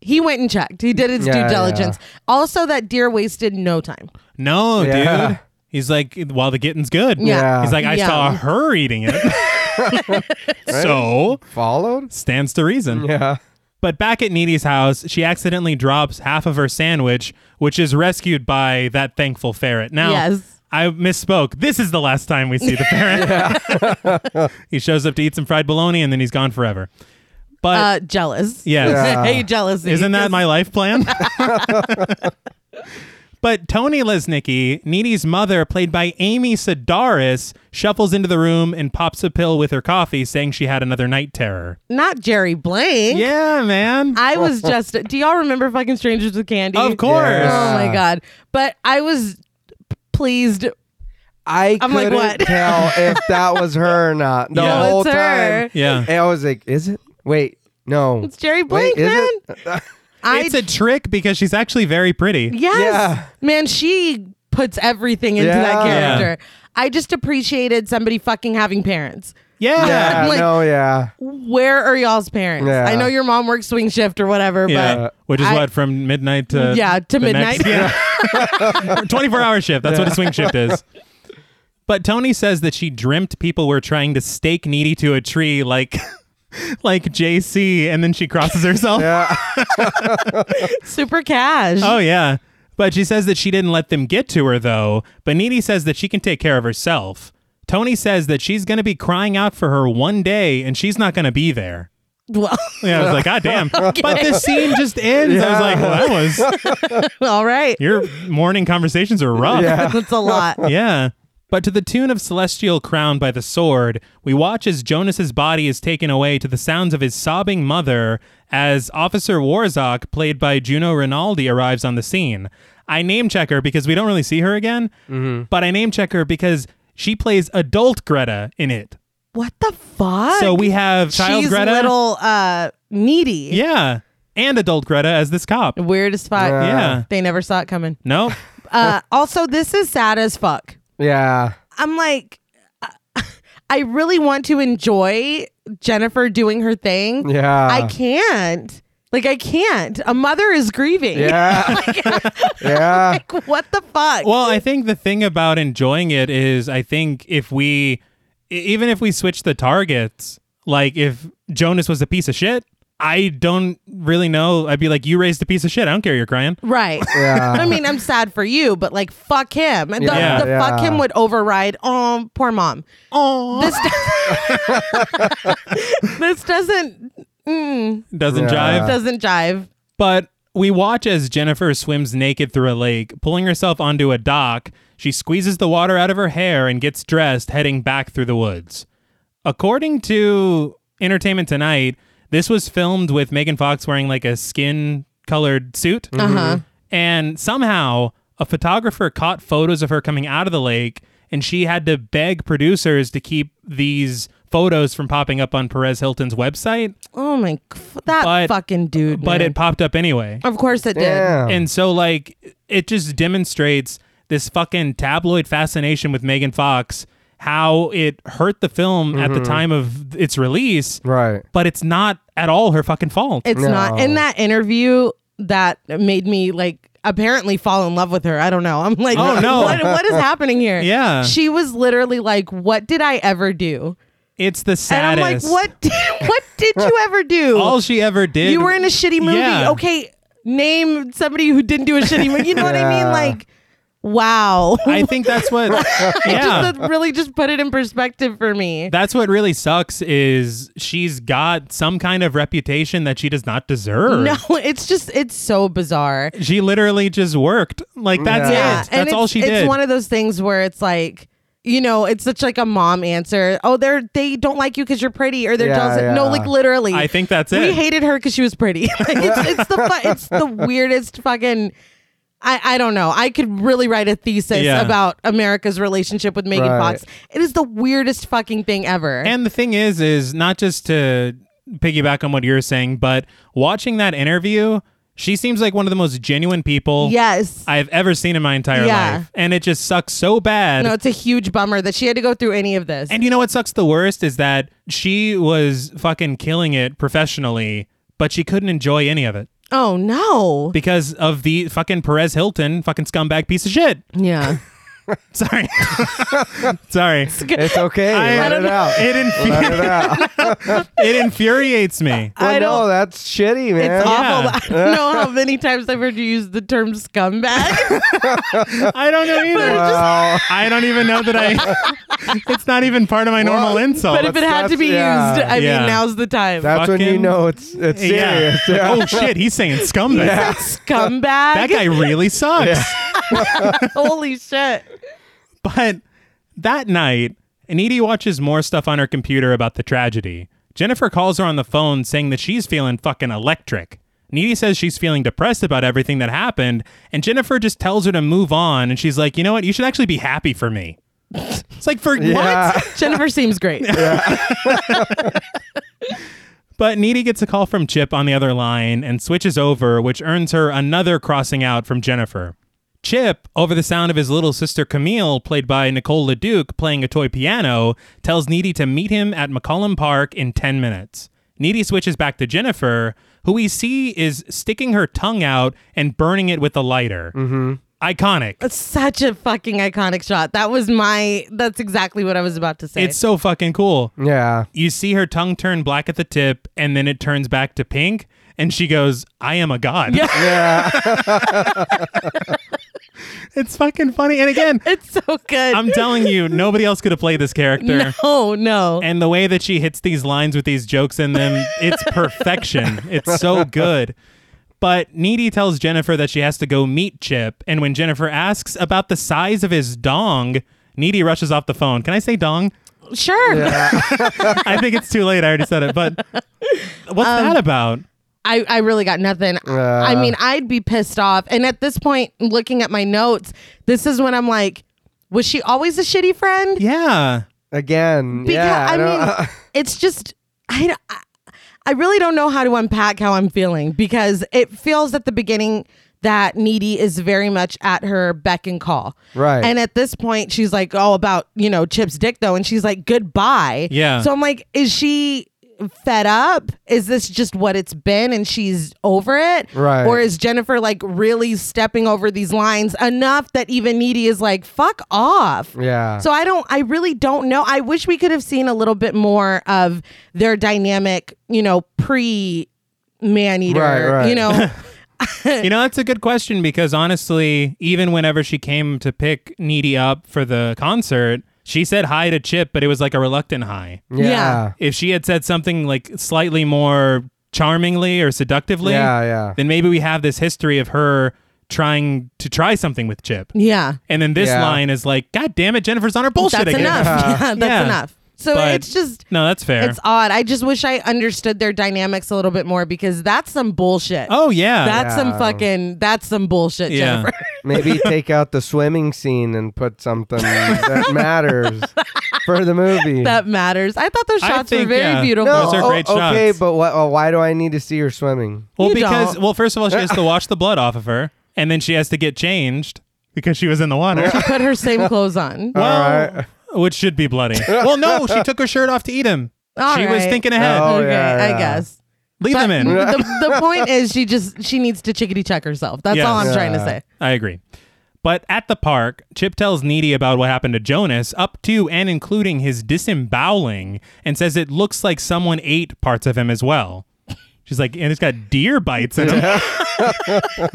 Speaker 2: he went and checked. He did his
Speaker 3: Yeah,
Speaker 2: due diligence. Also that deer wasted no time.
Speaker 1: No,
Speaker 3: Yeah.
Speaker 1: dude. He's like, while the getting's good.
Speaker 2: Yeah.
Speaker 3: Yeah.
Speaker 1: He's like, I
Speaker 2: Yeah.
Speaker 1: saw her eating it. So
Speaker 3: Followed?
Speaker 1: stands to reason.
Speaker 3: Yeah.
Speaker 1: But back at Needy's house, she accidentally drops half of her sandwich, which is rescued by that thankful ferret. Now,
Speaker 2: Yes.
Speaker 1: I misspoke. This is the last time we see the ferret. he shows up to eat some fried bologna and then he's gone forever. But
Speaker 2: Uh jealous.
Speaker 1: yes,
Speaker 3: Yeah.
Speaker 2: hey, jealousy.
Speaker 1: isn't that my life plan? but Tony Lesnicki, Needy's mother, played by Amy Sedaris, shuffles into the room and pops a pill with her coffee, saying she had another night terror.
Speaker 2: not Jerry Blank?
Speaker 1: Yeah, man.
Speaker 2: I was just. Do y'all remember fucking Strangers with Candy?
Speaker 1: Of course.
Speaker 2: Oh
Speaker 3: Yeah.
Speaker 2: my god! But I was p- pleased.
Speaker 3: I
Speaker 2: I'm
Speaker 3: couldn't
Speaker 2: like, what?
Speaker 3: tell if that was her or not the
Speaker 1: Yeah. No,
Speaker 3: whole
Speaker 2: it's her.
Speaker 3: time.
Speaker 1: Yeah.
Speaker 3: And I was like, is it? Wait, no.
Speaker 2: It's Jerry
Speaker 3: Wait,
Speaker 2: Blank,
Speaker 3: is
Speaker 2: man.
Speaker 3: it?
Speaker 2: I
Speaker 1: it's a trick because she's actually very pretty.
Speaker 2: yes,
Speaker 3: Yeah.
Speaker 2: man. She puts everything into that
Speaker 3: Yeah.
Speaker 2: character. I just appreciated somebody fucking having parents.
Speaker 1: Yeah.
Speaker 3: Yeah,
Speaker 2: like-
Speaker 3: no, yeah.
Speaker 2: Where are y'all's parents?
Speaker 3: Yeah.
Speaker 2: I know your mom works swing shift or whatever,
Speaker 1: Yeah.
Speaker 2: but
Speaker 1: Which is
Speaker 2: I-
Speaker 1: what from midnight to
Speaker 2: Yeah, to
Speaker 1: the
Speaker 2: midnight.
Speaker 1: yeah. 24 hour shift. That's what a swing shift is. But Tony says that she dreamt people were trying to stake Needy to a tree like like JC and then she crosses herself.
Speaker 3: Yeah.
Speaker 2: super cash.
Speaker 1: Oh yeah. But she says that she didn't let them get to her though. But Needy says that she can take care of herself. Tony says that she's going to be crying out for her one day and she's not going to be there.
Speaker 2: Well,
Speaker 1: Yeah, I was like, God damn. But this scene just ends. I was like, well, that was
Speaker 2: all right.
Speaker 1: Your morning conversations are rough. Yeah.
Speaker 2: That's a lot.
Speaker 1: But to the tune of Celestial Crown by the Sword, we watch as Jonas's body is taken away to the sounds of his sobbing mother as Officer Warzok, played by Juno Rinaldi, arrives on the scene. I name check her because we don't really see her again,
Speaker 2: Mm-hmm.
Speaker 1: but I name check her because she plays adult Greta in it.
Speaker 2: What the fuck?
Speaker 1: So we have child
Speaker 2: She's
Speaker 1: Greta.
Speaker 2: little uh, needy.
Speaker 1: yeah. And adult Greta as this cop.
Speaker 2: Weird as fuck.
Speaker 3: Yeah.
Speaker 1: Yeah.
Speaker 2: They never saw it coming.
Speaker 1: No.
Speaker 2: Uh, also, this is sad as fuck.
Speaker 3: Yeah.
Speaker 2: I'm like, I really want to enjoy Jennifer doing her thing.
Speaker 3: Yeah.
Speaker 2: I can't. Like, I can't. A mother is grieving.
Speaker 3: Yeah. yeah.
Speaker 2: Like, what the fuck?
Speaker 1: Well, I think the thing about enjoying it is, I think if we, e- even if we switch the targets, like if Jonas was a piece of shit, I don't really know. I'd be like, you raised a piece of shit. I don't care. You're crying.
Speaker 2: right. I
Speaker 3: Yeah.
Speaker 2: mean, I'm sad for you, but like, fuck him. And the,
Speaker 1: Yeah.
Speaker 2: the fuck
Speaker 3: Yeah.
Speaker 2: him would override. Oh, poor mom.
Speaker 1: Oh,
Speaker 2: This, does- this doesn't mm,
Speaker 1: doesn't
Speaker 3: Yeah.
Speaker 1: jive.
Speaker 2: doesn't jive.
Speaker 1: But we watch as Jennifer swims naked through a lake, pulling herself onto a dock. She squeezes the water out of her hair and gets dressed, heading back through the woods. According to Entertainment Tonight, this was filmed with Megan Fox wearing like a skin colored suit.
Speaker 2: Uh-huh.
Speaker 1: And somehow a photographer caught photos of her coming out of the lake, and she had to beg producers to keep these photos from popping up on Perez Hilton's website,
Speaker 2: Oh my, f- that
Speaker 1: But-
Speaker 2: fucking dude.
Speaker 1: but
Speaker 2: man.
Speaker 1: it popped up anyway.
Speaker 2: of course it did.
Speaker 3: Damn.
Speaker 1: And so like it just demonstrates this fucking tabloid fascination with Megan Fox, how it hurt the film at the time of its release,
Speaker 3: Right.
Speaker 1: but it's not at all her fucking fault.
Speaker 2: It's not. In that interview, that made me like apparently fall in love with her. I don't know. I'm like,
Speaker 1: Oh, no.
Speaker 2: what, what is happening here?
Speaker 1: Yeah.
Speaker 2: she was literally like, "What did I ever do?"
Speaker 1: it's the
Speaker 2: And
Speaker 1: saddest.
Speaker 2: I'm like, "What? Did, what did you ever do?
Speaker 1: All she ever did
Speaker 2: you were in a shitty movie.
Speaker 1: Yeah.
Speaker 2: Okay, name somebody who didn't do a shitty movie. You know what I mean?
Speaker 3: Yeah.
Speaker 2: Like, wow.
Speaker 1: I think that's what Yeah.
Speaker 2: just, that really just put it in perspective for me.
Speaker 1: that's what really sucks is she's got some kind of reputation that she does not deserve.
Speaker 2: no, it's just it's so bizarre.
Speaker 1: She literally just worked. Like that's
Speaker 2: Yeah,
Speaker 1: it.
Speaker 2: and
Speaker 1: That's
Speaker 2: it's,
Speaker 1: all she
Speaker 2: It's
Speaker 1: did.
Speaker 2: one of those things where it's like, you know, it's such like a mom answer. Oh, they're they don't like you because you're pretty, or they're
Speaker 3: Yeah,
Speaker 2: jealous.
Speaker 3: yeah.
Speaker 2: No, like literally.
Speaker 1: I think that's
Speaker 2: we
Speaker 1: it.
Speaker 2: hated her because she was pretty. Like, it's, it's the fu- it's the weirdest fucking. I, I don't know. I could really write a thesis
Speaker 1: Yeah.
Speaker 2: about America's relationship with Megan
Speaker 3: Right.
Speaker 2: Fox. It is the weirdest fucking thing ever.
Speaker 1: And the thing is, is not just to piggyback on what you're saying, but watching that interview, She seems like one of the most genuine people
Speaker 2: Yes.
Speaker 1: I've ever seen in my entire
Speaker 2: Yeah.
Speaker 1: life. And it just sucks so bad.
Speaker 2: no, it's a huge bummer that she had to go through any of this.
Speaker 1: And you know what sucks the worst is that she was fucking killing it professionally, but she couldn't enjoy any of it
Speaker 2: oh no.
Speaker 1: because of the fucking Perez Hilton fucking scumbag piece of shit.
Speaker 2: yeah.
Speaker 1: Sorry. Sorry.
Speaker 3: It's okay. Let it out.
Speaker 1: It, infu-
Speaker 3: Let it out.
Speaker 1: it infuriates me.
Speaker 3: Well,
Speaker 2: I
Speaker 3: no,
Speaker 2: don't-
Speaker 3: that's shitty, man.
Speaker 1: Yeah.
Speaker 2: It's awful. I don't know how many times I've heard you use the term scumbag.
Speaker 1: I don't know either.
Speaker 3: Well,
Speaker 1: I don't even know that I. it's not even part of my normal insult.
Speaker 2: but if it had to
Speaker 3: that's-
Speaker 2: be
Speaker 3: yeah.
Speaker 2: used, I
Speaker 1: Yeah.
Speaker 2: mean, now's the time.
Speaker 3: that's when you
Speaker 1: fucking-
Speaker 3: know it's it's
Speaker 1: yeah.
Speaker 3: serious. Yeah.
Speaker 1: Oh shit, he's saying scumbag.
Speaker 2: scumbag.
Speaker 1: That guy really sucks.
Speaker 2: Holy shit.
Speaker 1: But that night, Aniti watches more stuff on her computer about the tragedy. Jennifer calls her on the phone saying that she's feeling fucking electric. Needy says she's feeling depressed about everything that happened, and Jennifer just tells her to move on. And she's like, you know what? You should actually be happy for me. It's like, for what?
Speaker 3: Yeah.
Speaker 2: Jennifer seems great.
Speaker 1: But Needy gets a call from Chip on the other line and switches over, which earns her another crossing out from Jennifer. Chip, over the sound of his little sister Camille, played by Nicole LeDuc, playing a toy piano, tells Needy to meet him at McCollum Park in 10 minutes. Needy switches back to Jennifer, who we see is sticking her tongue out and burning it with a lighter. Mm-hmm. Iconic.
Speaker 2: Such a fucking iconic shot. That was my, that's exactly what I was about to say.
Speaker 1: It's so fucking cool.
Speaker 3: Yeah.
Speaker 1: You see her tongue turn black at the tip, and then it turns back to pink, and she goes, I am a god.
Speaker 2: Yeah.
Speaker 3: Yeah.
Speaker 1: It's fucking funny. And again,
Speaker 2: It's so good.
Speaker 1: I'm telling you, nobody else could have played this character.
Speaker 2: no, no.
Speaker 1: And the way that she hits these lines with these jokes in them, it's perfection. It's so good. But Needy tells Jennifer that she has to go meet Chip. And when Jennifer asks about the size of his dong, Needy rushes off the phone. Can I say dong?
Speaker 2: sure.
Speaker 1: I think it's too late. I already said it. But what's that
Speaker 2: Um,
Speaker 1: about?
Speaker 2: I, I really got nothing. I mean, I'd be pissed off. And at this point, looking at my notes, this is when I'm like, was she always a shitty friend?
Speaker 1: Yeah.
Speaker 3: Again. yeah.
Speaker 2: I,
Speaker 3: don't-
Speaker 2: mean, it's just I, I I really don't know how to unpack how I'm feeling because it feels at the beginning that needy is very much at her beck and call.
Speaker 3: Right.
Speaker 2: And at this point, she's like, "Oh, about you know Chip's dick though," and she's like, "Goodbye."
Speaker 1: Yeah.
Speaker 2: So I'm like, is she? fed up is this just what it's been and she's over it
Speaker 3: Right.
Speaker 2: or is jennifer like really stepping over these lines enough that even needy is like fuck off
Speaker 3: yeah.
Speaker 2: so I don't, I really don't know. I wish we could have seen a little bit more of their dynamic, you know, pre man eater,
Speaker 3: Right, right.
Speaker 2: you know.
Speaker 1: You know, that's a good question because honestly, even whenever she came to pick Needy up for the concert, she said hi to Chip, but it was like a reluctant hi.
Speaker 3: yeah.
Speaker 2: yeah.
Speaker 3: Yeah.
Speaker 1: If she had said something like slightly more charmingly or seductively,
Speaker 3: Yeah. Yeah.
Speaker 1: then maybe we have this history of her trying to try something with Chip.
Speaker 2: yeah.
Speaker 1: And then this
Speaker 3: Yeah.
Speaker 1: line is like, God damn it, Jennifer's on her bullshit
Speaker 2: That's
Speaker 1: again.
Speaker 2: enough. Yeah, that's
Speaker 1: Yeah.
Speaker 2: enough. So
Speaker 1: But-
Speaker 2: it's just,
Speaker 1: No, that's fair.
Speaker 2: it's odd. I just wish I understood their dynamics a little bit more because that's some bullshit.
Speaker 1: oh, yeah.
Speaker 2: That's some
Speaker 3: Yeah.
Speaker 2: fucking, that's some bullshit,
Speaker 1: yeah.
Speaker 2: Jennifer.
Speaker 3: Maybe take out the swimming scene and put something that matters for the movie.
Speaker 2: that matters. I thought those
Speaker 1: I
Speaker 2: shots
Speaker 1: think,
Speaker 2: were very
Speaker 1: yeah.
Speaker 2: beautiful.
Speaker 1: No, Those are
Speaker 3: o-
Speaker 1: great
Speaker 3: okay,
Speaker 1: shots.
Speaker 3: but wh- uh, why do I need to see her swimming?
Speaker 1: Well,
Speaker 2: You
Speaker 1: because
Speaker 2: don't.
Speaker 1: well, first of all, she has to wash the blood off of her, and then she has to get changed because she was in the water.
Speaker 2: She put her same clothes on.
Speaker 3: Uh,
Speaker 1: well,
Speaker 3: All right.
Speaker 1: which should be bloody. well, no, she took her shirt off to eat him.
Speaker 2: All
Speaker 1: she was
Speaker 2: right.
Speaker 1: thinking ahead.
Speaker 3: Oh,
Speaker 2: okay,
Speaker 3: yeah,
Speaker 2: I
Speaker 3: yeah.
Speaker 2: guess.
Speaker 1: Leave them in.
Speaker 2: the, the point is she just she needs to chickadee check herself. That's all I'm
Speaker 1: Yes.
Speaker 2: trying to say.
Speaker 1: I agree. But at the park, Chip tells Needy about what happened to Jonas, up to and including his disemboweling, and says it looks like someone ate parts of him as well. She's like, and it's got deer bites in it.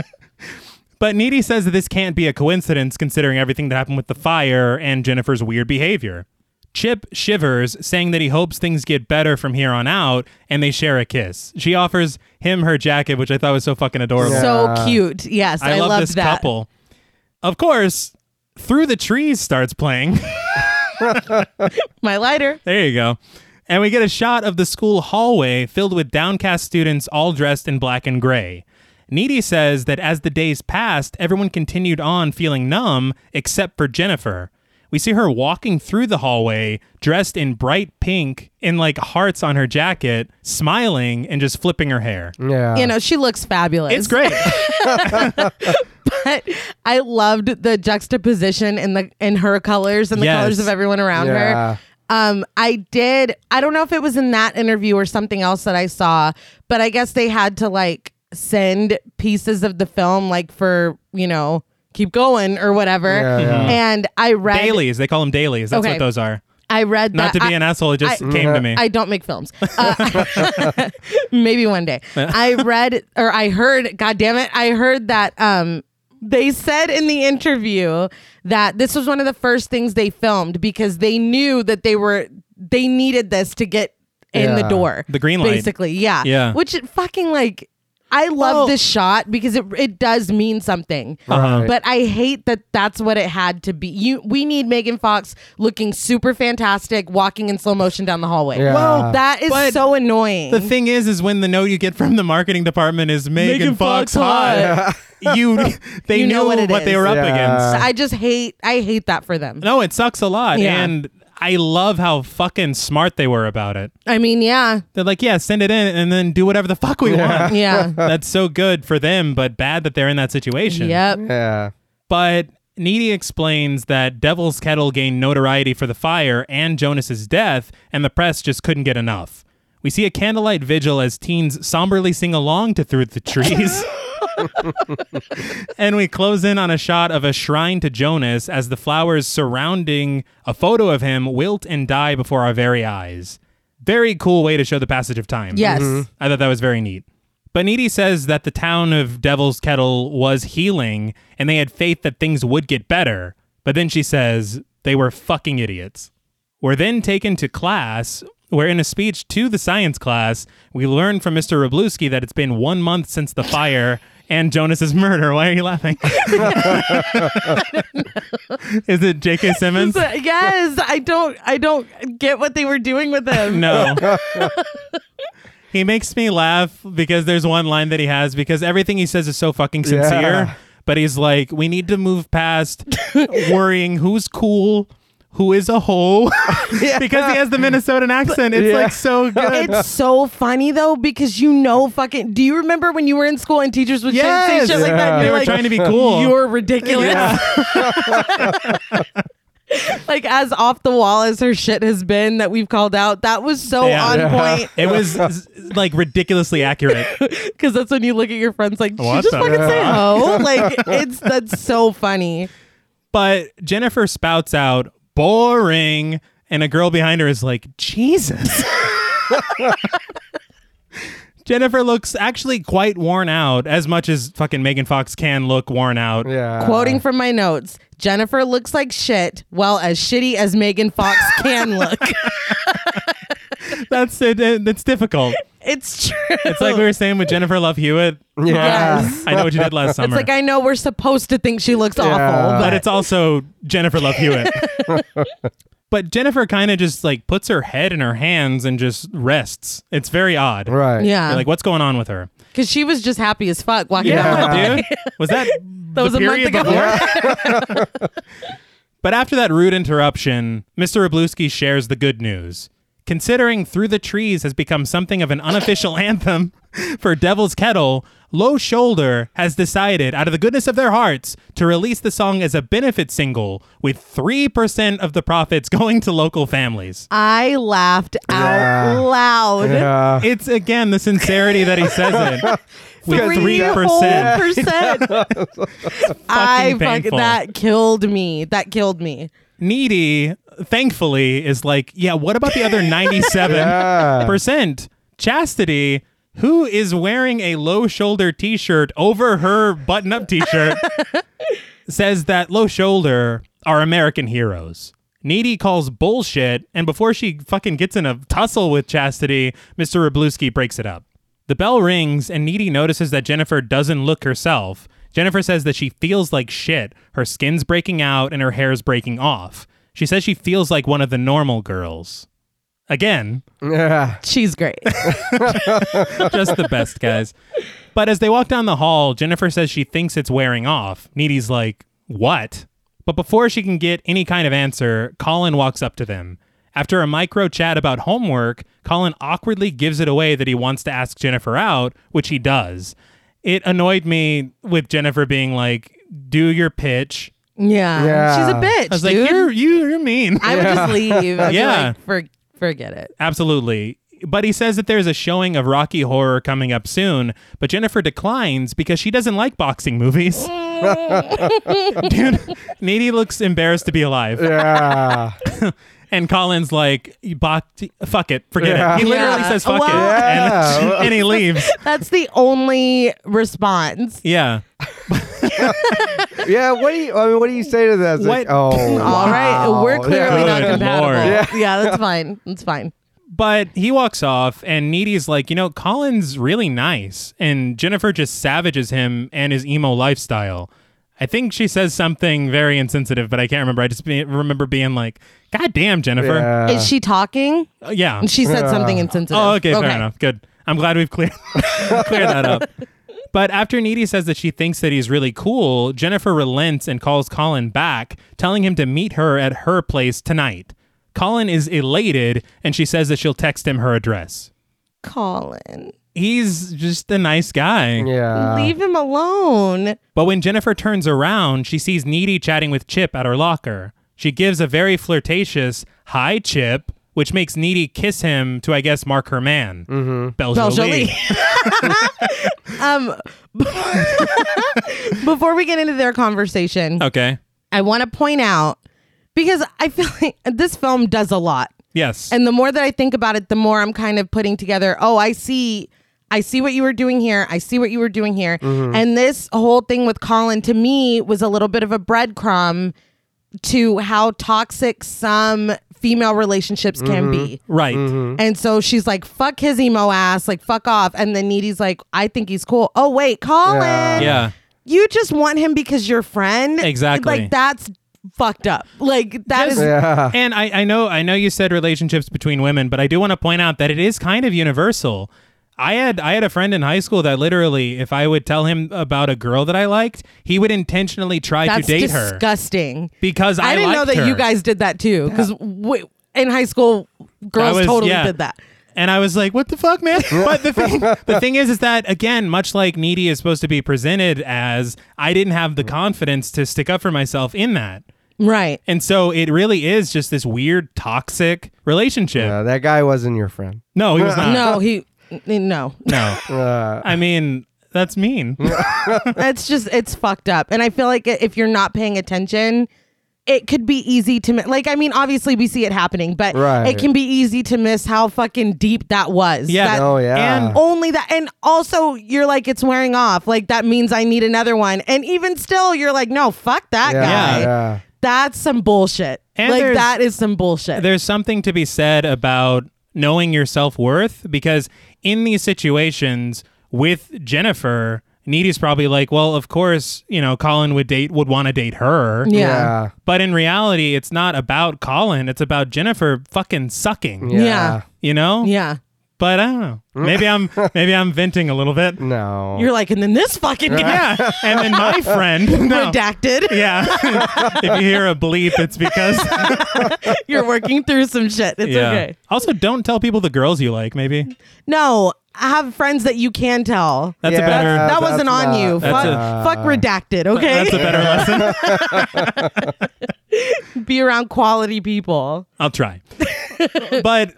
Speaker 1: but Needy says that this can't be a coincidence considering everything that happened with the fire and Jennifer's weird behavior. Chip shivers, saying that he hopes things get better from here on out, and they share a kiss. She offers him her jacket, which I thought was so fucking adorable.
Speaker 2: So cute. Yes, I,
Speaker 1: I, love
Speaker 2: loved
Speaker 1: this
Speaker 2: that.
Speaker 1: couple. Of course, Through the Trees starts playing.
Speaker 2: My lighter.
Speaker 1: there you go. And we get a shot of the school hallway filled with downcast students all dressed in black and gray. Needy says that as the days passed, everyone continued on feeling numb except for Jennifer. we see her walking through the hallway dressed in bright pink and like hearts on her jacket, smiling and just flipping her hair.
Speaker 3: Yeah.
Speaker 2: you know, she looks fabulous.
Speaker 1: It's great.
Speaker 2: But I loved the juxtaposition in the in her colors and the
Speaker 1: Yes.
Speaker 2: colors of everyone around
Speaker 3: Yeah.
Speaker 2: her. Um, I did. I don't know if it was in that interview or something else that I saw, but I guess they had to like send pieces of the film, like for you know, keep going or whatever.
Speaker 3: Yeah, yeah.
Speaker 2: And I read,
Speaker 1: dailies. They call them dailies. That's
Speaker 2: Okay.
Speaker 1: what those are.
Speaker 2: I read
Speaker 1: Not
Speaker 2: that
Speaker 1: to be
Speaker 2: I-
Speaker 1: an asshole, it just
Speaker 2: I- Mm-hmm.
Speaker 1: came to me.
Speaker 2: I don't make films. Uh, maybe one day. I read or I heard. God damn it! I heard that um, they said in the interview that this was one of the first things they filmed because they knew that they were they needed this to get in the
Speaker 3: Yeah.
Speaker 2: door.
Speaker 1: The green light.
Speaker 2: basically. Yeah,
Speaker 1: Yeah.
Speaker 2: Which it fucking like. I love
Speaker 1: Well-
Speaker 2: this shot because it it does mean something.
Speaker 3: Right.
Speaker 2: But I hate that that's what it had to be. You, we need Megan Fox looking super fantastic, walking in slow motion down the hallway.
Speaker 3: Yeah. Well,
Speaker 2: that
Speaker 1: but
Speaker 2: is so annoying.
Speaker 1: The thing is, is when the note you get from the marketing department is Megan,
Speaker 2: Megan
Speaker 1: Fox,
Speaker 2: Fox
Speaker 1: hot, you they
Speaker 2: You
Speaker 1: knew
Speaker 2: know
Speaker 1: what,
Speaker 2: what it
Speaker 1: they
Speaker 2: is.
Speaker 1: were up
Speaker 3: Yeah.
Speaker 1: against.
Speaker 2: I just hate. I hate that for them.
Speaker 1: No, it sucks a lot,
Speaker 2: Yeah.
Speaker 1: and I love how fucking smart they were about it.
Speaker 2: I mean, yeah,
Speaker 1: They're like, yeah, send it in, and then do whatever the fuck we want.
Speaker 2: yeah,
Speaker 1: That's so good for them, but bad that they're in that situation.
Speaker 2: yep.
Speaker 3: Yeah.
Speaker 1: But Needy explains that Devil's Kettle gained notoriety for the fire and Jonas's death, and the press just couldn't get enough. We see a candlelight vigil as teens somberly sing along to Through the Trees. and we close in on a shot of a shrine to Jonas as the flowers surrounding a photo of him wilt and die before our very eyes. Very cool way to show the passage of time.
Speaker 2: Yes.
Speaker 1: I thought that was very neat. Boniti says that the town of Devil's Kettle was healing and they had faith that things would get better. But then she says they were fucking idiots. We're then taken to class, where in a speech to the science class, we learn from Mr. Rabluski that it's been one month since the fire and Jonas's murder. Why are you laughing? Is it J.K. Simmons?
Speaker 2: So, yes, I don't. I don't get what they were doing with him.
Speaker 1: No. he makes me laugh because there's one line that he has because everything he says is so fucking sincere.
Speaker 3: Yeah.
Speaker 1: But he's like, we need to move past worrying who's cool, who is a hoe, because he has the Minnesotan accent. It's
Speaker 3: Yeah.
Speaker 1: like so good.
Speaker 2: It's so funny though because you know fucking. Do you remember when you were in school and teachers would
Speaker 1: Yes.
Speaker 2: say shit like that?
Speaker 1: Yeah.
Speaker 2: And
Speaker 1: They
Speaker 2: you're
Speaker 1: were
Speaker 2: like,
Speaker 1: trying to be cool.
Speaker 2: You're ridiculous. like as off the wall as her shit has been that we've called out. That was so
Speaker 1: Yeah.
Speaker 2: on
Speaker 1: Yeah.
Speaker 2: point
Speaker 1: it was s- like ridiculously accurate.
Speaker 2: because that's when you look at your friends like, she
Speaker 1: What's
Speaker 2: just
Speaker 1: up?
Speaker 2: fucking say ho. Like it's that's so funny.
Speaker 1: But Jennifer spouts out, boring. And a girl behind her is like, Jesus. Jennifer looks actually quite worn out, as much as fucking Megan Fox can look worn out.
Speaker 3: Yeah.
Speaker 1: Uh.
Speaker 2: Quoting from my notes, Jennifer looks like shit. Well, as shitty as Megan Fox can look.
Speaker 1: That's it, it- That's difficult.
Speaker 2: It's true.
Speaker 1: It's like we were saying with Jennifer Love Hewitt.
Speaker 3: Yeah.
Speaker 2: Yes.
Speaker 1: I know what you did last summer.
Speaker 2: It's like I know we're supposed to think she looks
Speaker 3: Yeah.
Speaker 2: awful,
Speaker 1: but
Speaker 2: but
Speaker 1: it's also Jennifer Love Hewitt. but Jennifer kind of just like puts her head in her hands and just rests. It's very odd.
Speaker 3: Right.
Speaker 1: You're
Speaker 2: yeah,
Speaker 1: like, what's going on with her?
Speaker 2: because she was just happy as fuck walking down the
Speaker 1: Yeah, dude. Was that the
Speaker 2: was a month
Speaker 1: period
Speaker 2: ago.
Speaker 1: before? but after that rude interruption, Mr. Rabluski shares the good news. Considering Through the Trees has become something of an unofficial anthem for Devil's Kettle, Low Shoulder has decided, out of the goodness of their hearts, to release the song as a benefit single, with 3% of the profits going to local families.
Speaker 2: I laughed out
Speaker 3: Yeah.
Speaker 2: loud.
Speaker 3: Yeah.
Speaker 1: It's again the sincerity that he says it. With
Speaker 2: Three
Speaker 1: 3%.
Speaker 2: whole percent. I fucking
Speaker 1: painful.
Speaker 2: that killed me. That killed me.
Speaker 1: needy thankfully is like yeah what about the other 97 percent chastity who is wearing a low shoulder t-shirt over her button-up t-shirt says that low shoulder are american heroes needy calls bullshit and before she fucking gets in a tussle with chastity mr rabluski breaks it up the bell rings and needy notices that jennifer doesn't look herself jennifer says that she feels like shit her skin's breaking out and her hair's breaking off she says she feels like one of the normal girls again
Speaker 3: Yeah.
Speaker 2: She's great.
Speaker 1: just the best guys. But as they walk down the hall, Jennifer says she thinks it's wearing off. Needy's like, "What?" But before she can get any kind of answer, Colin walks up to them. After a micro chat about homework, Colin awkwardly gives it away that he wants to ask Jennifer out, which he does. It annoyed me with Jennifer being like, "Do your pitch."
Speaker 2: Yeah.
Speaker 3: Yeah.
Speaker 2: She's a bitch.
Speaker 1: I was
Speaker 2: dude.
Speaker 1: like, "You're you, you're mean."
Speaker 2: I would just leave. I'd be
Speaker 1: Yeah.
Speaker 2: like, for, forget it.
Speaker 1: Absolutely. But he says that there's a showing of Rocky Horror coming up soon, but Jennifer declines because she doesn't like boxing movies. Dude, Needy looks embarrassed to be alive.
Speaker 3: Yeah.
Speaker 1: And Colin's like, box- fuck it, forget
Speaker 3: Yeah.
Speaker 1: it. He literally
Speaker 2: Yeah.
Speaker 1: says, fuck it.
Speaker 2: Well-
Speaker 1: And,
Speaker 3: Yeah.
Speaker 1: and he leaves.
Speaker 2: That's the only response.
Speaker 1: Yeah.
Speaker 3: yeah. What do you? I mean, what do you say to that? It's like,
Speaker 1: What-
Speaker 3: oh,
Speaker 2: All right,
Speaker 3: wow.
Speaker 2: We're clearly
Speaker 3: Yeah.
Speaker 2: not
Speaker 1: Good
Speaker 2: compatible.
Speaker 1: lord.
Speaker 2: Yeah.
Speaker 1: Yeah.
Speaker 2: that's fine. That's fine.
Speaker 1: But he walks off, and Needy's like, you know, Colin's really nice. And Jennifer just savages him and his emo lifestyle. I think she says something very insensitive, but I can't remember. I just be- remember being like, God damn, Jennifer.
Speaker 3: Yeah.
Speaker 2: Is she talking?
Speaker 1: Uh, Yeah.
Speaker 2: She said something insensitive.
Speaker 1: Oh, okay, fair enough. Good. I'm glad we've cleared, cleared that up. But after Needy says that she thinks that he's really cool, Jennifer relents and calls Colin back, telling him to meet her at her place tonight. Colin is elated and she says that she'll text him her address.
Speaker 2: Colin,
Speaker 1: He's just a nice guy.
Speaker 3: Yeah.
Speaker 2: leave him alone.
Speaker 1: But when Jennifer turns around, she sees Needy chatting with Chip at her locker. She gives a very flirtatious, hi, Chip, which makes Needy kiss him to, I guess, mark her man. Mm-hmm.
Speaker 2: Belle Jolie. um, before we get into their conversation,
Speaker 1: Okay.
Speaker 2: I want to point out because I feel like this film does a lot.
Speaker 1: Yes.
Speaker 2: And the more that I think about it, the more I'm kind of putting together, oh, I see I see what you were doing here. I see what you were doing here. And this whole thing with Colin to me was a little bit of a breadcrumb to how toxic some female relationships can be.
Speaker 1: right.
Speaker 3: Mm-hmm.
Speaker 2: And so she's like, fuck his emo ass, like fuck off. And then Needy's like, I think he's cool. Oh wait, Colin.
Speaker 3: Yeah.
Speaker 1: Yeah.
Speaker 2: You just want him because you're friend.
Speaker 1: Exactly.
Speaker 2: Like that's fucked up. Like that is.
Speaker 1: Just-
Speaker 3: yeah.
Speaker 1: And I, I know I know you said relationships between women, but I do want to point out that it is kind of universal. I had I had a friend in high school that literally, if I would tell him about a girl that I liked, he would intentionally try
Speaker 2: That's
Speaker 1: to date her
Speaker 2: disgusting.
Speaker 1: because I,
Speaker 2: I, didn't know
Speaker 1: liked
Speaker 2: that you
Speaker 1: her.
Speaker 2: guys did that too. Because w- in high school, girls
Speaker 1: was-
Speaker 2: totally
Speaker 1: yeah.
Speaker 2: did that.
Speaker 1: And I was like, "What the fuck, man?" but the thing, the thing is, is that again, much like needy is supposed to be presented as, I didn't have the confidence to stick up for myself in that,
Speaker 2: Right.
Speaker 1: and so it really is just this weird toxic relationship.
Speaker 3: Yeah, that guy wasn't your friend.
Speaker 1: No, he was not.
Speaker 2: No, he. n- No,
Speaker 1: No.
Speaker 3: Uh,
Speaker 1: I mean, that's mean.
Speaker 2: it's just it's fucked up, and I feel like i- if you're not paying attention, it could be easy to mi- like. I mean, obviously we see it happening, but
Speaker 3: Right.
Speaker 2: it can be easy to miss how fucking deep that was.
Speaker 1: Yeah.
Speaker 2: That-
Speaker 3: oh yeah.
Speaker 1: and-
Speaker 2: only that and also you're like it's wearing off like that means i need another one and even still you're like no fuck that
Speaker 3: yeah.
Speaker 2: guy
Speaker 3: Yeah.
Speaker 2: that's some bullshit
Speaker 1: And
Speaker 2: like
Speaker 1: there's-
Speaker 2: that is some bullshit
Speaker 1: There's something to be said about knowing your self worth because in these situations with Jennifer, Needy's probably like, well, of course, you know, Colin would date, would want to date her.
Speaker 2: yeah.
Speaker 3: Yeah.
Speaker 1: But in reality, it's not about Colin. It's about Jennifer fucking sucking.
Speaker 3: Yeah.
Speaker 2: Yeah.
Speaker 1: You know.
Speaker 2: Yeah.
Speaker 1: But I don't know. Maybe I'm maybe I'm venting a little bit.
Speaker 3: No.
Speaker 2: You're like, and then this fucking guy
Speaker 1: Yeah. And then my friend. No.
Speaker 2: redacted.
Speaker 1: Yeah. if you hear a bleep, it's because
Speaker 2: You're working through some shit. It's okay.
Speaker 1: Also, don't tell people the girls you like. Maybe
Speaker 2: No, I have friends that you can tell.
Speaker 1: that's
Speaker 3: Yeah.
Speaker 1: a better.
Speaker 2: that
Speaker 3: that's
Speaker 2: wasn't on
Speaker 3: not-
Speaker 2: you.
Speaker 1: That's
Speaker 2: Fuck,
Speaker 1: a-
Speaker 2: fuck redacted. Okay,
Speaker 1: that's a better lesson.
Speaker 2: be around quality people.
Speaker 1: I'll try. but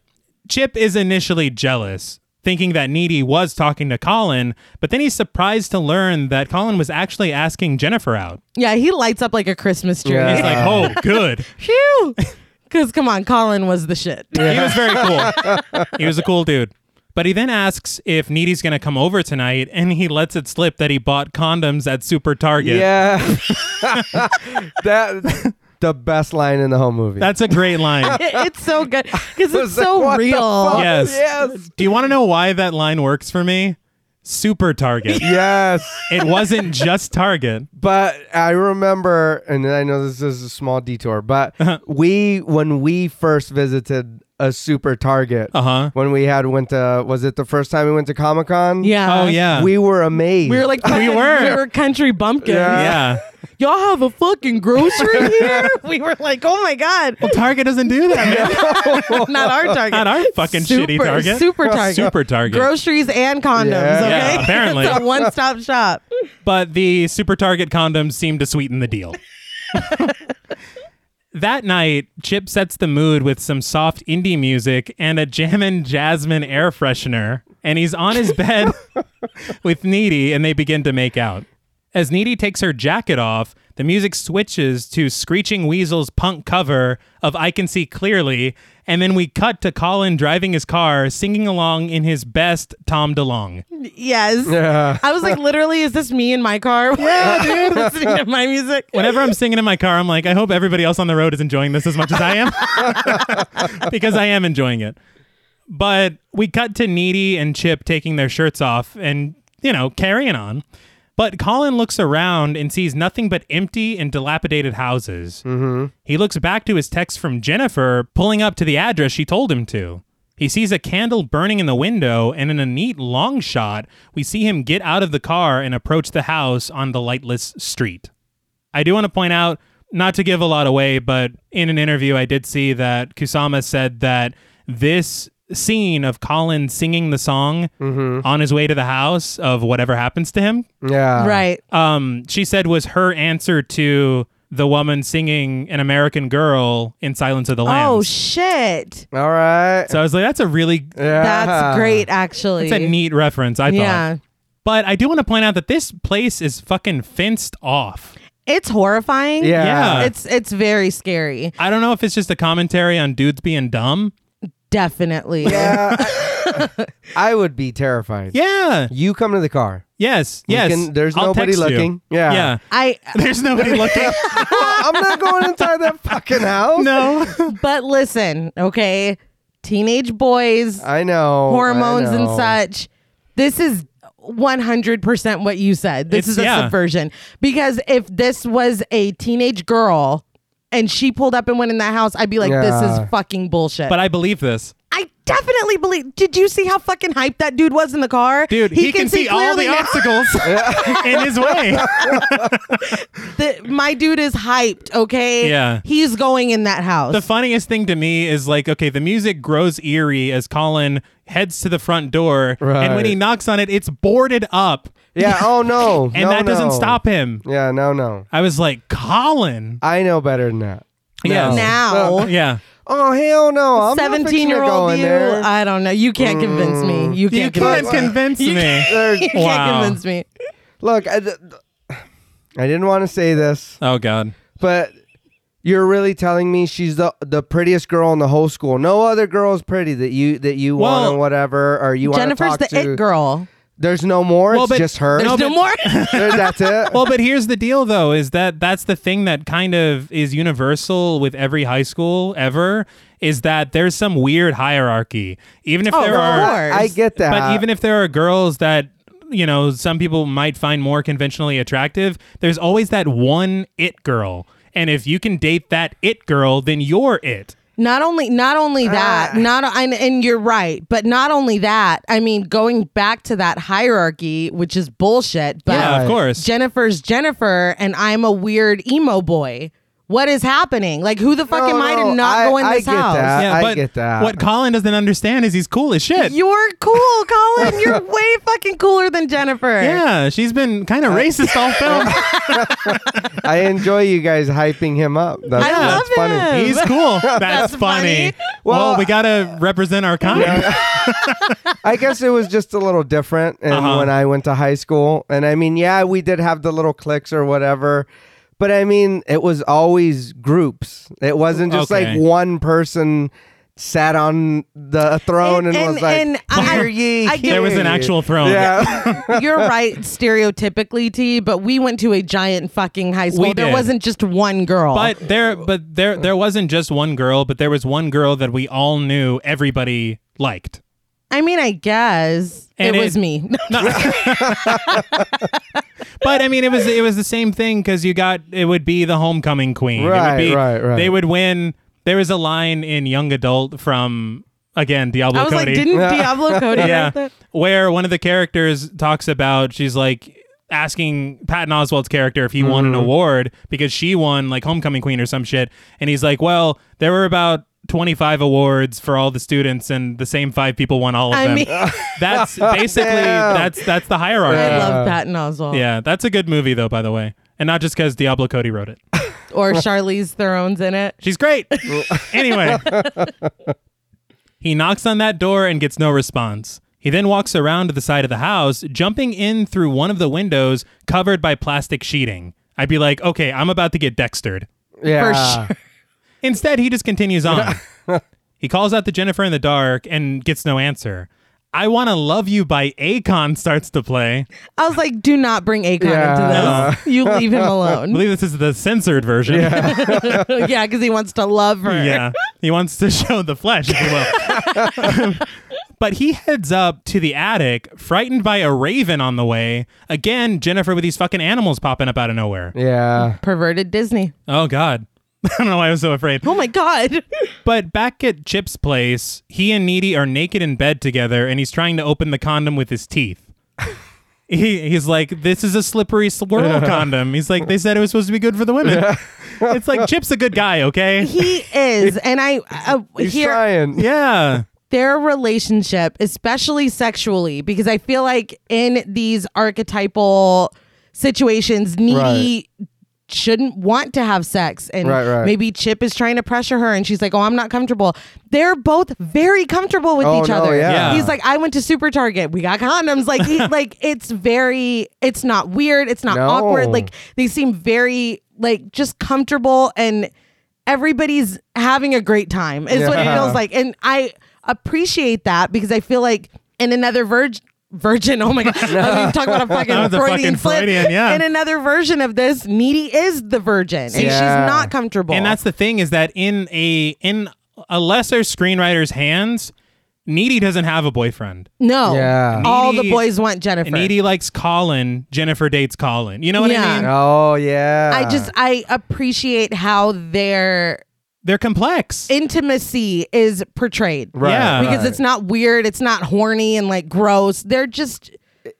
Speaker 1: Chip is initially jealous, thinking that Needy was talking to Colin, but then he's surprised to learn that Colin was actually asking Jennifer out.
Speaker 2: Yeah, he lights up like a Christmas tree.
Speaker 3: Yeah.
Speaker 1: He's like, "Oh, good."
Speaker 2: Phew. Because come on, Colin was the shit.
Speaker 1: He was very cool. he was a cool dude. But he then asks if Needy's going to come over tonight, and he lets it slip that he bought condoms at Super Target.
Speaker 3: Yeah. that the best line in the whole movie.
Speaker 1: That's a great line.
Speaker 2: It- it's so good because it's
Speaker 3: like,
Speaker 2: so
Speaker 3: what the
Speaker 2: real.
Speaker 3: fuck?
Speaker 1: Yes.
Speaker 3: Yes.
Speaker 1: Do you want to know why that line works for me? Super Target.
Speaker 3: yes.
Speaker 1: it wasn't just Target.
Speaker 3: But I
Speaker 2: Uh-huh.
Speaker 3: remember, and I know this is a small detour, but we when we first visited a super target.
Speaker 1: Uh
Speaker 2: Uh-huh.
Speaker 1: huh.
Speaker 3: When we had went to was it the first time we went to Comic Con?
Speaker 2: Yeah.
Speaker 1: Oh yeah.
Speaker 3: we were amazed.
Speaker 2: Uh-huh. We were like
Speaker 1: We were.
Speaker 2: we were country bumpkins.
Speaker 3: Yeah.
Speaker 1: yeah.
Speaker 2: Y'all have a fucking grocery here. we were like, oh my god,
Speaker 1: Well, Target doesn't do that. Man.
Speaker 2: not our target,
Speaker 1: Not our fucking
Speaker 2: super,
Speaker 1: shitty Target.
Speaker 2: super target,
Speaker 1: Super Target.
Speaker 2: groceries and condoms.
Speaker 3: Yeah.
Speaker 1: Yeah,
Speaker 2: Okay,
Speaker 1: apparently.
Speaker 2: it's a one-stop shop.
Speaker 1: but the Super Target condoms seem to sweeten the deal. that night, Chip sets the mood with some soft indie music and a Jammin' Jasmine air freshener, and he's on his bed with Needy, and they begin to make out. As Needy takes her jacket off, the music switches to Screeching Weasel's punk cover of I Can See Clearly, and then we cut to Colin driving his car, singing along in his best Tom DeLonge.
Speaker 2: Yes.
Speaker 3: Yeah.
Speaker 2: I was like, literally, is this me in my car? Yeah, dude, listening to my music.
Speaker 1: Whenever I'm singing in my car, I'm like, I hope everybody else on the road is enjoying this as much as I am because I am enjoying it. But we cut to Needy and Chip taking their shirts off and, you know, carrying on. But Colin looks around and sees nothing but empty and dilapidated houses. Mm-hmm. He looks back to his text from Jennifer, pulling up to the address she told him to. He sees a candle burning in the window, and in a neat long shot, we see him get out of the car and approach the house on the lightless street. I do want to point out, not to give a lot away, but in an interview, I did see that Kusama said that this scene of Colin singing the song
Speaker 2: Mm-hmm.
Speaker 1: on his way to the house of whatever happens to him,
Speaker 3: yeah.
Speaker 2: Right.
Speaker 1: um, she said was her answer to the woman singing an American girl in Silence of the
Speaker 2: Oh
Speaker 1: Lambs.
Speaker 2: shit,
Speaker 3: All right.
Speaker 1: so I was like, that's a really,
Speaker 3: yeah.
Speaker 2: that's great. Actually,
Speaker 1: that's a neat reference, I thought.
Speaker 2: yeah.
Speaker 1: But I do want to point out that this place is fucking fenced off.
Speaker 2: It's horrifying.
Speaker 3: Yeah.
Speaker 1: Yeah.
Speaker 2: It's it's very scary.
Speaker 1: I don't know if it's just a commentary on dudes being dumb.
Speaker 2: Definitely.
Speaker 3: Yeah, I- I would be terrified.
Speaker 1: Yeah.
Speaker 3: You come to the car.
Speaker 1: Yes,
Speaker 3: You
Speaker 1: yes.
Speaker 3: can- there's
Speaker 1: I'll
Speaker 3: nobody
Speaker 1: text you.
Speaker 3: looking.
Speaker 1: Yeah.
Speaker 3: Yeah.
Speaker 2: I
Speaker 1: There's nobody looking.
Speaker 3: I'm not going inside that fucking house.
Speaker 1: no.
Speaker 2: but listen, okay, teenage boys,
Speaker 3: I know. I
Speaker 1: Oh,
Speaker 2: hormones and
Speaker 3: know.
Speaker 2: such. This is 100% what you said. This
Speaker 1: It's-
Speaker 2: is a
Speaker 1: yeah.
Speaker 2: subversion because if this was a teenage girl and she pulled up and went in that house, I'd be like, this
Speaker 3: Yeah.
Speaker 2: is fucking bullshit.
Speaker 1: But I believe this.
Speaker 2: I definitely believe. Did you see how fucking hyped that dude was in the car?
Speaker 1: Dude, he, can, see, all the
Speaker 2: clearly now.
Speaker 1: obstacles in his way.
Speaker 2: The- my dude is hyped, okay?
Speaker 1: Yeah.
Speaker 2: He's going in that house.
Speaker 1: The funniest thing to me is like, okay, the music grows eerie as Colin heads to the front door. And when
Speaker 3: Right.
Speaker 1: he knocks on it, it's boarded up.
Speaker 3: Yeah. Oh no.
Speaker 1: And
Speaker 3: No,
Speaker 1: that doesn't
Speaker 3: no.
Speaker 1: stop him.
Speaker 3: Yeah. No. No.
Speaker 1: I was like, Colin.
Speaker 3: I know better than that.
Speaker 1: Yes.
Speaker 3: No.
Speaker 2: now.
Speaker 1: Yeah.
Speaker 3: Oh hell no! I'm not fixing to
Speaker 2: 17 year
Speaker 3: go
Speaker 2: old
Speaker 3: in
Speaker 2: you,
Speaker 3: there.
Speaker 2: I don't know. You can't convince me. You
Speaker 1: Mm. You
Speaker 2: can't
Speaker 1: can't
Speaker 2: convince me.
Speaker 1: convince me.
Speaker 3: There's-
Speaker 2: You
Speaker 1: Wow.
Speaker 2: can't convince me.
Speaker 3: Look, I, th- th- I didn't want to say this,
Speaker 1: Oh, God.
Speaker 3: but you're really telling me she's the the prettiest girl in the whole school. No other girl's pretty that you that you want
Speaker 1: Well,
Speaker 3: or whatever, or you want to
Speaker 2: Jennifer's
Speaker 3: talk
Speaker 2: the
Speaker 3: to.
Speaker 2: it girl.
Speaker 3: There's no more.
Speaker 1: Well,
Speaker 3: it's
Speaker 1: but-
Speaker 3: just her.
Speaker 1: No,
Speaker 2: There's no
Speaker 1: but-
Speaker 2: more.
Speaker 3: There- that's it.
Speaker 1: well, but here's the deal, though, is that that's the thing that kind of is universal with every high school ever is that there's some weird hierarchy. Even if
Speaker 2: Oh,
Speaker 1: there
Speaker 2: of
Speaker 1: are,
Speaker 2: course.
Speaker 3: I get that.
Speaker 1: but even if there are girls that you know some people might find more conventionally attractive, there's always that one it girl, and if you can date that it girl, then you're it.
Speaker 2: not only, not
Speaker 3: Ah.
Speaker 2: only that, not and, and you're right, but not only that. I mean, going back to that hierarchy, which is bullshit. But
Speaker 1: Yeah, of course.
Speaker 2: Jennifer's Jennifer, and I'm a weird emo boy. What is happening? Like, who the fuck
Speaker 3: No,
Speaker 2: am I
Speaker 3: no,
Speaker 2: to not
Speaker 3: I-
Speaker 2: go in
Speaker 3: I
Speaker 2: this
Speaker 3: get
Speaker 2: house?
Speaker 3: that. I
Speaker 1: but
Speaker 3: get that.
Speaker 1: What Colin doesn't understand is he's cool as shit.
Speaker 2: You're cool, Colin. You're way fucking cooler than Jennifer.
Speaker 1: yeah, she's been kind of racist all film.
Speaker 3: I enjoy you guys hyping him up. That's,
Speaker 2: I
Speaker 3: that's
Speaker 2: love
Speaker 3: funny.
Speaker 2: him.
Speaker 1: He's cool. That's, funny.
Speaker 2: funny.
Speaker 1: Well,
Speaker 3: Well,
Speaker 1: we gotta represent our kind.
Speaker 3: I guess it was just a little different and
Speaker 1: Uh-huh.
Speaker 3: when I went to high school. And I mean, yeah, we did have the little cliques or whatever. But I mean, it was always groups. It wasn't just
Speaker 1: Okay.
Speaker 3: like one person sat on the throne and,
Speaker 2: And-
Speaker 3: was like,
Speaker 2: and- and
Speaker 3: "Hear
Speaker 2: I-
Speaker 3: ye,
Speaker 2: I get-
Speaker 1: There was an
Speaker 3: hear ye."
Speaker 1: actual throne.
Speaker 3: Yeah.
Speaker 2: You're right, stereotypically, T, but we went to a giant fucking high school.
Speaker 1: We
Speaker 2: there
Speaker 1: did.
Speaker 2: wasn't just one girl.
Speaker 1: But there, but there, there wasn't just one girl, but there was one girl that we all knew everybody liked.
Speaker 2: I mean, I guess
Speaker 1: And
Speaker 2: it,
Speaker 1: it-
Speaker 2: was me.
Speaker 1: But I mean, it was it was the same thing because you got it would be the homecoming queen. It would
Speaker 3: Right,
Speaker 1: be-
Speaker 3: right, right.
Speaker 1: They would win There is a line in Young Adult from again Diablo
Speaker 2: I was
Speaker 1: Cody.
Speaker 2: like, didn't Diablo Cody
Speaker 1: yeah,
Speaker 2: write that?
Speaker 1: where one of the characters talks about she's like asking Patton Oswald's character if he won an
Speaker 2: Mm-hmm.
Speaker 1: award because she won like Homecoming Queen or some shit, and he's like, well, there were about. 25 awards for all the students and the same five people won all of
Speaker 2: I
Speaker 1: them.
Speaker 2: mean-
Speaker 1: that's basically
Speaker 3: Damn.
Speaker 1: that's that's the hierarchy.
Speaker 2: I
Speaker 3: Yeah.
Speaker 2: love Patton Oswalt.
Speaker 1: Yeah, that's a good movie though, by the way, and not just because Diablo Cody wrote it.
Speaker 2: Or Charlize Theron's in it.
Speaker 1: She's great. anyway, he knocks on that door and gets no response. He then walks around to the side of the house, jumping in through one of the windows covered by plastic sheeting. I'd be like, okay, I'm about to get dextered.
Speaker 3: Yeah.
Speaker 2: sure.
Speaker 1: Instead, he just continues on. he calls out to Jennifer in the dark and gets no answer. I Wanna Love You by Akon starts to play.
Speaker 2: I was like, do not bring Akon
Speaker 3: Yeah.
Speaker 2: into this. You leave him
Speaker 1: I
Speaker 2: alone.
Speaker 1: believe this is the censored version.
Speaker 2: yeah, because he wants to love her.
Speaker 1: Yeah. He wants to show the flesh, if you will. but he heads up to the attic, frightened by a raven on the way. Again, Jennifer with these fucking animals popping up out of nowhere.
Speaker 3: Yeah.
Speaker 2: Perverted Disney.
Speaker 1: Oh, God. I don't know why I was so afraid.
Speaker 2: Oh my God.
Speaker 1: But back at Chip's place, he and Needy are naked in bed together, and he's trying to open the condom with his teeth. He, he's like, this is a slippery swirl condom. He's like, they said it was supposed to be good for the women. it's like Chip's a good guy, okay?
Speaker 2: he is. And I uh,
Speaker 3: He's
Speaker 2: here,
Speaker 3: trying.
Speaker 1: Yeah,
Speaker 2: their relationship, especially sexually, because I feel like in these archetypal situations, needy shouldn't want to have sex. And
Speaker 3: Right, right.
Speaker 2: maybe Chip is trying to pressure her and she's like, Oh, I'm not comfortable. They're both very comfortable with
Speaker 3: Oh,
Speaker 2: each
Speaker 3: no,
Speaker 2: other.
Speaker 3: yeah.
Speaker 1: Yeah.
Speaker 2: He's like, I went to Super Target. We got condoms. Like he, like it's very it's not weird. It's not
Speaker 3: No.
Speaker 2: awkward. Like they seem very like just comfortable and everybody's having a great time is what it
Speaker 3: Yeah.
Speaker 2: feels like and i appreciate that because i feel like in another virgin virgin oh my god i mean talk about a fucking
Speaker 1: That was a
Speaker 2: freudian
Speaker 1: fucking
Speaker 2: slip
Speaker 1: Freudian, yeah.
Speaker 2: in another version of this needy is the virgin and
Speaker 3: Yeah.
Speaker 2: she's not comfortable
Speaker 1: And that's the thing is that in a in a lesser screenwriter's hands, Needy doesn't have a boyfriend.
Speaker 2: no
Speaker 3: Yeah.
Speaker 2: all
Speaker 1: Needy-
Speaker 2: the boys want jennifer
Speaker 1: Needy likes Colin. Jennifer dates Colin. You know what I
Speaker 2: Yeah.
Speaker 1: mean?
Speaker 3: Oh yeah.
Speaker 2: i just i appreciate how their
Speaker 1: They're complex.
Speaker 2: intimacy is portrayed
Speaker 3: Right,
Speaker 1: Yeah.
Speaker 2: because
Speaker 3: right.
Speaker 2: it's not weird it's not horny and like gross they're just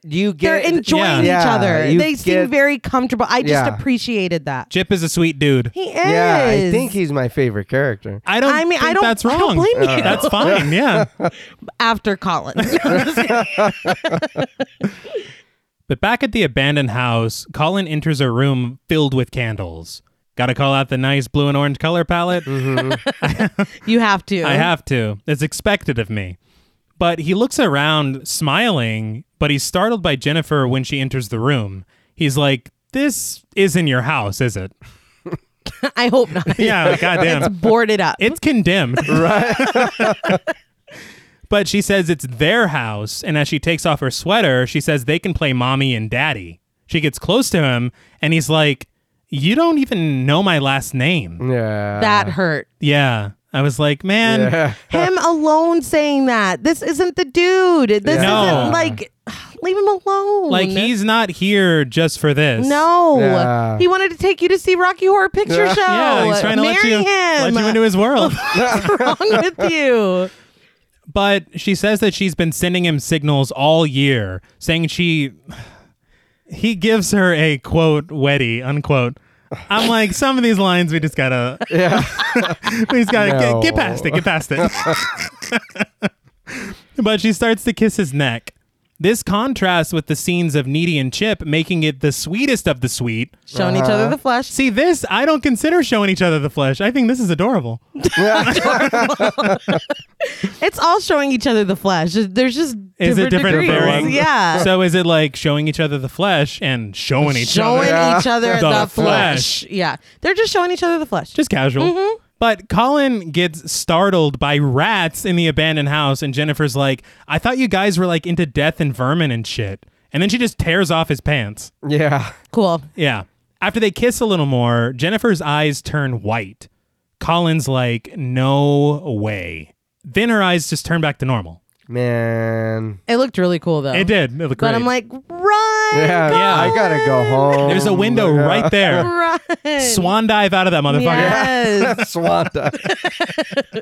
Speaker 3: you
Speaker 2: they're
Speaker 3: get
Speaker 1: yeah.
Speaker 2: enjoying each
Speaker 3: Yeah,
Speaker 2: other.
Speaker 3: you
Speaker 2: They
Speaker 3: get-
Speaker 2: seem very comfortable. I just
Speaker 3: Yeah.
Speaker 2: appreciated that.
Speaker 1: Chip is a sweet dude.
Speaker 2: He is.
Speaker 3: Yeah, I think he's my favorite character.
Speaker 1: I don't.
Speaker 2: I mean,
Speaker 1: think
Speaker 2: I don't-
Speaker 1: That's
Speaker 2: I
Speaker 1: wrong.
Speaker 2: don't blame you.
Speaker 1: That's fine. Yeah.
Speaker 2: after Colin.
Speaker 1: But back at the abandoned house, Colin enters a room filled with candles. Got to call out the nice blue and orange color palette.
Speaker 2: you have to.
Speaker 1: I have to. It's expected of me. But he looks around smiling, but he's startled by Jennifer when she enters the room. He's like, This isn't your house, is it?
Speaker 2: I hope not.
Speaker 1: Yeah, like, goddamn.
Speaker 2: Boarded up.
Speaker 1: It's condemned. Right. but she says it's their house. And as she takes off her sweater, she says they can play mommy and daddy. She gets close to him, and he's like, You don't even know my last name.
Speaker 3: Yeah.
Speaker 2: that hurt.
Speaker 1: Yeah. I was like, Man,
Speaker 3: Yeah.
Speaker 2: Him alone saying that. This isn't the dude. This
Speaker 1: No.
Speaker 2: isn't like leave him alone.
Speaker 1: like he's not here just for this.
Speaker 2: no.
Speaker 3: Yeah.
Speaker 2: He wanted to take you to see Rocky Horror Picture Show.
Speaker 1: Yeah, he's trying to
Speaker 2: Marry
Speaker 1: let you
Speaker 2: him.
Speaker 1: let you into his world.
Speaker 2: What's wrong with you?
Speaker 1: but she says that she's been sending him signals all year, saying she he gives her a quote weddy unquote. I'm like some of these lines we just gotta
Speaker 3: Yeah.
Speaker 1: we just gotta
Speaker 3: No.
Speaker 1: get, get past it, get past it. but she starts to kiss his neck. This contrasts with the scenes of Needy and Chip making it the sweetest of the sweet.
Speaker 2: Showing each
Speaker 3: Uh-huh.
Speaker 2: other the flesh.
Speaker 1: See, this I don't consider showing each other the flesh. I think this is adorable.
Speaker 2: It's all showing each other the flesh. There's just
Speaker 1: Is it
Speaker 2: different
Speaker 1: different
Speaker 2: degrees.
Speaker 1: feelings?
Speaker 2: Yeah.
Speaker 1: So is it like showing each other the flesh and showing each
Speaker 2: showing
Speaker 1: other
Speaker 2: each other
Speaker 1: The
Speaker 2: the,
Speaker 1: flesh.
Speaker 2: flesh. Yeah. They're just showing each other the flesh.
Speaker 1: just casual?
Speaker 2: Mm-hmm.
Speaker 1: But Colin gets startled by rats in the abandoned house, and Jennifer's like, "I thought you guys were like into death and vermin and shit." And then she just tears off his pants.
Speaker 3: yeah.
Speaker 2: cool.
Speaker 1: Yeah. After they kiss a little more, Jennifer's eyes turn white. Colin's like, "No way." Then her eyes just turn back to normal.
Speaker 3: Man.
Speaker 2: It looked really cool though.
Speaker 1: It did. It looked
Speaker 2: But
Speaker 1: great.
Speaker 2: I'm like, run. I'm
Speaker 3: Yeah,
Speaker 1: Yeah.
Speaker 3: I gotta go home.
Speaker 2: "Oh
Speaker 1: There's a window right there.
Speaker 2: Run.
Speaker 1: Swan dive out of that motherfucker.
Speaker 2: Yes.
Speaker 3: Swanta.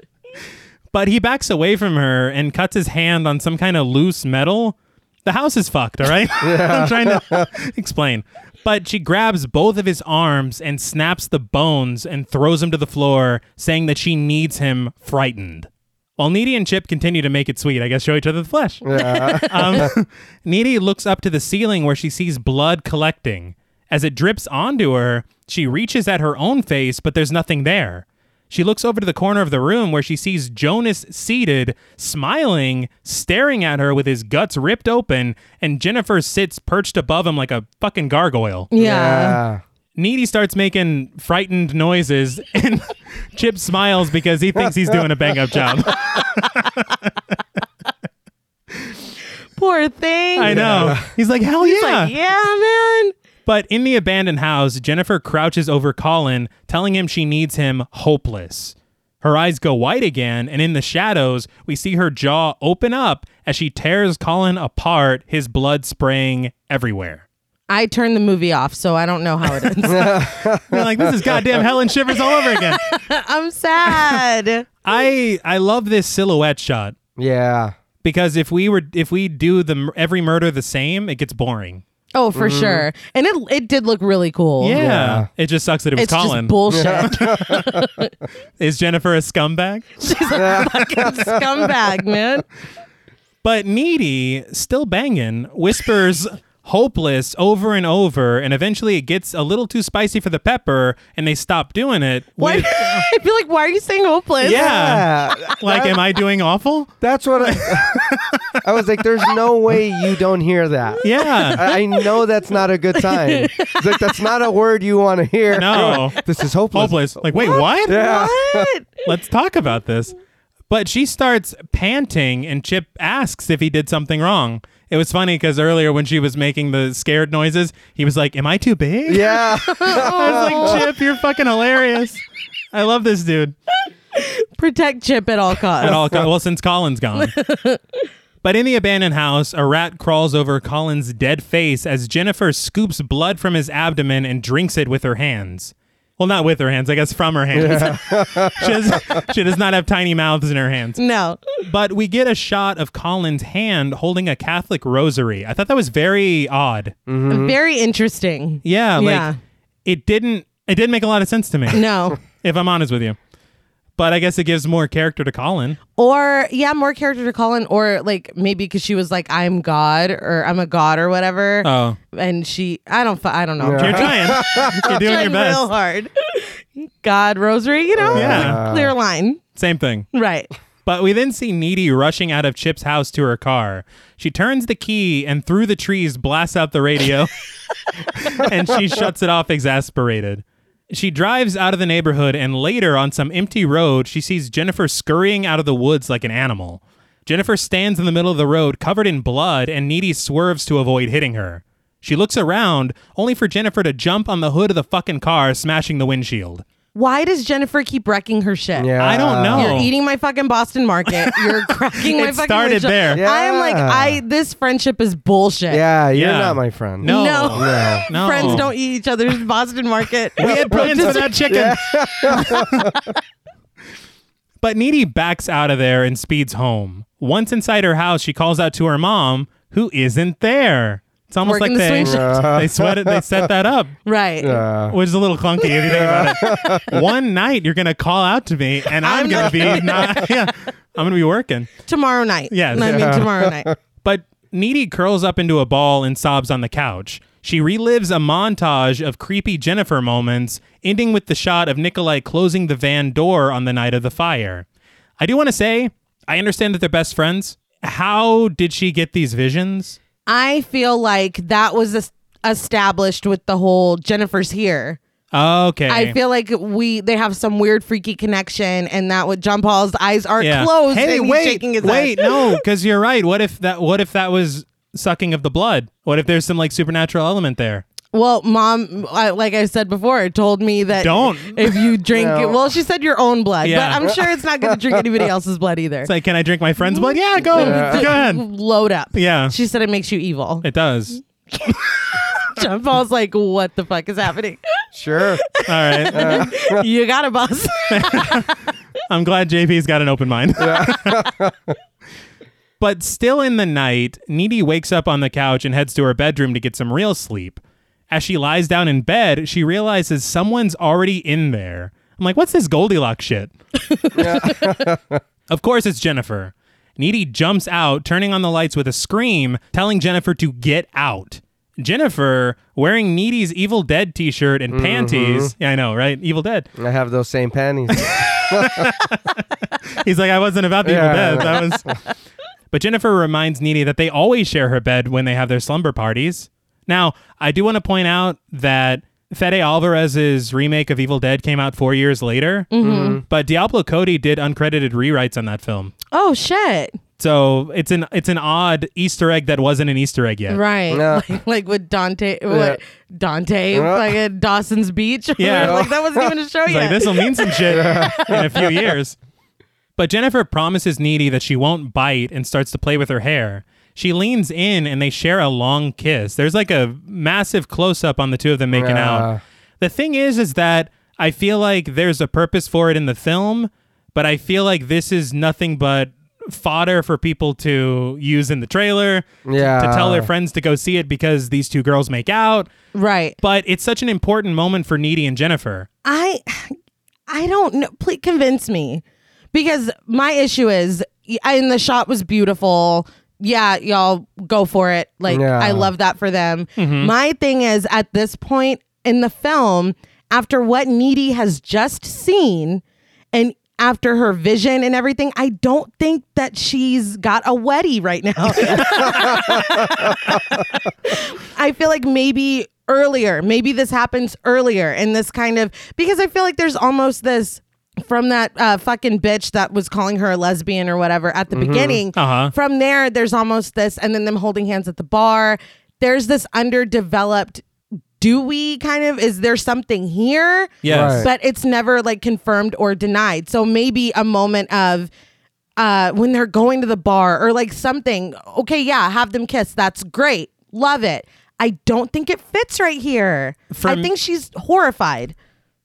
Speaker 1: But he backs away from her and cuts his hand on some kind of loose metal. The house is fucked, all right? I'm trying to explain. But she grabs both of his arms and snaps the bones and throws him to the floor, saying that she needs him frightened. While Needy and Chip continue to make it sweet, I guess show each other the flesh. Um, Needy looks up to the ceiling where she sees blood collecting. As it drips onto her, she reaches at her own face, but there's nothing there. She looks over to the corner of the room where she sees Jonas seated, smiling, staring at her with his guts ripped open, and Jennifer sits perched above him like a fucking gargoyle.
Speaker 2: Yeah.
Speaker 3: Yeah.
Speaker 1: Needy starts making frightened noises, and Chip smiles because he thinks he's doing a bang up job.
Speaker 2: Poor thing.
Speaker 1: I know. He's like, hell yeah.
Speaker 2: It's like, yeah, man.
Speaker 1: But in the abandoned house, Jennifer crouches over Colin, telling him she needs him hopeless. Her eyes go white again, and in the shadows, we see her jaw open up as she tears Colin apart, his blood spraying everywhere.
Speaker 2: I turned the movie off, so I don't know how it ends.
Speaker 1: We're like, this is goddamn Helen Shivers all over again.
Speaker 2: I'm sad.
Speaker 1: I I love this silhouette shot
Speaker 3: Yeah.
Speaker 1: because if we were if we do the m- every murder the same, it gets boring.
Speaker 2: Oh, for
Speaker 3: Mm-hmm.
Speaker 2: sure. And it it did look really cool.
Speaker 1: Yeah. It just sucks that it was
Speaker 2: Oh,
Speaker 1: Colin.
Speaker 2: It's just bullshit.
Speaker 1: is Jennifer a scumbag?
Speaker 2: She's a fucking scumbag, man.
Speaker 1: But Needy, still banging, whispers hopeless over and over, and eventually it gets a little too spicy for the pepper, and they stop doing it.
Speaker 2: Why?
Speaker 1: with-
Speaker 2: I feel like, why are you saying hopeless?
Speaker 1: yeah.
Speaker 3: Yeah.
Speaker 1: Like, am I doing awful?
Speaker 3: That's what I, I was like. There's no way you don't hear that.
Speaker 1: Yeah.
Speaker 3: I I know that's not a good sign. It's like that's not a word you want to hear.
Speaker 1: No.
Speaker 3: This is hopeless.
Speaker 1: Hopeless. Like, wait, what?
Speaker 3: Yeah.
Speaker 2: What?
Speaker 1: Let's talk about this. But she starts panting, and Chip asks if he did something wrong. It was funny because earlier when she was making the scared noises, he was like, Am I too big?
Speaker 3: Yeah.
Speaker 1: I was like, Chip, you're fucking hilarious. I love this dude.
Speaker 2: Protect Chip at all costs.
Speaker 1: at all. Well, since Colin's gone. But in the abandoned house, a rat crawls over Colin's dead face as Jennifer scoops blood from his abdomen and drinks it with her hands. Well, not with her hands, I guess from her hands. she, does, she does not have tiny mouths in her hands.
Speaker 2: No.
Speaker 1: But we get a shot of Colin's hand holding a Catholic rosary. I thought that was very odd.
Speaker 2: Very interesting.
Speaker 1: Mm-hmm. Yeah, like
Speaker 2: Yeah.
Speaker 1: it didn't it didn't make a lot of sense to me,
Speaker 2: No.
Speaker 1: if I'm honest with you. But I guess it gives more character to Colin.
Speaker 2: Or yeah, more character to Colin, or like maybe because she was like, "I'm God" or "I'm a God" or whatever,
Speaker 1: Oh.
Speaker 2: and she, I don't, fu- I don't know.
Speaker 1: You're trying. You're doing your
Speaker 2: Trying
Speaker 1: best.
Speaker 2: real hard. God, Rosary, you know,
Speaker 1: Yeah.
Speaker 2: clear line,
Speaker 1: Same thing.
Speaker 2: right?
Speaker 1: But we then see Needy rushing out of Chip's house to her car. She turns the key and through the trees blasts out the radio and she shuts it off exasperated. She drives out of the neighborhood and later on some empty road, she sees Jennifer scurrying out of the woods like an animal. Jennifer stands in the middle of the road covered in blood and Needy swerves to avoid hitting her. She looks around, only for Jennifer to jump on the hood of the fucking car, smashing the windshield.
Speaker 2: Why does Jennifer keep wrecking her shit?
Speaker 3: Yeah.
Speaker 1: I don't know.
Speaker 2: You're eating my fucking Boston market. You're cracking my
Speaker 1: Oh. It
Speaker 2: fucking.
Speaker 1: started
Speaker 2: windshield.
Speaker 1: there.
Speaker 3: Yeah.
Speaker 2: I am like, I this friendship is bullshit.
Speaker 3: Yeah. You're
Speaker 1: Yeah.
Speaker 3: not my friend.
Speaker 1: No.
Speaker 2: No.
Speaker 3: No.
Speaker 1: No.
Speaker 2: Friends don't eat each other's Boston market.
Speaker 1: We had plans for that chicken. but Needy backs out of there and speeds home. Once inside her house, she calls out to her mom, who isn't there. It's almost
Speaker 2: Working
Speaker 1: like
Speaker 2: the
Speaker 1: they
Speaker 2: swing
Speaker 1: they sweat it, they set that up,
Speaker 2: right.
Speaker 1: which is a little clunky if you think about it. One night you're gonna call out to me, and I'm,
Speaker 2: I'm
Speaker 1: gonna
Speaker 2: not
Speaker 1: be not. Yeah, I'm gonna be working.
Speaker 2: Tomorrow night.
Speaker 1: Yes.
Speaker 2: I mean tomorrow night.
Speaker 1: But Needy curls up into a ball and sobs on the couch. She relives a montage of creepy Jennifer moments, ending with the shot of Nikolai closing the van door on the night of the fire. I do want to say, I understand that they're best friends. How did she get these visions?
Speaker 2: I feel like that was es- established with the whole Jennifer's here.
Speaker 1: Okay.
Speaker 2: I feel like we they have some weird freaky connection, and that with John Paul's eyes are
Speaker 1: Yeah.
Speaker 2: closed.
Speaker 1: Hey,
Speaker 2: and he's
Speaker 1: wait,
Speaker 2: shaking his
Speaker 1: wait,
Speaker 2: head.
Speaker 1: no, because you're right. What if that? What if that was sucking of the blood? What if there's some like supernatural element there?
Speaker 2: Well, mom, I, like I said before, told me that
Speaker 1: Don't.
Speaker 2: if you drink.
Speaker 3: No.
Speaker 2: Well, she said your own blood,
Speaker 1: Yeah.
Speaker 2: but I'm sure it's not going to drink anybody else's blood either.
Speaker 1: It's like, can I drink my friend's blood? Yeah, go, go ahead.
Speaker 2: Load up.
Speaker 1: Yeah.
Speaker 2: She said it makes you evil.
Speaker 1: It does.
Speaker 2: jump. I was like, what the fuck is happening?
Speaker 3: Sure.
Speaker 1: All right.
Speaker 2: you got a boss.
Speaker 1: I'm glad JP's got an open mind. but still in the night, Needy wakes up on the couch and heads to her bedroom to get some real sleep. As she lies down in bed, she realizes someone's already in there. I'm like, what's this Goldilocks shit? of course, it's Jennifer. Needy jumps out, turning on the lights with a scream, telling Jennifer to get out. Jennifer, wearing Needy's Evil Dead t shirt and panties. Yeah, I know, right? Evil Dead.
Speaker 3: I have those same panties.
Speaker 1: He's like, I wasn't about the
Speaker 3: Yeah,
Speaker 1: evil dead. That was. But Jennifer reminds Needy that they always share her bed when they have their slumber parties. Now, I do want to point out that Fede Alvarez's remake of Evil Dead came out four years later, but Diablo Cody did uncredited rewrites on that film.
Speaker 2: oh shit!
Speaker 1: So it's an it's an odd Easter egg that wasn't an Easter egg yet.
Speaker 2: Right,
Speaker 3: Yeah.
Speaker 2: like, like with Dante,
Speaker 3: Yeah.
Speaker 2: what Dante, like at Dawson's Beach.
Speaker 1: Yeah.
Speaker 2: like that wasn't even a show
Speaker 1: It's like
Speaker 2: yet.
Speaker 1: this will mean some shit in a few years. But Jennifer promises Needy that she won't bite and starts to play with her hair. She leans in and they share a long kiss. There's like a massive close up on the two of them making
Speaker 3: Yeah.
Speaker 1: out. The thing is is that I feel like there's a purpose for it in the film, but I feel like this is nothing but fodder for people to use in the trailer
Speaker 3: Yeah.
Speaker 1: to tell their friends to go see it because these two girls make out.
Speaker 2: right.
Speaker 1: But it's such an important moment for Needy and Jennifer.
Speaker 2: I I don't know. Please convince me. Because my issue is y- and the shot was beautiful. Yeah, y'all go for it. Like
Speaker 3: Yeah.
Speaker 2: I love that for them. My thing is at this point in the film, after what Needy has just seen and after her vision and everything, I don't think that she's got a wedgie right now. I feel like maybe earlier, maybe this happens earlier in this kind of because I feel like there's almost this from that uh, fucking bitch that was calling her a lesbian or whatever at the beginning.
Speaker 1: Uh-huh.
Speaker 2: From there, there's almost this, and then them holding hands at the bar. There's this underdeveloped. Do we kind of is there something here?
Speaker 1: Yes.
Speaker 3: Right.
Speaker 2: but it's never like confirmed or denied. So maybe a moment of uh when they're going to the bar or like something. Okay, yeah, have them kiss. That's great. Love it. I don't think it fits right here. I
Speaker 1: From-
Speaker 2: think she's horrified.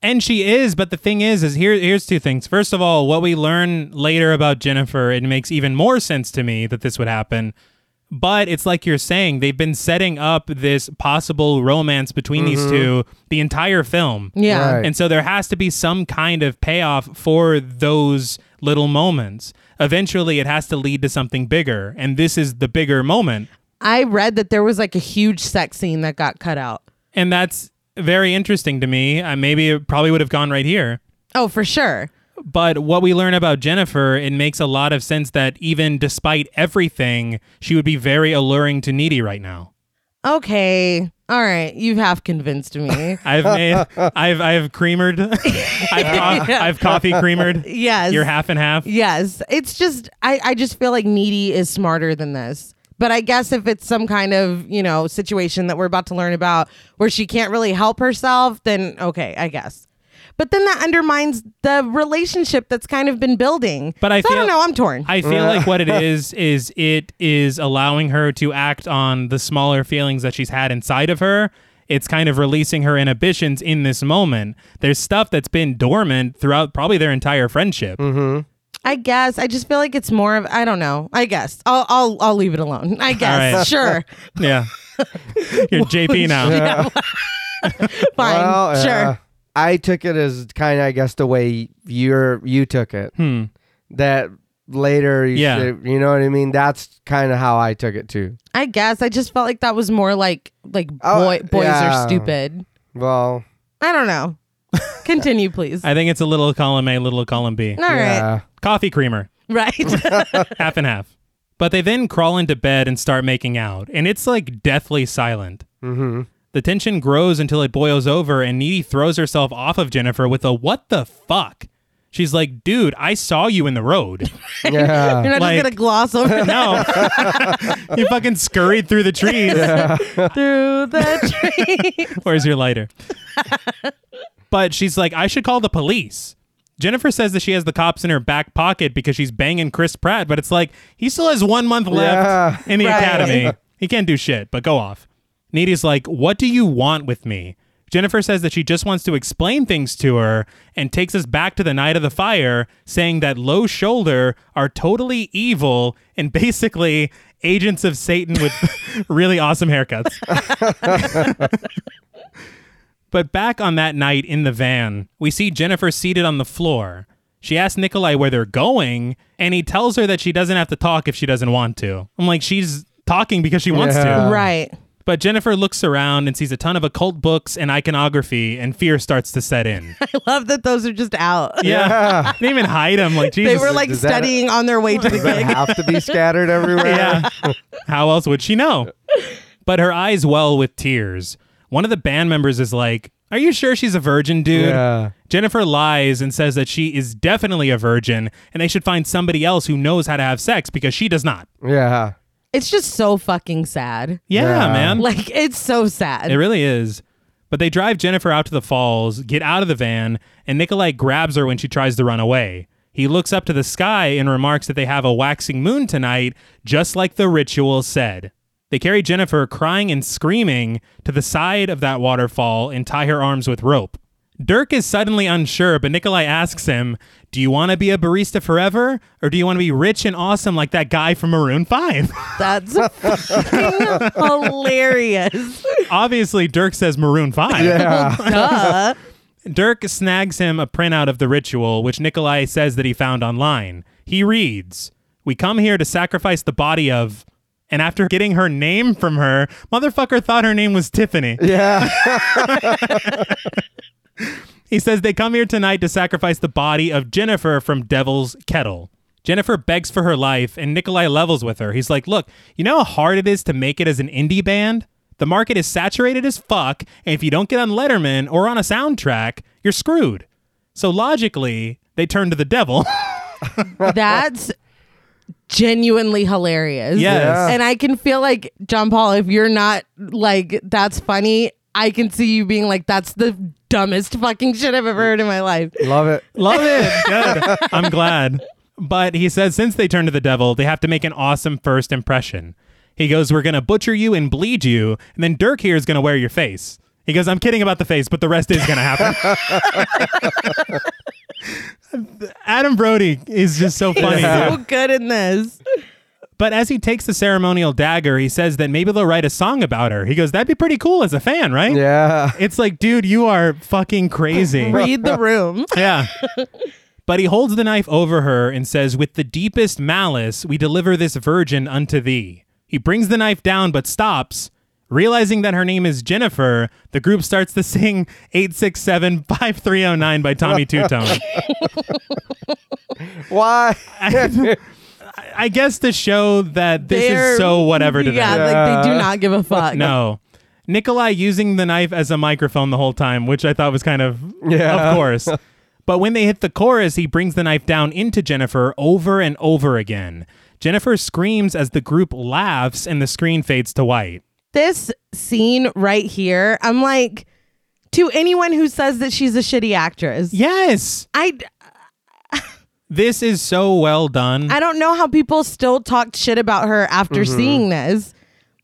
Speaker 1: And she is, but the thing is, is here. Here's two things. First of all, what we learn later about Jennifer, it makes even more sense to me that this would happen. But it's like you're saying, they've been setting up this possible romance between these two the entire film.
Speaker 2: Yeah.
Speaker 3: Right.
Speaker 1: And so there has to be some kind of payoff for those little moments. Eventually, it has to lead to something bigger. And this is the bigger moment.
Speaker 2: I read that there was like a huge sex scene that got cut out.
Speaker 1: And that's very interesting to me. Uh, maybe it probably would have gone right here.
Speaker 2: Oh, for sure.
Speaker 1: But what we learn about Jennifer, it makes a lot of sense that even despite everything, she would be very alluring to Needy right now.
Speaker 2: Okay. All right. You've half convinced me.
Speaker 1: I've made, I've, I've creamered, I've, co- I've coffee creamered.
Speaker 2: yes.
Speaker 1: You're half and half.
Speaker 2: Yes. It's just I, I just feel like needy is smarter than this. But I guess if it's some kind of, you know, situation that we're about to learn about where she can't really help herself, then okay, I guess. But then that undermines the relationship that's kind of been building.
Speaker 1: But I
Speaker 2: So I don't
Speaker 1: feel-
Speaker 2: know, I'm torn.
Speaker 1: I feel like what it is is it is allowing her to act on the smaller feelings that she's had inside of her. It's kind of releasing her inhibitions in this moment. There's stuff that's been dormant throughout probably their entire friendship.
Speaker 2: I guess. I just feel like it's more of I don't know. I guess. I'll I'll I'll leave it alone. I guess.
Speaker 1: right.
Speaker 2: Sure.
Speaker 1: Yeah. You're JP now.
Speaker 2: Fine.
Speaker 3: Well, uh,
Speaker 2: sure.
Speaker 3: I took it as kind of, I guess, the way you're you took it.
Speaker 2: Hmm.
Speaker 3: That later, you
Speaker 1: Yeah.
Speaker 3: should- you know what I mean. That's kind of how I took it too.
Speaker 2: I guess. I just felt like that was more like like
Speaker 3: Oh,
Speaker 2: boy boys
Speaker 3: yeah.
Speaker 2: are stupid.
Speaker 3: Well,
Speaker 2: I don't know. Continue, please.
Speaker 1: I think it's a little column A, little column B.
Speaker 2: All right,
Speaker 3: yeah.
Speaker 1: Coffee creamer,
Speaker 2: right.
Speaker 1: half and half. But they then crawl into bed and start making out, and it's like deathly silent.
Speaker 3: Mm-hmm.
Speaker 1: The tension grows until it boils over, and Needy throws herself off of Jennifer with a what the fuck? She's like, dude, I saw you in the road.
Speaker 3: Yeah.
Speaker 2: You're not
Speaker 1: Like-
Speaker 2: just gonna gloss over that
Speaker 1: No. you fucking scurried through the trees.
Speaker 2: through the tree.
Speaker 1: Where's your lighter? but she's like, I should call the police. Jennifer says that she has the cops in her back pocket because she's banging Chris Pratt, but it's like he still has one month left
Speaker 3: Yeah.
Speaker 1: in the
Speaker 2: Right.
Speaker 1: academy. He can't do shit, but go off. Needy's like, What do you want with me? Jennifer says that she just wants to explain things to her and takes us back to the night of the fire, saying that Low Shoulder are totally evil and basically agents of Satan with really awesome haircuts. But back on that night in the van, we see Jennifer seated on the floor. She asks Nikolai where they're going, and he tells her that she doesn't have to talk if she doesn't want to. I'm like, she's talking because she wants
Speaker 3: Yeah.
Speaker 1: to.
Speaker 2: right.
Speaker 1: But Jennifer looks around and sees a ton of occult books and iconography, and fear starts to set in.
Speaker 2: I love that those are just out.
Speaker 1: Yeah. they didn't even hide him. Like,
Speaker 2: They
Speaker 1: Jesus.
Speaker 2: were like
Speaker 3: Does that-
Speaker 2: studying on their way to the
Speaker 3: Does that
Speaker 2: gig.
Speaker 3: have to be scattered everywhere?
Speaker 1: yeah. How else would she know? But her eyes well with tears. One of the band members is like, Are you sure she's a virgin, dude?
Speaker 3: Yeah.
Speaker 1: Jennifer lies and says that she is definitely a virgin and they should find somebody else who knows how to have sex because she does not.
Speaker 3: Yeah.
Speaker 2: It's just so fucking sad.
Speaker 1: Yeah,
Speaker 3: Yeah.
Speaker 1: man.
Speaker 2: Like it's so sad.
Speaker 1: It really is. But they drive Jennifer out to the falls, get out of the van, and Nikolai grabs her when she tries to run away. He looks up to the sky and remarks that they have a waxing moon tonight, just like the ritual said. They carry Jennifer, crying and screaming, to the side of that waterfall and tie her arms with rope. Dirk is suddenly unsure, but Nikolai asks him, Do you want to be a barista forever? Or do you want to be rich and awesome like that guy from Maroon 5?
Speaker 2: That's fucking hilarious.
Speaker 1: Obviously, Dirk says Maroon 5.
Speaker 3: Yeah.
Speaker 2: Duh.
Speaker 1: Dirk snags him a printout of the ritual, which Nikolai says that he found online. He reads, We come here to sacrifice the body of. And after getting her name from her, motherfucker thought her name was Tiffany.
Speaker 3: Yeah.
Speaker 1: He says they come here tonight to sacrifice the body of Jennifer from Devil's Kettle. Jennifer begs for her life, and Nikolai levels with her. He's like, Look, you know how hard it is to make it as an indie band? The market is saturated as fuck, and if you don't get on Letterman or on a soundtrack, you're screwed. So logically, they turn to the devil.
Speaker 2: That's genuinely hilarious.
Speaker 1: Yes. Yeah.
Speaker 2: And I can feel like John Paul, if you're not like that's funny, I can see you being like, that's the dumbest fucking shit I've ever heard in my life.
Speaker 3: Love it.
Speaker 1: Love it. Good. I'm glad. But he says since they turn to the devil, they have to make an awesome first impression. He goes, We're going to butcher you and bleed you. And then Dirk here is going to wear your face. He goes, I'm kidding about the face, but the rest is going to happen. Adam Brody is just so funny. dude.
Speaker 2: So good in this.
Speaker 1: But as he takes the ceremonial dagger, he says that maybe they'll write a song about her. He goes, That'd be pretty cool as a fan, right?
Speaker 3: Yeah.
Speaker 1: It's like, dude, you are fucking crazy.
Speaker 2: Read the room.
Speaker 1: Yeah. but he holds the knife over her and says, With the deepest malice, we deliver this virgin unto thee. He brings the knife down but stops. Realizing that her name is Jennifer, the group starts to sing 867 5309 by Tommy Two Tone.
Speaker 3: Why?
Speaker 1: I guess to show that this
Speaker 2: They're-
Speaker 1: is so whatever to
Speaker 2: yeah,
Speaker 1: them.
Speaker 2: like they do not give a fuck.
Speaker 1: No. Nikolai using the knife as a microphone the whole time, which I thought was kind of,
Speaker 3: Yeah.
Speaker 1: of course. But when they hit the chorus, he brings the knife down into Jennifer over and over again. Jennifer screams as the group laughs and the screen fades to white.
Speaker 2: This scene right here, I'm like, to anyone who says that she's a shitty actress,
Speaker 1: Yes.
Speaker 2: I,
Speaker 1: This is so well done.
Speaker 2: I don't know how people still talked shit about her after
Speaker 3: Mm-hmm.
Speaker 2: seeing this.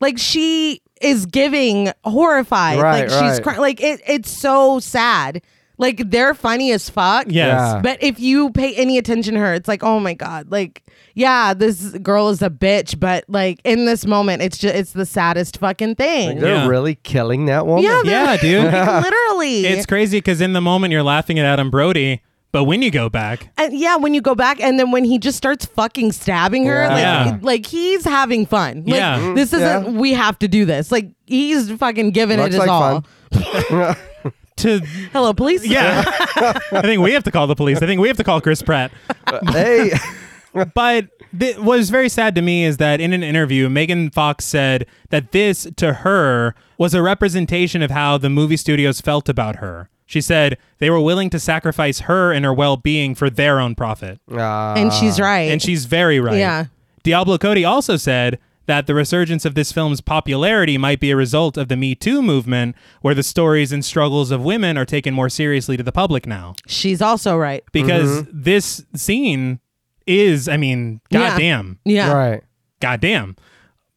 Speaker 2: Like she is giving horrified.
Speaker 3: Right,
Speaker 2: like she's
Speaker 3: right.
Speaker 2: crying. Like it, it's so sad. Like they're funny as fuck.
Speaker 1: yes.
Speaker 3: Yeah.
Speaker 2: But if you pay any attention to her, it's like, oh my god, like yeah, this girl is a bitch. But like in this moment, it's just it's the saddest fucking thing.
Speaker 3: They're
Speaker 1: Yeah.
Speaker 3: really killing that woman.
Speaker 2: yeah, they're-
Speaker 1: Yeah, dude.
Speaker 2: like, literally.
Speaker 1: It's crazy because in the moment you're laughing at Adam Brody, but when you go back,
Speaker 2: and yeah, when you go back, and then when he just starts fucking stabbing her, like
Speaker 1: Yeah.
Speaker 2: it- like he's having fun. Like,
Speaker 1: Yeah. Mm,
Speaker 2: this isn't.
Speaker 3: yeah.
Speaker 2: We have to do this. Like he's fucking giving
Speaker 3: Looks
Speaker 2: it his
Speaker 3: like
Speaker 2: all.
Speaker 3: fun.
Speaker 1: to
Speaker 2: Hello, police.
Speaker 1: yeah, I think we have to call the police. I think we have to call Chris Pratt.
Speaker 3: Uh, Hey.
Speaker 1: But th- what is very sad to me is that in an interview, Megan Fox said that this, to her, was a representation of how the movie studios felt about her. She said they were willing to sacrifice her and her well being for their own profit.
Speaker 3: Ah.
Speaker 2: and she's right.
Speaker 1: And she's very right.
Speaker 2: Yeah.
Speaker 1: Diablo Cody also said that the resurgence of this film's popularity might be a result of the Me Too movement, where the stories and struggles of women are taken more seriously to the public now.
Speaker 2: she's also right.
Speaker 1: Because this scene is, I mean,
Speaker 2: Mm-hmm. Yeah.
Speaker 1: goddamn.
Speaker 2: Yeah.
Speaker 3: Right.
Speaker 1: goddamn.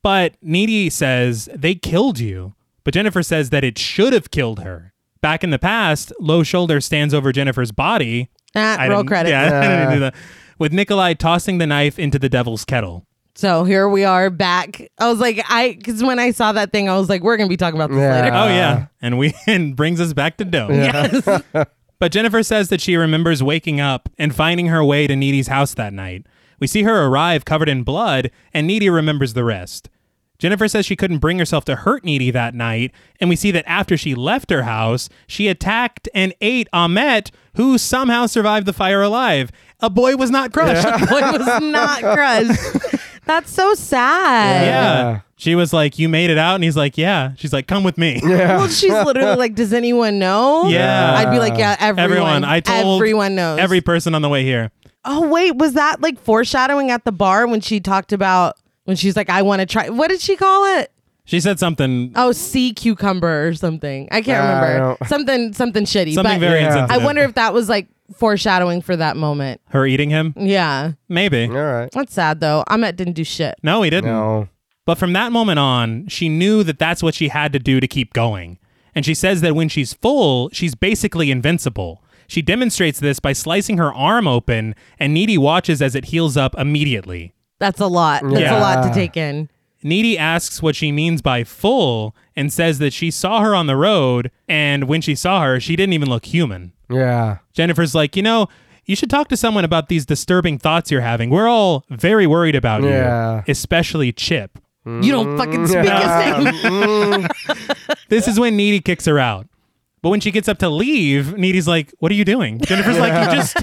Speaker 1: But Needy says they killed you. But Jennifer says that it should have killed her. Back in the past, Low Shoulder stands over Jennifer's body.
Speaker 2: Ah,
Speaker 1: I
Speaker 2: roll
Speaker 1: didn't-
Speaker 2: credits.
Speaker 1: Yeah, I didn't do that. With Nikolai tossing the knife into the devil's kettle.
Speaker 2: So here we are back. I was like, I because when I saw that thing, I was like, we're gonna be talking about this
Speaker 3: Yeah.
Speaker 2: later.
Speaker 1: Oh yeah, and we and brings us back to dough.
Speaker 2: Yes.
Speaker 1: But Jennifer says that she remembers waking up and finding her way to Needy's house that night. We see her arrive covered in blood, and Needy remembers the rest. Jennifer says she couldn't bring herself to hurt Needy that night, and we see that after she left her house, she attacked and ate Ahmet, who somehow survived the fire alive. A boy was not crushed.
Speaker 2: Boy was not crushed. That's so sad.
Speaker 1: yeah. She was like, You made it out? And he's like, Yeah. She's like, Come with me.
Speaker 2: Well, she's literally like, does anyone know?
Speaker 1: Yeah.
Speaker 2: I'd be like, yeah, everyone.
Speaker 1: Everyone, I told
Speaker 2: everyone knows.
Speaker 1: Every person on the way here.
Speaker 2: Oh wait, was that like foreshadowing at the bar when she talked about when she's like, I want to try. What did she call it?
Speaker 1: She said something
Speaker 2: Oh, sea cucumber or something. I can't
Speaker 3: Uh, I
Speaker 2: remember.
Speaker 3: don't-
Speaker 2: something something shitty.
Speaker 1: something
Speaker 2: but
Speaker 1: very
Speaker 3: Yeah.
Speaker 1: insensitive.
Speaker 2: I wonder if that was like foreshadowing for that moment.
Speaker 1: her eating him?
Speaker 2: Yeah.
Speaker 1: Maybe.
Speaker 3: All right.
Speaker 2: That's sad though. Ahmet didn't do shit.
Speaker 1: No, he didn't.
Speaker 3: No.
Speaker 1: But from that moment on, she knew that that's what she had to do to keep going. And she says that when she's full, she's basically invincible. She demonstrates this by slicing her arm open, and Needy watches as it heals up immediately.
Speaker 2: That's a lot. That's
Speaker 1: Yeah.
Speaker 2: a lot to take in.
Speaker 1: Needy asks what she means by full and says that she saw her on the road, and when she saw her, she didn't even look human.
Speaker 3: Yeah.
Speaker 1: Jennifer's like, you know, you should talk to someone about these disturbing thoughts you're having. We're all very worried about
Speaker 3: Yeah.
Speaker 1: you, especially Chip.
Speaker 2: You
Speaker 1: Mm.
Speaker 2: don't fucking speak his name.
Speaker 1: This is when Needy kicks her out. But when she gets up to leave, Needy's like, What are you doing? Jennifer's like, You just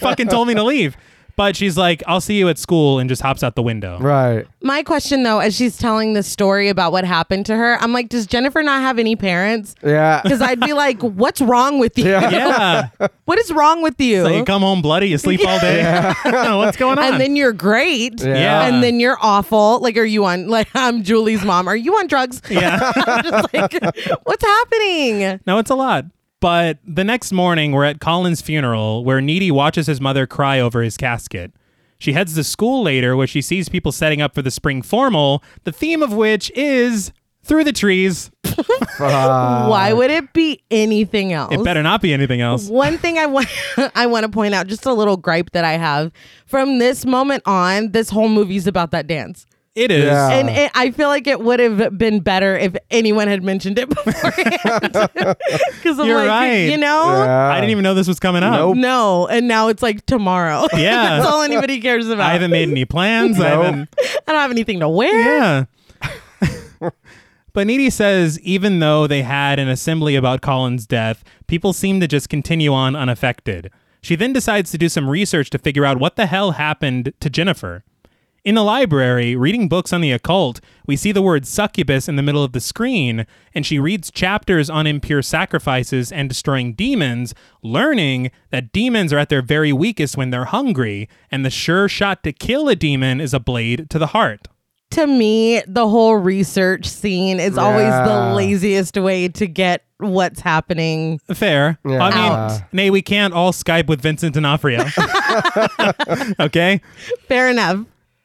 Speaker 1: fucking told me to leave. But she's like, I'll see you at school and just hops out the window.
Speaker 3: Right.
Speaker 2: My question though, as she's telling this story about what happened to her, I'm like, does Jennifer not have any parents?
Speaker 3: Yeah.
Speaker 2: Because I'd be like, what's wrong with you?
Speaker 1: Yeah.
Speaker 2: What is wrong with you?
Speaker 1: So you come home bloody, you sleep all day. What's going on?
Speaker 2: and then you're great.
Speaker 1: Yeah.
Speaker 2: And then you're awful. Like, are you on, like, I'm Julie's mom. Are you on drugs?
Speaker 1: yeah.
Speaker 2: I'm just like, what's happening?
Speaker 1: No, it's a lot. But the next morning, we're at Colin's funeral where Needy watches his mother cry over his casket. She heads to school later where she sees people setting up for the spring formal, the theme of which is through the trees.
Speaker 3: Uh,
Speaker 1: Uh,
Speaker 2: Why would it be anything else?
Speaker 1: It better not be anything else.
Speaker 2: One thing I want I want to point out, just a little gripe that I have. From this moment on, this whole movie's about that dance.
Speaker 1: It is.
Speaker 3: Yeah.
Speaker 2: and it, I feel like it would have been better if anyone had mentioned it beforehand. Because I'm
Speaker 1: You're
Speaker 2: like,
Speaker 1: right.
Speaker 2: you know,
Speaker 3: Yeah.
Speaker 1: I didn't even know this was coming up.
Speaker 3: Nope.
Speaker 2: no, and now it's like tomorrow.
Speaker 1: Yeah.
Speaker 2: that's all anybody cares about.
Speaker 1: I
Speaker 2: I,
Speaker 1: haven't made any plans. I
Speaker 3: Nope.
Speaker 1: haven't.
Speaker 2: don't have anything to wear.
Speaker 1: Yeah. but Needy says even though they had an assembly about Colin's death, people seem to just continue on unaffected. She then decides to do some research to figure out what the hell happened to Jennifer. In the library, reading books on the occult, we see the word succubus in the middle of the screen, and she reads chapters on impure sacrifices and destroying demons, learning that demons are at their very weakest when they're hungry, and the sure shot to kill a demon is a blade to the heart.
Speaker 2: To me, the whole research scene is always
Speaker 3: Yeah.
Speaker 2: the laziest way to get what's happening.
Speaker 1: Fair.
Speaker 3: Yeah.
Speaker 1: I mean,
Speaker 2: Out.
Speaker 1: nay, we can't all Skype with Vincent D'Onofrio. okay.
Speaker 2: Fair enough.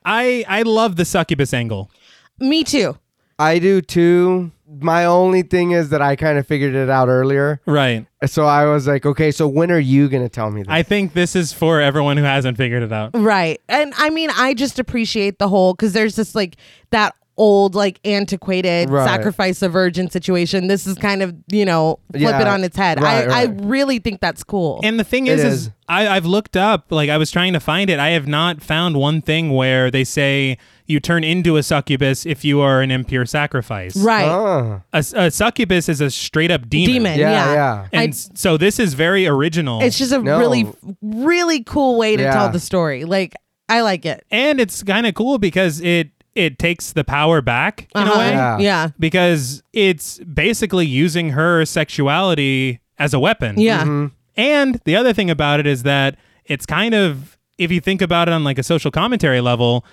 Speaker 1: I I love the succubus angle.
Speaker 2: Me too.
Speaker 3: I do too. My only thing is that I kind of figured it out earlier.
Speaker 1: Right.
Speaker 3: So I was like, okay, so when are you going to tell me this?
Speaker 1: I think this is for everyone who hasn't figured it out.
Speaker 2: Right. And I mean, I just appreciate the whole because there's this like that old, like antiquated
Speaker 3: Right.
Speaker 2: sacrifice a virgin situation. This is kind of, you know, flip
Speaker 3: Yeah.
Speaker 2: it on its head. I,
Speaker 3: Right, right.
Speaker 2: I really think that's cool.
Speaker 1: And the thing
Speaker 3: It
Speaker 1: is,
Speaker 3: is.
Speaker 1: is I, I've looked up, like I was trying to find it. I have not found one thing where they say you turn into a succubus if you are an impure sacrifice.
Speaker 2: right.
Speaker 3: Ah.
Speaker 1: A, a succubus is a straight up demon.
Speaker 2: Demon.
Speaker 3: Yeah,
Speaker 2: Yeah.
Speaker 3: yeah.
Speaker 1: And
Speaker 2: I-
Speaker 1: s- so this is very original.
Speaker 2: it's just a
Speaker 3: No.
Speaker 2: really, really cool way to
Speaker 3: Yeah.
Speaker 2: tell the story. Like, I like it.
Speaker 1: and it's kind of cool because it it takes the power back in a
Speaker 2: Uh-huh.
Speaker 1: way.
Speaker 3: Yeah.
Speaker 2: Yeah. Yeah.
Speaker 1: because it's basically using her sexuality as a weapon.
Speaker 3: Mm-hmm.
Speaker 1: And the other thing about it is that it's kind of, if you think about it on like a social commentary level,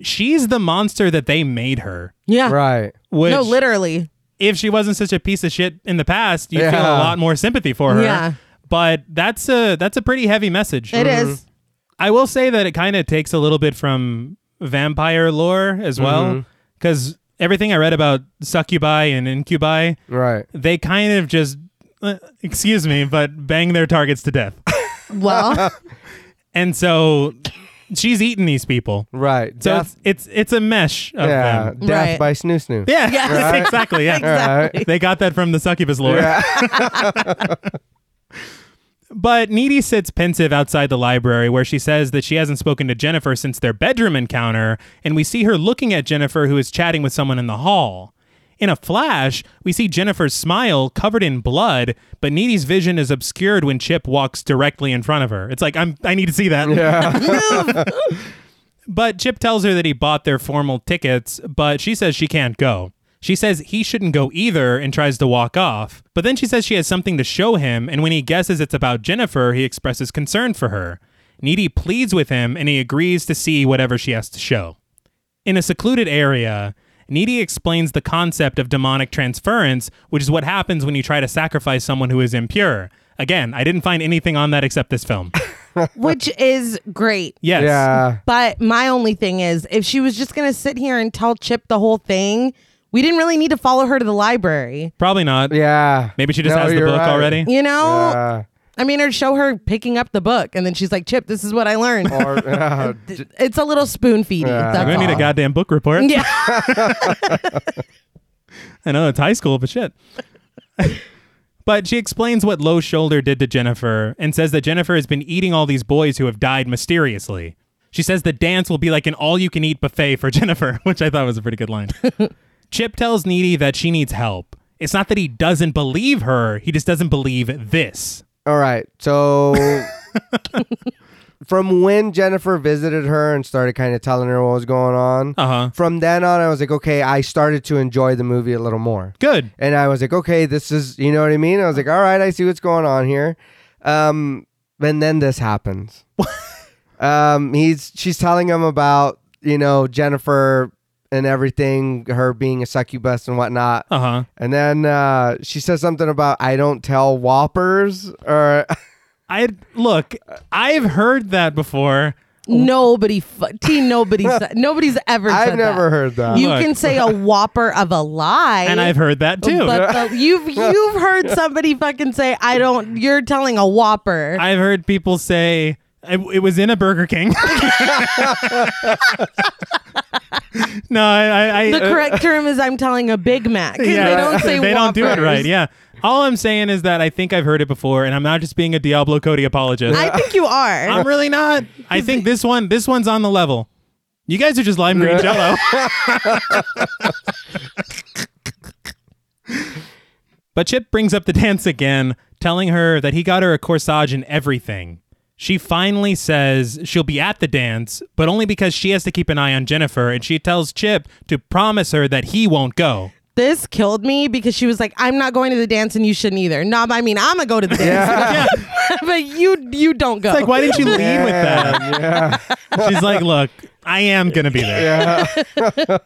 Speaker 1: she's the monster that they made her.
Speaker 2: Yeah.
Speaker 3: Right.
Speaker 1: Which,
Speaker 2: no, literally.
Speaker 1: if she wasn't such a piece of shit in the past, you would feel a
Speaker 3: Yeah.
Speaker 1: lot more sympathy for her.
Speaker 2: Yeah.
Speaker 1: But that's a that's a pretty heavy message.
Speaker 2: It
Speaker 3: Mm-hmm.
Speaker 2: is.
Speaker 1: I will say that it kind of takes a little bit from vampire lore as well, because everything I read about succubi and incubi,
Speaker 3: Right.
Speaker 1: they kind of just, uh, excuse me, but bang their targets to death.
Speaker 2: Well,
Speaker 1: And so she's eating these people.
Speaker 3: Right.
Speaker 1: So
Speaker 3: death.
Speaker 1: it's, it's it's a mesh of
Speaker 3: Yeah.
Speaker 1: them.
Speaker 3: Death
Speaker 2: Right.
Speaker 3: by snoo snoo.
Speaker 1: Yeah,
Speaker 2: Yes.
Speaker 1: yes, exactly. Yeah,
Speaker 2: exactly.
Speaker 1: they got that from the succubus lore. but Needy sits pensive outside the library where she says that she hasn't spoken to Jennifer since their bedroom encounter, and we see her looking at Jennifer, who is chatting with someone in the hall. In a flash, we see Jennifer's smile covered in blood, but Needy's vision is obscured when Chip walks directly in front of her. It's like, I'm, I need to see that. But Chip tells her that he bought their formal tickets, but she says she can't go. She says he shouldn't go either and tries to walk off. But then she says she has something to show him, and when he guesses it's about Jennifer, he expresses concern for her. Needy pleads with him, and he agrees to see whatever she has to show. In a secluded area, Needy explains the concept of demonic transference, which is what happens when you try to sacrifice someone who is impure. Again, I didn't find anything on that except this film.
Speaker 2: which is great.
Speaker 1: Yes.
Speaker 3: Yeah.
Speaker 2: But my only thing is, if she was just going to sit here and tell Chip the whole thing, we didn't really need to follow her to the library.
Speaker 1: Probably not.
Speaker 3: Yeah.
Speaker 1: Maybe she just
Speaker 3: No,
Speaker 1: has the
Speaker 3: you're
Speaker 1: book
Speaker 3: right.
Speaker 1: already.
Speaker 2: You know?
Speaker 3: Yeah.
Speaker 2: I mean, or show her picking up the book and then she's like, Chip, this is what I learned.
Speaker 3: Or, yeah. J-
Speaker 2: it's a little spoon feedy.
Speaker 3: Oh, Yeah.
Speaker 1: I'm
Speaker 2: That's
Speaker 1: gonna need a
Speaker 2: all.
Speaker 1: goddamn book report.
Speaker 2: Yeah.
Speaker 1: I know it's high school, but shit. but she explains what Low Shoulder did to Jennifer and says that Jennifer has been eating all these boys who have died mysteriously. She says the dance will be like an all you can eat buffet for Jennifer, which I thought was a pretty good line. Chip tells Needy that she needs help. It's not that he doesn't believe her, he just doesn't believe this.
Speaker 3: All right. So from when Jennifer visited her and started kind of telling her what was going on,
Speaker 1: Uh huh.
Speaker 3: from then on, I was like, okay, I started to enjoy the movie a little more.
Speaker 1: Good.
Speaker 3: And I was like, okay, this is, you know what I mean? I was like, all right, I see what's going on here. Um, and then this happens. um, he's, she's telling him about, you know, Jennifer and everything, her being a succubus and whatnot.
Speaker 1: Uh huh.
Speaker 3: And then uh, she says something about I don't tell whoppers or
Speaker 1: I look, I've heard that before.
Speaker 2: Nobody, fu- T, nobody, said, nobody's ever said
Speaker 3: I've never
Speaker 2: that.
Speaker 3: heard that.
Speaker 2: You
Speaker 1: Look.
Speaker 2: can say a whopper of a lie.
Speaker 1: And I've heard that too.
Speaker 2: Oh, But the, you've you've heard somebody fucking say, "I don't." You're telling a whopper.
Speaker 1: I've heard people say it, it was in a Burger King. no, I, I, I
Speaker 2: the correct term is, "I'm telling a Big Mac."
Speaker 1: uh, yeah,
Speaker 2: they don't say.
Speaker 1: they don't do it
Speaker 2: Whoppers.
Speaker 1: right. Yeah, all I'm saying is that I think I've heard it before, and I'm not just being a Diablo Cody apologist.
Speaker 2: I think you are.
Speaker 1: I'm really not. Uh, I think this one, this one's on the level. You guys are just lime green jello. but Chip brings up the dance again, telling her that he got her a corsage and everything. She finally says she'll be at the dance, but only because she has to keep an eye on Jennifer, and she tells Chip to promise her that he won't go.
Speaker 2: this killed me because she was like, "I'm not going to the dance, and you shouldn't either." No, I mean, I'm gonna go to the dance,
Speaker 1: Yeah.
Speaker 2: but you you don't go.
Speaker 1: Like, why didn't you lead with that?
Speaker 3: Yeah,
Speaker 1: She's like, look, I am gonna be there.
Speaker 3: yeah,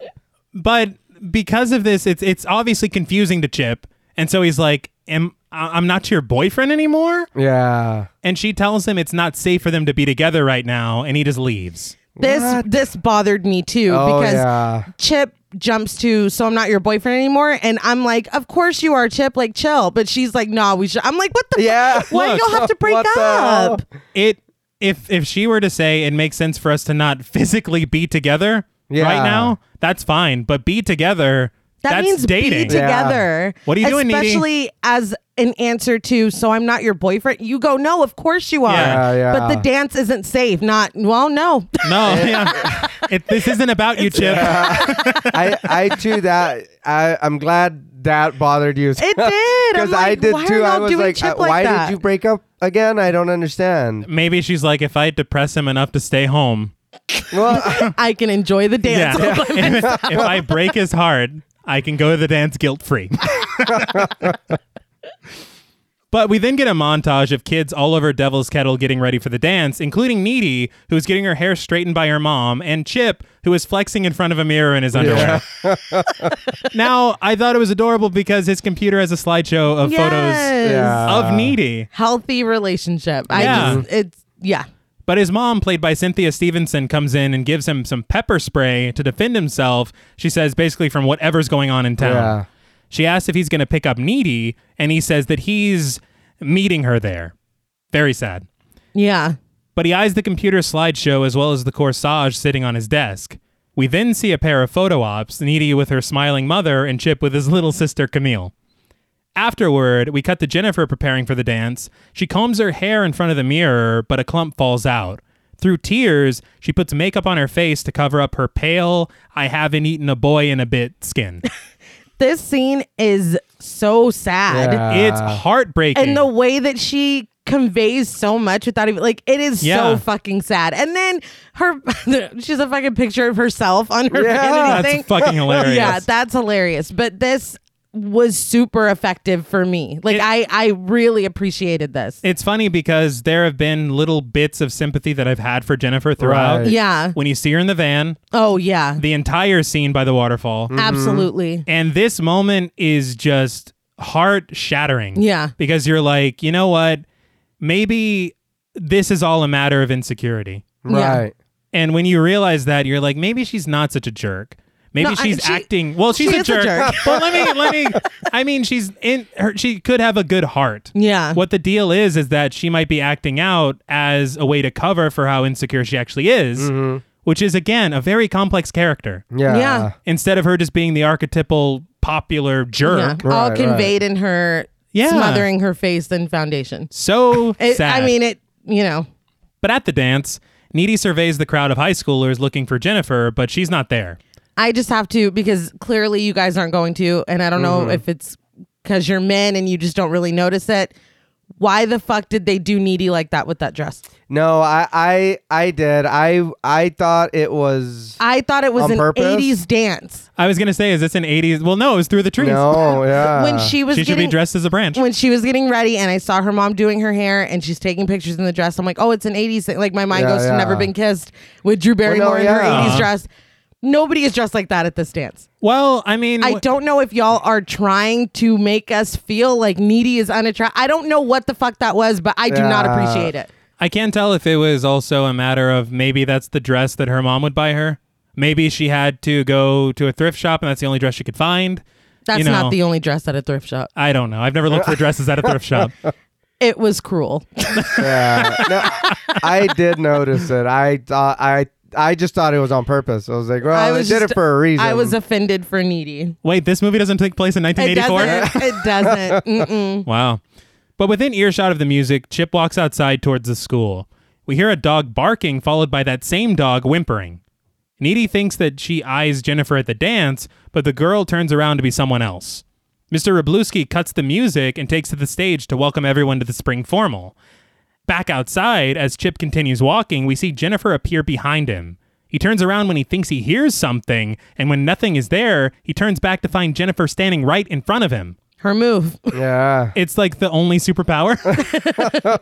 Speaker 1: but because of this, it's it's obviously confusing to Chip, and so he's like, "Am I- I'm not your boyfriend anymore?"
Speaker 3: yeah.
Speaker 1: And she tells him it's not safe for them to be together right now, and he just leaves.
Speaker 2: this this bothered me too
Speaker 3: Oh
Speaker 2: because
Speaker 3: yeah.
Speaker 2: Chip jumps to, so I'm not your boyfriend anymore. And I'm like, of course you are, Chip. Like, chill. But she's like, no, we should. I'm like, what the?
Speaker 3: Yeah.
Speaker 2: F- what?
Speaker 1: Look,
Speaker 2: You'll have to break
Speaker 3: what the hell?
Speaker 2: up.
Speaker 1: It if if she were to say it makes sense for us to not physically be together
Speaker 3: Yeah.
Speaker 1: right now, that's fine, but be together.
Speaker 2: That
Speaker 1: that's
Speaker 2: means
Speaker 1: dating.
Speaker 2: be together.
Speaker 1: What are you doing, Needy?
Speaker 2: Especially as an answer to, so I'm not your boyfriend. You go, no, of course you are.
Speaker 1: Yeah.
Speaker 3: Yeah, yeah.
Speaker 2: But the dance isn't safe. Not, well, no.
Speaker 1: No, yeah. It, this isn't about you, Chip.
Speaker 3: I I too that I I'm glad that bothered you
Speaker 2: It did. I'm
Speaker 3: because
Speaker 2: like,
Speaker 3: I did
Speaker 2: why are
Speaker 3: too. I
Speaker 2: y'all
Speaker 3: was
Speaker 2: doing
Speaker 3: like,
Speaker 2: Chip
Speaker 3: uh, why
Speaker 2: that?
Speaker 3: did you break up again? I don't understand.
Speaker 1: Maybe she's like, if I depress him enough to stay home,
Speaker 3: Well,
Speaker 2: I can enjoy the dance.
Speaker 1: Yeah. if, if I break his heart, I can go to the dance guilt free. but we then get a montage of kids all over Devil's Kettle getting ready for the dance, including Needy, who's getting her hair straightened by her mom, and Chip, who is flexing in front of a mirror in his underwear. now, I thought it was adorable because his computer has a slideshow of
Speaker 2: Yes.
Speaker 1: photos
Speaker 3: Yeah.
Speaker 1: of Needy.
Speaker 2: Healthy relationship.
Speaker 1: Yeah.
Speaker 2: I just, it's, yeah.
Speaker 1: But his mom, played by Cynthia Stevenson, comes in and gives him some pepper spray to defend himself. She says basically from whatever's going on in town.
Speaker 3: Yeah.
Speaker 1: She asks if he's going to pick up Needy, and he says that he's meeting her there. Very sad.
Speaker 2: Yeah.
Speaker 1: But he eyes the computer slideshow as well as the corsage sitting on his desk. We then see a pair of photo ops Needy with her smiling mother and Chip with his little sister Camille. Afterward, we cut to Jennifer preparing for the dance. She combs her hair in front of the mirror, but a clump falls out. Through tears, she puts makeup on her face to cover up her pale, I haven't eaten a boy in a bit skin.
Speaker 2: This scene is so sad.
Speaker 3: Yeah.
Speaker 1: it's heartbreaking.
Speaker 2: And the way that she conveys so much without even like it is
Speaker 1: Yeah.
Speaker 2: so fucking sad. And then her she's a fucking picture of herself on her
Speaker 3: Yeah.
Speaker 2: vanity
Speaker 1: That's
Speaker 2: thing.
Speaker 1: fucking hilarious.
Speaker 2: Yeah, that's hilarious. But this was super effective for me. Like
Speaker 1: It-
Speaker 2: I I really appreciated this.
Speaker 1: It's funny because there have been little bits of sympathy that I've had for Jennifer throughout.
Speaker 3: Right.
Speaker 2: yeah.
Speaker 1: When you see her in the van,
Speaker 2: Oh yeah.
Speaker 1: the entire scene by the waterfall,
Speaker 2: Mm. Absolutely.
Speaker 1: and this moment is just heart shattering.
Speaker 2: Yeah.
Speaker 1: Because you're like, you know what? Maybe this is all a matter of insecurity.
Speaker 2: Yeah.
Speaker 3: Right.
Speaker 1: And when you realize that, you're like, maybe she's not such a jerk. Maybe
Speaker 2: No, I-
Speaker 1: she's
Speaker 2: she-
Speaker 1: acting. Well, she's
Speaker 2: she
Speaker 1: a
Speaker 2: is a
Speaker 1: jerk.
Speaker 2: jerk.
Speaker 1: but let me, let me. I mean, she's in her. She could have a good heart.
Speaker 2: Yeah.
Speaker 1: What the deal is is that she might be acting out as a way to cover for how insecure she actually is, which is again a very complex character.
Speaker 3: Mm-hmm. Yeah.
Speaker 2: Yeah.
Speaker 1: Instead of her just being the archetypal popular
Speaker 2: Yeah.
Speaker 1: jerk.
Speaker 2: All
Speaker 3: Right,
Speaker 2: conveyed in her
Speaker 1: Yeah.
Speaker 2: smothering her face and foundation.
Speaker 1: So
Speaker 2: It,
Speaker 1: sad.
Speaker 2: I mean it you know.
Speaker 1: but at the dance, Needy surveys the crowd of high schoolers looking for Jennifer, but she's not there.
Speaker 2: I just have to because clearly you guys aren't going to, and I don't know
Speaker 3: Mm-hmm.
Speaker 2: if it's because you're men and you just don't really notice it. Why the fuck did they do needy like that with that dress?
Speaker 3: No, I, I I did. I I thought it was
Speaker 2: I thought it was
Speaker 3: On
Speaker 2: an
Speaker 3: purpose?
Speaker 2: '80s dance
Speaker 1: I was gonna say, is this an '80s? Well, no, it's through the trees.
Speaker 3: no. Yeah.
Speaker 2: when she was
Speaker 1: she should
Speaker 2: getting
Speaker 1: be dressed as a branch.
Speaker 2: when she was getting ready, and I saw her mom doing her hair, and she's taking pictures in the dress. I'm like, oh, it's an '80s thing. Like my mind
Speaker 3: Yeah,
Speaker 2: goes
Speaker 3: yeah.
Speaker 2: to Never Been Kissed with Drew Barrymore
Speaker 3: no,
Speaker 2: in her
Speaker 3: yeah.
Speaker 2: '80s dress. Nobody is dressed like that at this dance.
Speaker 1: Well, I mean,
Speaker 2: I
Speaker 1: wh-
Speaker 2: don't know if y'all are trying to make us feel like needy is unattractive. I don't know what the fuck that was, but I do not
Speaker 3: Yeah.
Speaker 2: appreciate it.
Speaker 1: I can't tell if it was also a matter of maybe that's the dress that her mom would buy her. Maybe she had to go to a thrift shop and that's the only dress she could find.
Speaker 2: That's
Speaker 1: You know,
Speaker 2: not the only dress at a thrift shop.
Speaker 1: I don't know. I've never looked for dresses at a thrift shop.
Speaker 2: It was cruel.
Speaker 3: yeah. No, I did notice it. I thought I I just thought it was on purpose. I was like, well,
Speaker 2: I
Speaker 3: they
Speaker 2: was
Speaker 3: did
Speaker 2: just-
Speaker 3: it for a reason.
Speaker 2: I
Speaker 1: um,
Speaker 2: was offended for needy.
Speaker 1: Wait, this movie doesn't take place in
Speaker 2: It
Speaker 1: 1984?
Speaker 2: doesn't. It doesn't. Mm-mm.
Speaker 1: Wow. But within earshot of the music, Chip walks outside towards the school. We hear a dog barking, followed by that same dog whimpering. Needy thinks that she eyes Jennifer at the dance, but the girl turns around to be someone else. Mr. Rabluski cuts the music and takes to the stage to welcome everyone to the spring formal. Back outside, as Chip continues walking, we see Jennifer appear behind him. He turns around when he thinks he hears something, and when nothing is there, he turns back to find Jennifer standing right in front of him.
Speaker 2: Her move.
Speaker 3: yeah.
Speaker 1: It's like the only superpower.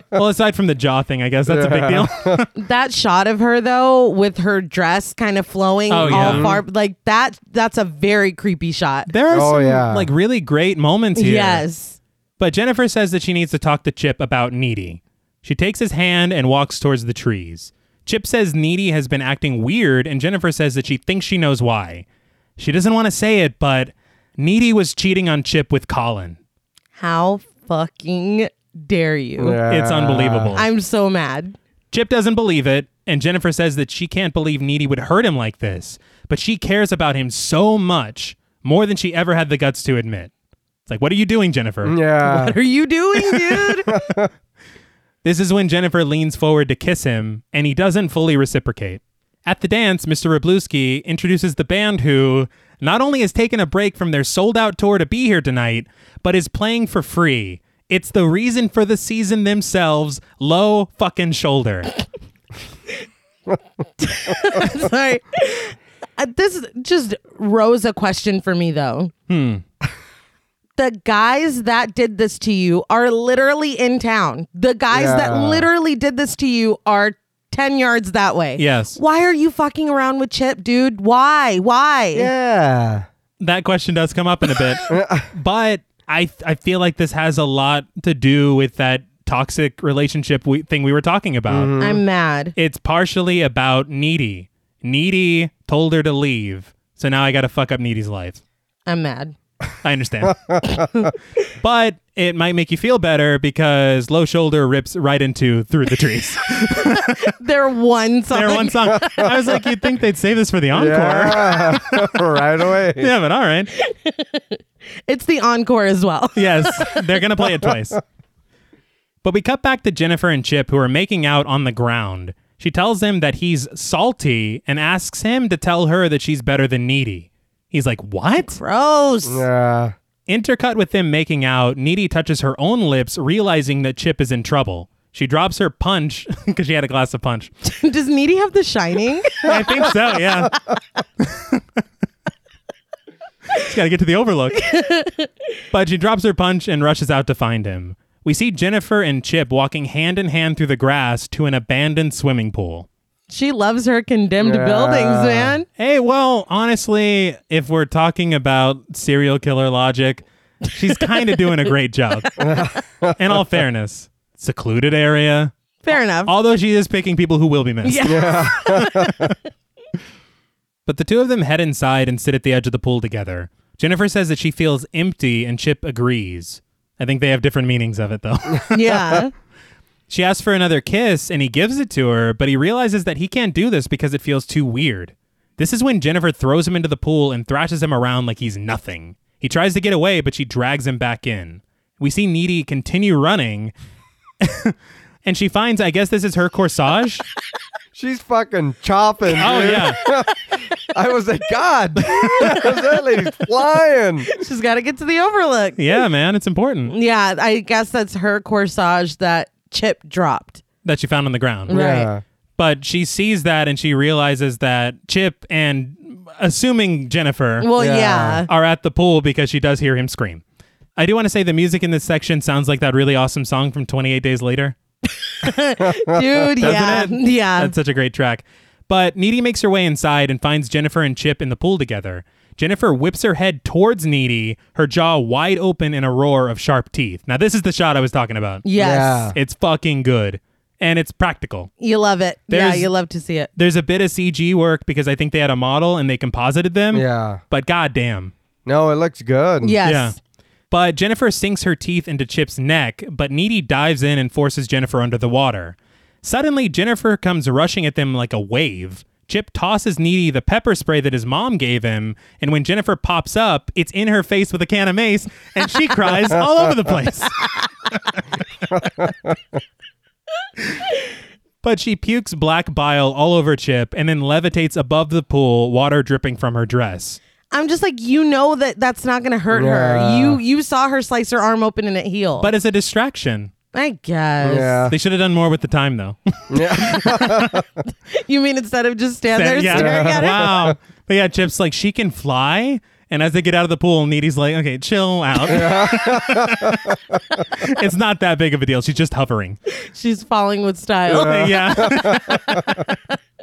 Speaker 1: well, aside from the jaw thing, I guess that's a big deal.
Speaker 2: That shot of her though, with her dress kind of flowing
Speaker 1: Oh, yeah.
Speaker 2: all far, like that. That's a very creepy shot.
Speaker 1: there are
Speaker 3: Oh,
Speaker 1: some
Speaker 3: yeah.
Speaker 1: like really great moments here.
Speaker 2: Yes.
Speaker 1: But Jennifer says that she needs to talk to Chip about Needy. She takes his hand and walks towards the trees. Chip says Needy has been acting weird, and Jennifer says that she thinks she knows why. She doesn't want to say it, but Needy was cheating on Chip with Colin.
Speaker 2: How fucking dare you?
Speaker 3: Yeah.
Speaker 1: It's unbelievable.
Speaker 2: I'm so mad.
Speaker 1: Chip doesn't believe it, and Jennifer says that she can't believe Needy would hurt him like this, but she cares about him so much, more than she ever had the guts to admit. It's like, what are you doing, Jennifer?
Speaker 3: Yeah.
Speaker 1: Uh,
Speaker 2: What are you doing, dude?
Speaker 1: This is when Jennifer leans forward to kiss him, and he doesn't fully reciprocate. At the dance, Mr. Rabluski introduces the band who not only has taken a break from their sold out tour to be here tonight, but is playing for free. It's the reason for the season themselves, low fucking shoulder.
Speaker 2: Sorry. Uh, This just rose a question for me, though. Hmm. The guys that did this to you are literally in town. The guys
Speaker 3: Yeah.
Speaker 2: that literally did this to you are 10 yards that way.
Speaker 1: Yes.
Speaker 2: Why are you fucking around with Chip, dude? Why? Why?
Speaker 3: Yeah.
Speaker 1: that question does come up in a bit, but I I feel like this has a lot to do with that toxic relationship we, thing we were talking about.
Speaker 2: I'm mad.
Speaker 1: It's partially about Needy. Needy told her to leave. So now I got to fuck up Needy's life.
Speaker 2: I'm mad.
Speaker 1: I understand. but it might make you feel better because Low Shoulder rips right into Through the Trees.
Speaker 2: They're one song.
Speaker 1: Their one song. I was like, you'd think they'd save this for the encore. Yeah,
Speaker 3: Yeah. right away.
Speaker 1: but all right.
Speaker 2: It's the encore as well.
Speaker 1: Yes, they're going to play it twice. But we cut back to Jennifer and Chip, who are making out on the ground. She tells him that he's salty and asks him to tell her that she's better than needy. He's like, What?
Speaker 2: Gross.
Speaker 3: Yeah.
Speaker 1: Intercut with them making out, Needy touches her own lips, realizing that Chip is in trouble. She drops her punch because she had a glass of punch.
Speaker 2: Does Needy have the shining?
Speaker 1: I think so, yeah. She's got to get to the overlook. but she drops her punch and rushes out to find him. We see Jennifer and Chip walking hand in hand through the grass to an abandoned swimming pool.
Speaker 2: she loves her condemned
Speaker 3: Yeah.
Speaker 2: buildings, man.
Speaker 1: Hey, well, honestly, if we're talking about serial killer logic, she's kind of doing a great job. in all fairness, secluded area.
Speaker 2: Fair enough.
Speaker 1: Although she is picking people who will be missed.
Speaker 2: Yeah.
Speaker 1: But the two of them head inside and sit at the edge of the pool together. Jennifer says that she feels empty, and Chip agrees. I think they have different meanings of it, though.
Speaker 2: yeah.
Speaker 1: she asks for another kiss, and he gives it to her, but he realizes that he can't do this because it feels too weird. This is when Jennifer throws him into the pool and thrashes him around like he's nothing. He tries to get away, but she drags him back in. We see Needy continue running, and she finds, I guess this is her corsage.
Speaker 3: She's fucking chopping.
Speaker 1: Oh,
Speaker 3: dude.
Speaker 1: yeah.
Speaker 3: I was like, God, that lady's flying.
Speaker 2: She's got to get to the overlook.
Speaker 1: Yeah, man, it's important
Speaker 2: Yeah, I guess that's her corsage that Chip dropped.
Speaker 1: that she found on the ground.
Speaker 3: Yeah.
Speaker 1: But she sees that and she realizes that Chip and assuming Jennifer
Speaker 2: Well,
Speaker 3: Yeah.
Speaker 2: yeah.
Speaker 1: are at the pool because she does hear him scream. I do want to say the music in this section sounds like that really awesome song from 28 Days Later.
Speaker 2: Dude, yeah.
Speaker 1: Doesn't it?
Speaker 2: Uh, Yeah.
Speaker 1: That's such a great track. But Needy makes her way inside and finds Jennifer and Chip in the pool together. Jennifer whips her head towards Needy, her jaw wide open in a roar of sharp teeth. Now, this is the shot I was talking about.
Speaker 2: yes.
Speaker 3: Yeah.
Speaker 1: It's fucking good. And it's practical.
Speaker 2: You love it.
Speaker 1: There's-
Speaker 2: yeah, you love to see it.
Speaker 1: there's a bit of CG work because I think they had a model and they composited them.
Speaker 3: Yeah.
Speaker 1: But goddamn.
Speaker 3: No, it looks good.
Speaker 2: Yes.
Speaker 1: Yeah. But Jennifer sinks her teeth into Chip's neck, but Needy dives in and forces Jennifer under the water. Suddenly, Jennifer comes rushing at them like a wave. Chip tosses Needy the pepper spray that his mom gave him, and when Jennifer pops up, it's in her face with a can of mace, and she cries all over the place. but she pukes black bile all over Chip and then levitates above the pool, water dripping from her dress.
Speaker 2: I'm just like you know that that's not going to hurt
Speaker 3: Yeah.
Speaker 2: her. You you saw her slice her arm open and it healed.
Speaker 1: But it's a distraction.
Speaker 2: I guess
Speaker 3: Yeah.
Speaker 1: They should have done more with the time, though.
Speaker 2: you mean instead of just stand there
Speaker 1: yeah.
Speaker 2: staring at it.
Speaker 1: wow. But yeah, Chip's like, she can fly. And as they get out of the pool, Needy's like, okay, chill out. it's not that big of a deal. She's just hovering.
Speaker 2: She's falling with style.
Speaker 1: Yeah.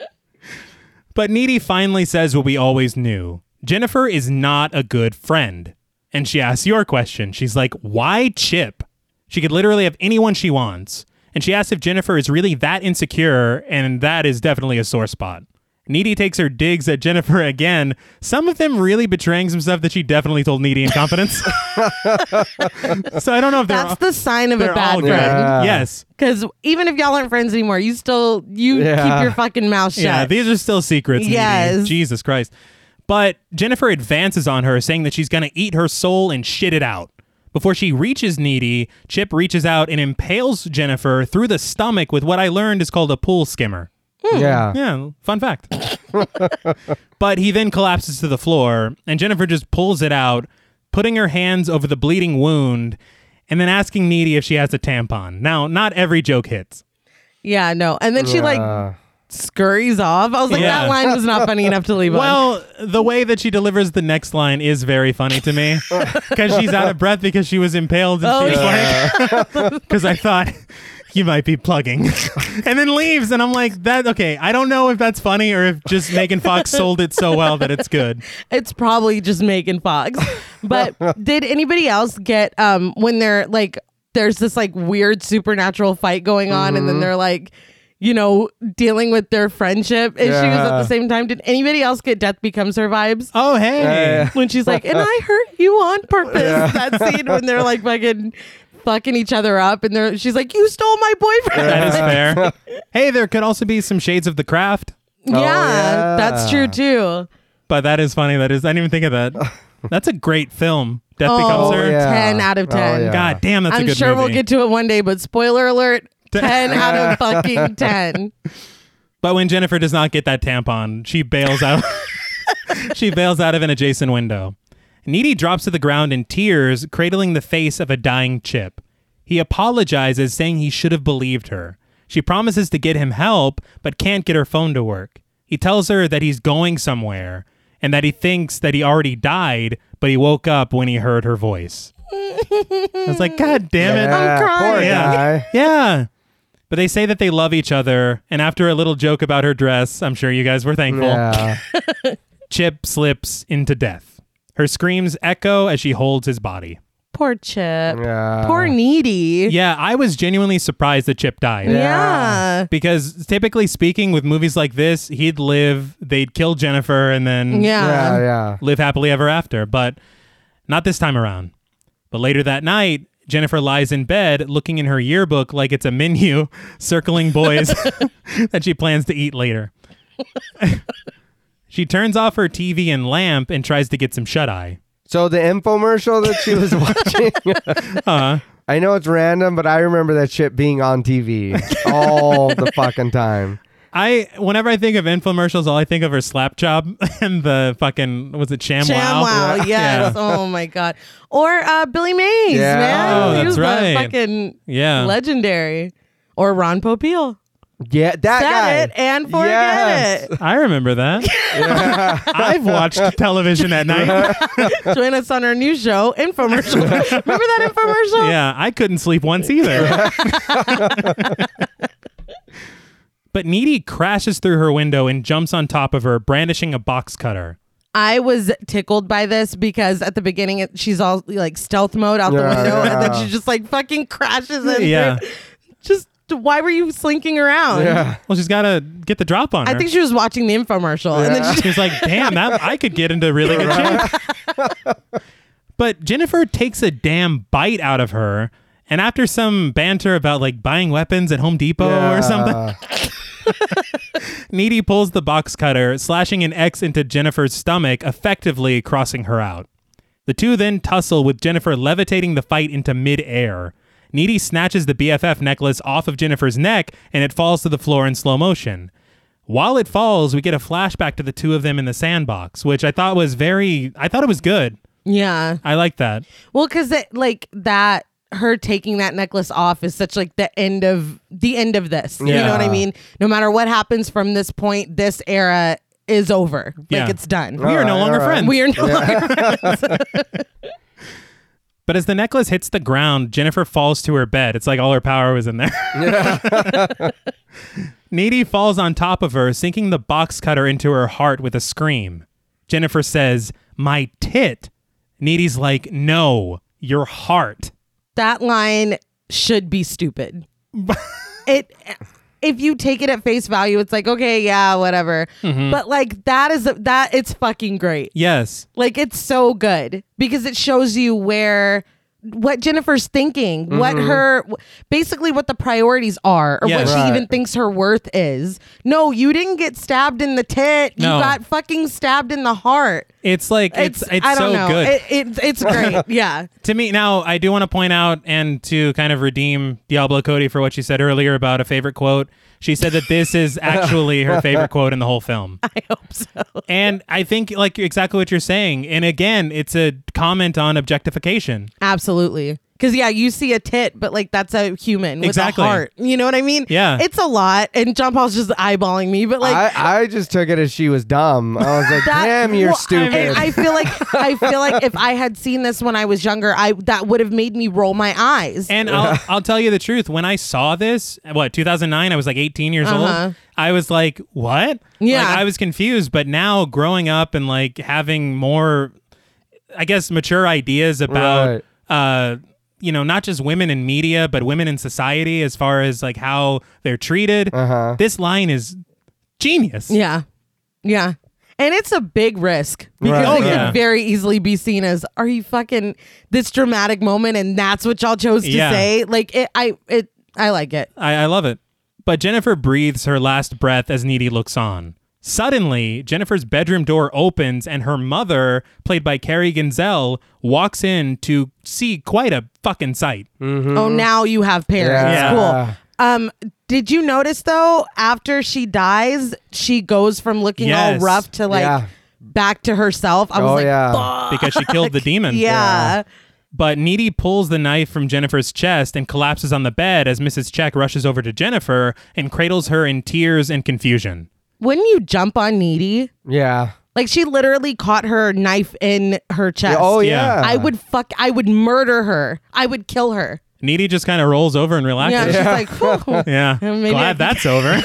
Speaker 1: but Needy finally says what we always knew Jennifer is not a good friend. And she asks your question. She's like, why Chip? She could literally have anyone she wants. And she asks if Jennifer is really that insecure, and that is definitely a sore spot. Needy takes her digs at Jennifer again, some of them really betraying some stuff that she definitely told Needy in confidence. so I don't know if they're,
Speaker 2: That's the sign of
Speaker 1: they're
Speaker 2: a bad
Speaker 1: all good.
Speaker 2: friend.
Speaker 3: Yeah.
Speaker 1: Yes.
Speaker 2: Because even if y'all aren't friends anymore, you still you
Speaker 3: Yeah.
Speaker 2: keep your fucking mouth shut.
Speaker 1: Yeah, these are still secrets. Needy.
Speaker 2: Yes.
Speaker 1: Jesus Christ. But Jennifer advances on her, saying that she's going to eat her soul and shit it out. Before she reaches Needy, Chip reaches out and impales Jennifer through the stomach with what I learned is called a pool skimmer.
Speaker 3: Yeah.
Speaker 1: Yeah, fun fact. but he then collapses to the floor, and Jennifer just pulls it out, putting her hands over the bleeding wound, and then asking Needy if she has a tampon. Now, not every joke hits.
Speaker 2: Yeah, no. And then she like
Speaker 3: Uh,
Speaker 2: scurries off. I was like,
Speaker 1: Yeah.
Speaker 2: that line was not funny enough to leave on.
Speaker 1: Well, the way that she delivers the next line is very funny to me because she's out of breath because she was impaled. And
Speaker 2: Oh,
Speaker 1: she's like, because I thought you might be plugging, and then leaves. And I'm like, that okay? I don't know if that's funny or if just Megan Fox sold it so well that it's good.
Speaker 2: It's probably just Megan Fox. But did anybody else get um when they're like there's this like weird supernatural fight going on, and then they're like, you know, dealing with their friendship issues at
Speaker 3: Yeah.
Speaker 2: the same time. Did anybody else get Death Becomes Her vibes?
Speaker 1: Oh hey.
Speaker 3: Yeah,
Speaker 2: When she's like, and I hurt you on purpose. That scene when they're like fucking fucking each other up and they're she's like, You stole my boyfriend.
Speaker 1: That is fair. hey, there could also be some shades of the craft,
Speaker 2: yeah,
Speaker 3: yeah.
Speaker 2: that's true too.
Speaker 1: but that is funny. That is, I didn't even think of that. That's a great film. Death
Speaker 2: Oh,
Speaker 1: Becomes Her.
Speaker 3: yeah.
Speaker 2: 10 out of 10.
Speaker 3: Oh, yeah.
Speaker 1: God damn, that's a
Speaker 2: I'm
Speaker 1: good
Speaker 2: sure
Speaker 1: movie.
Speaker 2: we'll get to it one day, but spoiler alert 10 out of fucking 10.
Speaker 1: but when Jennifer does not get that tampon, she bails out. she bails out of an adjacent window. Needy drops to the ground in tears, cradling the face of a dying chip. He apologizes, saying he should have believed her. She promises to get him help, but can't get her phone to work. He tells her that he's going somewhere and that he thinks that he already died, but he woke up when he heard her voice. It's like, God damn it.
Speaker 3: Yeah, Poor
Speaker 2: crying.
Speaker 3: guy.
Speaker 1: Yeah. But they say that they love each other. And after a little joke about her dress, I'm sure you guys were thankful,
Speaker 3: Yeah.
Speaker 1: Chip slips into death. Her screams echo as she holds his body.
Speaker 2: Poor Chip.
Speaker 3: Yeah.
Speaker 2: Poor Needy.
Speaker 1: Yeah, I was genuinely surprised that Chip died.
Speaker 2: Yeah.
Speaker 1: Because typically speaking, with movies like this, he'd live, they'd kill Jennifer, and then
Speaker 3: Yeah,
Speaker 2: Yeah.
Speaker 3: yeah.
Speaker 1: live happily ever after. But not this time around. But later that night, Jennifer lies in bed looking in her yearbook like it's a menu circling boys that she plans to eat later. she turns off her TV and lamp and tries to get some shut eye.
Speaker 3: So the infomercial that she was watching, I know it's random, but I remember that shit being on TV all the fucking time.
Speaker 1: I whenever I think of infomercials, all I think of are slap job and the fucking was it Sham
Speaker 2: Jam wow, yes.
Speaker 1: Yeah.
Speaker 2: Oh my god. Or uh, Billy Mays,
Speaker 3: Yeah.
Speaker 2: man.
Speaker 1: Oh,
Speaker 2: he was
Speaker 1: that's
Speaker 2: the
Speaker 1: right.
Speaker 2: fucking
Speaker 1: Yeah.
Speaker 2: legendary. Or Ron Popeil.
Speaker 3: Yeah, that
Speaker 2: Said
Speaker 3: guy.
Speaker 2: it and forget
Speaker 3: Yes.
Speaker 2: it.
Speaker 1: I remember that. I've watched television at night.
Speaker 2: Join us on our new show, Infomercial. Remember that infomercial?
Speaker 1: yeah, I couldn't sleep once either. but Needy crashes through her window and jumps on top of her, brandishing a box cutter.
Speaker 2: I was tickled by this because at the beginning it, she's all like stealth mode out the
Speaker 3: Yeah,
Speaker 2: window, and then
Speaker 3: yeah.
Speaker 2: she just like fucking crashes in.
Speaker 1: Yeah.
Speaker 2: Just why were you slinking around?
Speaker 1: Well, she's got to get the drop on her.
Speaker 2: I think she was watching the infomercial, and then she
Speaker 1: She's like, damn, that I could get into really good shape. but Jennifer takes a damn bite out of her, and after some banter about like buying weapons at Home Depot or something, Needy pulls the box cutter, slashing an X into Jennifer's stomach, effectively crossing her out. The two then tussle with Jennifer levitating the fight into midair. Needy snatches the BFF necklace off of Jennifer's neck and it falls to the floor in slow motion. While it falls, we get a flashback to the two of them in the sandbox, which I thought was very I thought it was good.
Speaker 2: yeah.
Speaker 1: I like that.
Speaker 2: Well, because like that, her taking that necklace off is such like the end of the end of this. You know what I
Speaker 3: Yeah.
Speaker 2: mean? No matter what happens from this point, this era is over.
Speaker 1: Yeah.
Speaker 2: Like it's done.
Speaker 1: we are no
Speaker 3: right,
Speaker 1: longer
Speaker 3: all right.
Speaker 1: friends.
Speaker 2: We are no longer.
Speaker 1: but as the necklace hits the ground, Jennifer falls to her bed. It's like all her power was in there. Needy falls on top of her, sinking the box cutter into her heart with a scream. Jennifer says, My tit. Needy's like, No, your heart.
Speaker 2: That line should be stupid. it. If you take it at face value, it's like okay, yeah, whatever.
Speaker 1: Mm-hmm.
Speaker 2: But like that is that it's fucking great.
Speaker 1: Yes.
Speaker 2: Like it's so good because it shows you where what Jennifer's thinking, what
Speaker 1: Mm-hmm.
Speaker 2: her basically what the priorities are or
Speaker 1: Yeah.
Speaker 2: what
Speaker 1: Right.
Speaker 2: she even thinks her worth is. No, you didn't get stabbed in the tit.
Speaker 1: No.
Speaker 2: You got fucking stabbed in the heart.
Speaker 1: It's like, it's,
Speaker 2: It's,
Speaker 1: it's,
Speaker 2: I don't
Speaker 1: so
Speaker 2: know.
Speaker 1: good.
Speaker 2: It, it, it's great. yeah.
Speaker 1: to me now i do want to point out and to kind of redeem diablo cody for what she said earlier about a favorite quote she said that this is actually her favorite quote in the whole film
Speaker 2: I hope so.
Speaker 1: and i think like exactly what you're saying and again it's a comment on objectification
Speaker 2: Absolutely. Cause yeah, you see a tit, but like that's a human with
Speaker 1: Exactly.
Speaker 2: a heart. You know what I mean?
Speaker 1: Yeah.
Speaker 2: It's a lot. And John Paul's just eyeballing me, but like
Speaker 3: I, I just took it as she was dumb. I was like,
Speaker 2: That-
Speaker 3: damn, you're
Speaker 2: well,
Speaker 3: stupid.
Speaker 2: I, mean, I feel like I feel like if I had seen this when I was younger, I that would have made me roll my eyes.
Speaker 1: and I'll, I'll tell you the truth when i saw this what 2009 i was like 18 years
Speaker 2: Uh-huh.
Speaker 1: old i was like what
Speaker 2: Yeah.
Speaker 1: Like, i was confused but now growing up and like having more i guess mature ideas about uh you know, not just women in media, but women in society as far as like how they're treated.
Speaker 3: Uh-huh.
Speaker 1: This line is genius.
Speaker 2: Yeah. Yeah. And it's a big risk because
Speaker 3: Right.
Speaker 2: it
Speaker 1: Oh, yeah.
Speaker 2: could very easily be seen as are you fucking this dramatic moment and that's what y'all chose to
Speaker 1: Yeah.
Speaker 2: say? Like it I it I like it.
Speaker 1: I, I love it. But Jennifer breathes her last breath as Needy looks on. Suddenly, Jennifer's bedroom door opens and her mother, played by Carrie Gonzell, walks in to see quite a fucking sight.
Speaker 2: Oh, now you have parents.
Speaker 1: Yeah.
Speaker 2: Cool. Um did you notice though after she dies she goes from looking
Speaker 1: Yes.
Speaker 2: all rough to like
Speaker 3: Yeah.
Speaker 2: back to herself? I was
Speaker 3: Oh
Speaker 2: like
Speaker 3: yeah.
Speaker 1: because she killed the demon.
Speaker 2: yeah.
Speaker 1: But Needy pulls the knife from Jennifer's chest and collapses on the bed as Mrs. Check rushes over to Jennifer and cradles her in tears and confusion.
Speaker 2: Wouldn't you jump on needy?
Speaker 3: Yeah.
Speaker 2: Like she literally caught her knife in her chest.
Speaker 3: Oh
Speaker 1: Yeah.
Speaker 3: yeah.
Speaker 2: I would fuck. I would murder her. I would kill her.
Speaker 1: Needy just kind of rolls over and
Speaker 2: Yeah,
Speaker 1: relaxes.
Speaker 2: she's like, Whew,
Speaker 1: Yeah.
Speaker 2: Maybe I
Speaker 1: Glad
Speaker 2: can-
Speaker 1: that's over.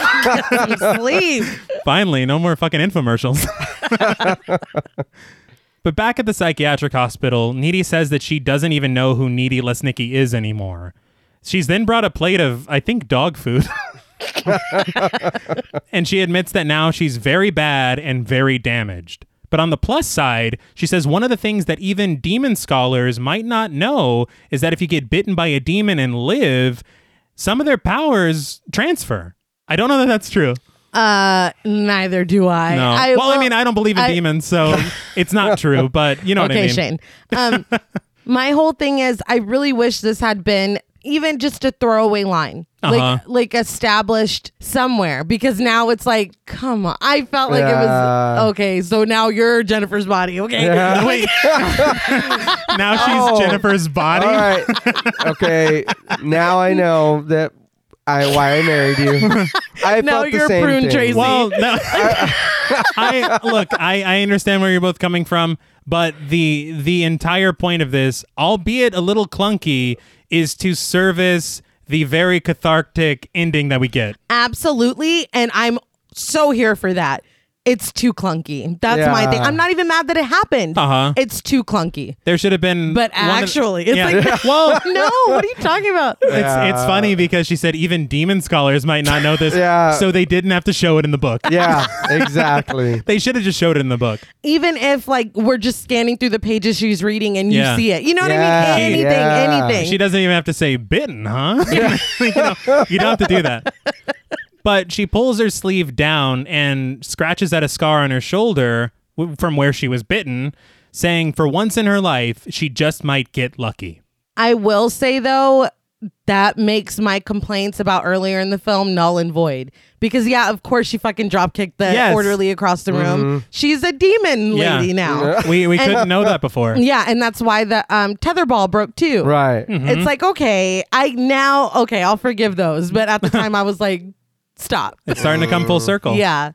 Speaker 2: get some sleep.
Speaker 1: Finally, no more fucking infomercials. but back at the psychiatric hospital, Needy says that she doesn't even know who Needy Lesnicki is anymore. She's then brought a plate of, I think, dog food. and she admits that now she's very bad and very damaged. But on the plus side, she says one of the things that even demon scholars might not know is that if you get bitten by a demon and live, some of their powers transfer. I don't know that that's true.
Speaker 2: Uh, neither do I.
Speaker 1: No. well, I mean, I don't believe in
Speaker 2: I-
Speaker 1: demons, so it's not true. But you know what I
Speaker 2: okay,
Speaker 1: mean.
Speaker 2: Shane. Um, my whole thing is, I really wish this had been even just a throwaway line,
Speaker 1: Uh-huh.
Speaker 2: like like established somewhere, because now it's like, come on. I felt like it
Speaker 3: Yeah.
Speaker 2: was okay. So now you're Jennifer's body. Okay.
Speaker 3: Yeah.
Speaker 1: Wait. now she's
Speaker 3: Oh.
Speaker 1: Jennifer's body.
Speaker 3: All right. okay. Now I know that I why I married you. I
Speaker 2: Now
Speaker 3: felt
Speaker 2: you're
Speaker 3: the same
Speaker 2: prune
Speaker 3: thing.
Speaker 2: Tracy.
Speaker 1: Well, no. I look. I, I understand where you're both coming from, but the the entire point of this, albeit a little clunky, is to service the very cathartic ending that we get.
Speaker 2: Absolutely. And I'm so here for that. It's too clunky. That's my thing.
Speaker 3: Yeah.
Speaker 2: I'm not even mad that it happened.
Speaker 1: Uh-huh.
Speaker 2: It's too clunky.
Speaker 1: There should have been.
Speaker 2: But
Speaker 1: one of-
Speaker 2: actually, it's
Speaker 1: yeah.
Speaker 2: like-
Speaker 1: well.
Speaker 2: No, what are you talking about?
Speaker 1: It's, it's funny because she said even demon scholars might not know this,
Speaker 3: Yeah.
Speaker 1: so they didn't have to show it in the book.
Speaker 3: Yeah, exactly.
Speaker 1: They should have just showed it in the book.
Speaker 2: Even if like we're just scanning through the pages she's reading and
Speaker 1: Yeah.
Speaker 2: you see it. You know what
Speaker 3: Yeah,
Speaker 2: I mean? Anything,
Speaker 3: yeah.
Speaker 2: anything.
Speaker 1: Uh, She doesn't even have to say bitten, huh? you, know, you don't have to do that. But she pulls her sleeve down and scratches at a scar on her shoulder w- from where she was bitten, saying, for once in her life, she just might get lucky.
Speaker 2: I will say though, that makes my complaints about earlier in the film null and void. Because yeah, of course she fucking dropkicked the
Speaker 1: Yes.
Speaker 2: orderly across the room.
Speaker 3: Mm-hmm.
Speaker 2: She's a demon
Speaker 1: Yeah.
Speaker 2: lady now.
Speaker 1: We, we couldn't know that before.
Speaker 2: Yeah, and that's why the um, tetherball broke too.
Speaker 3: Right.
Speaker 1: Mm-hmm.
Speaker 2: It's like okay, I now okay, I'll forgive those, but at the time I was like, stop.
Speaker 1: It's starting to come full circle.
Speaker 2: Yeah,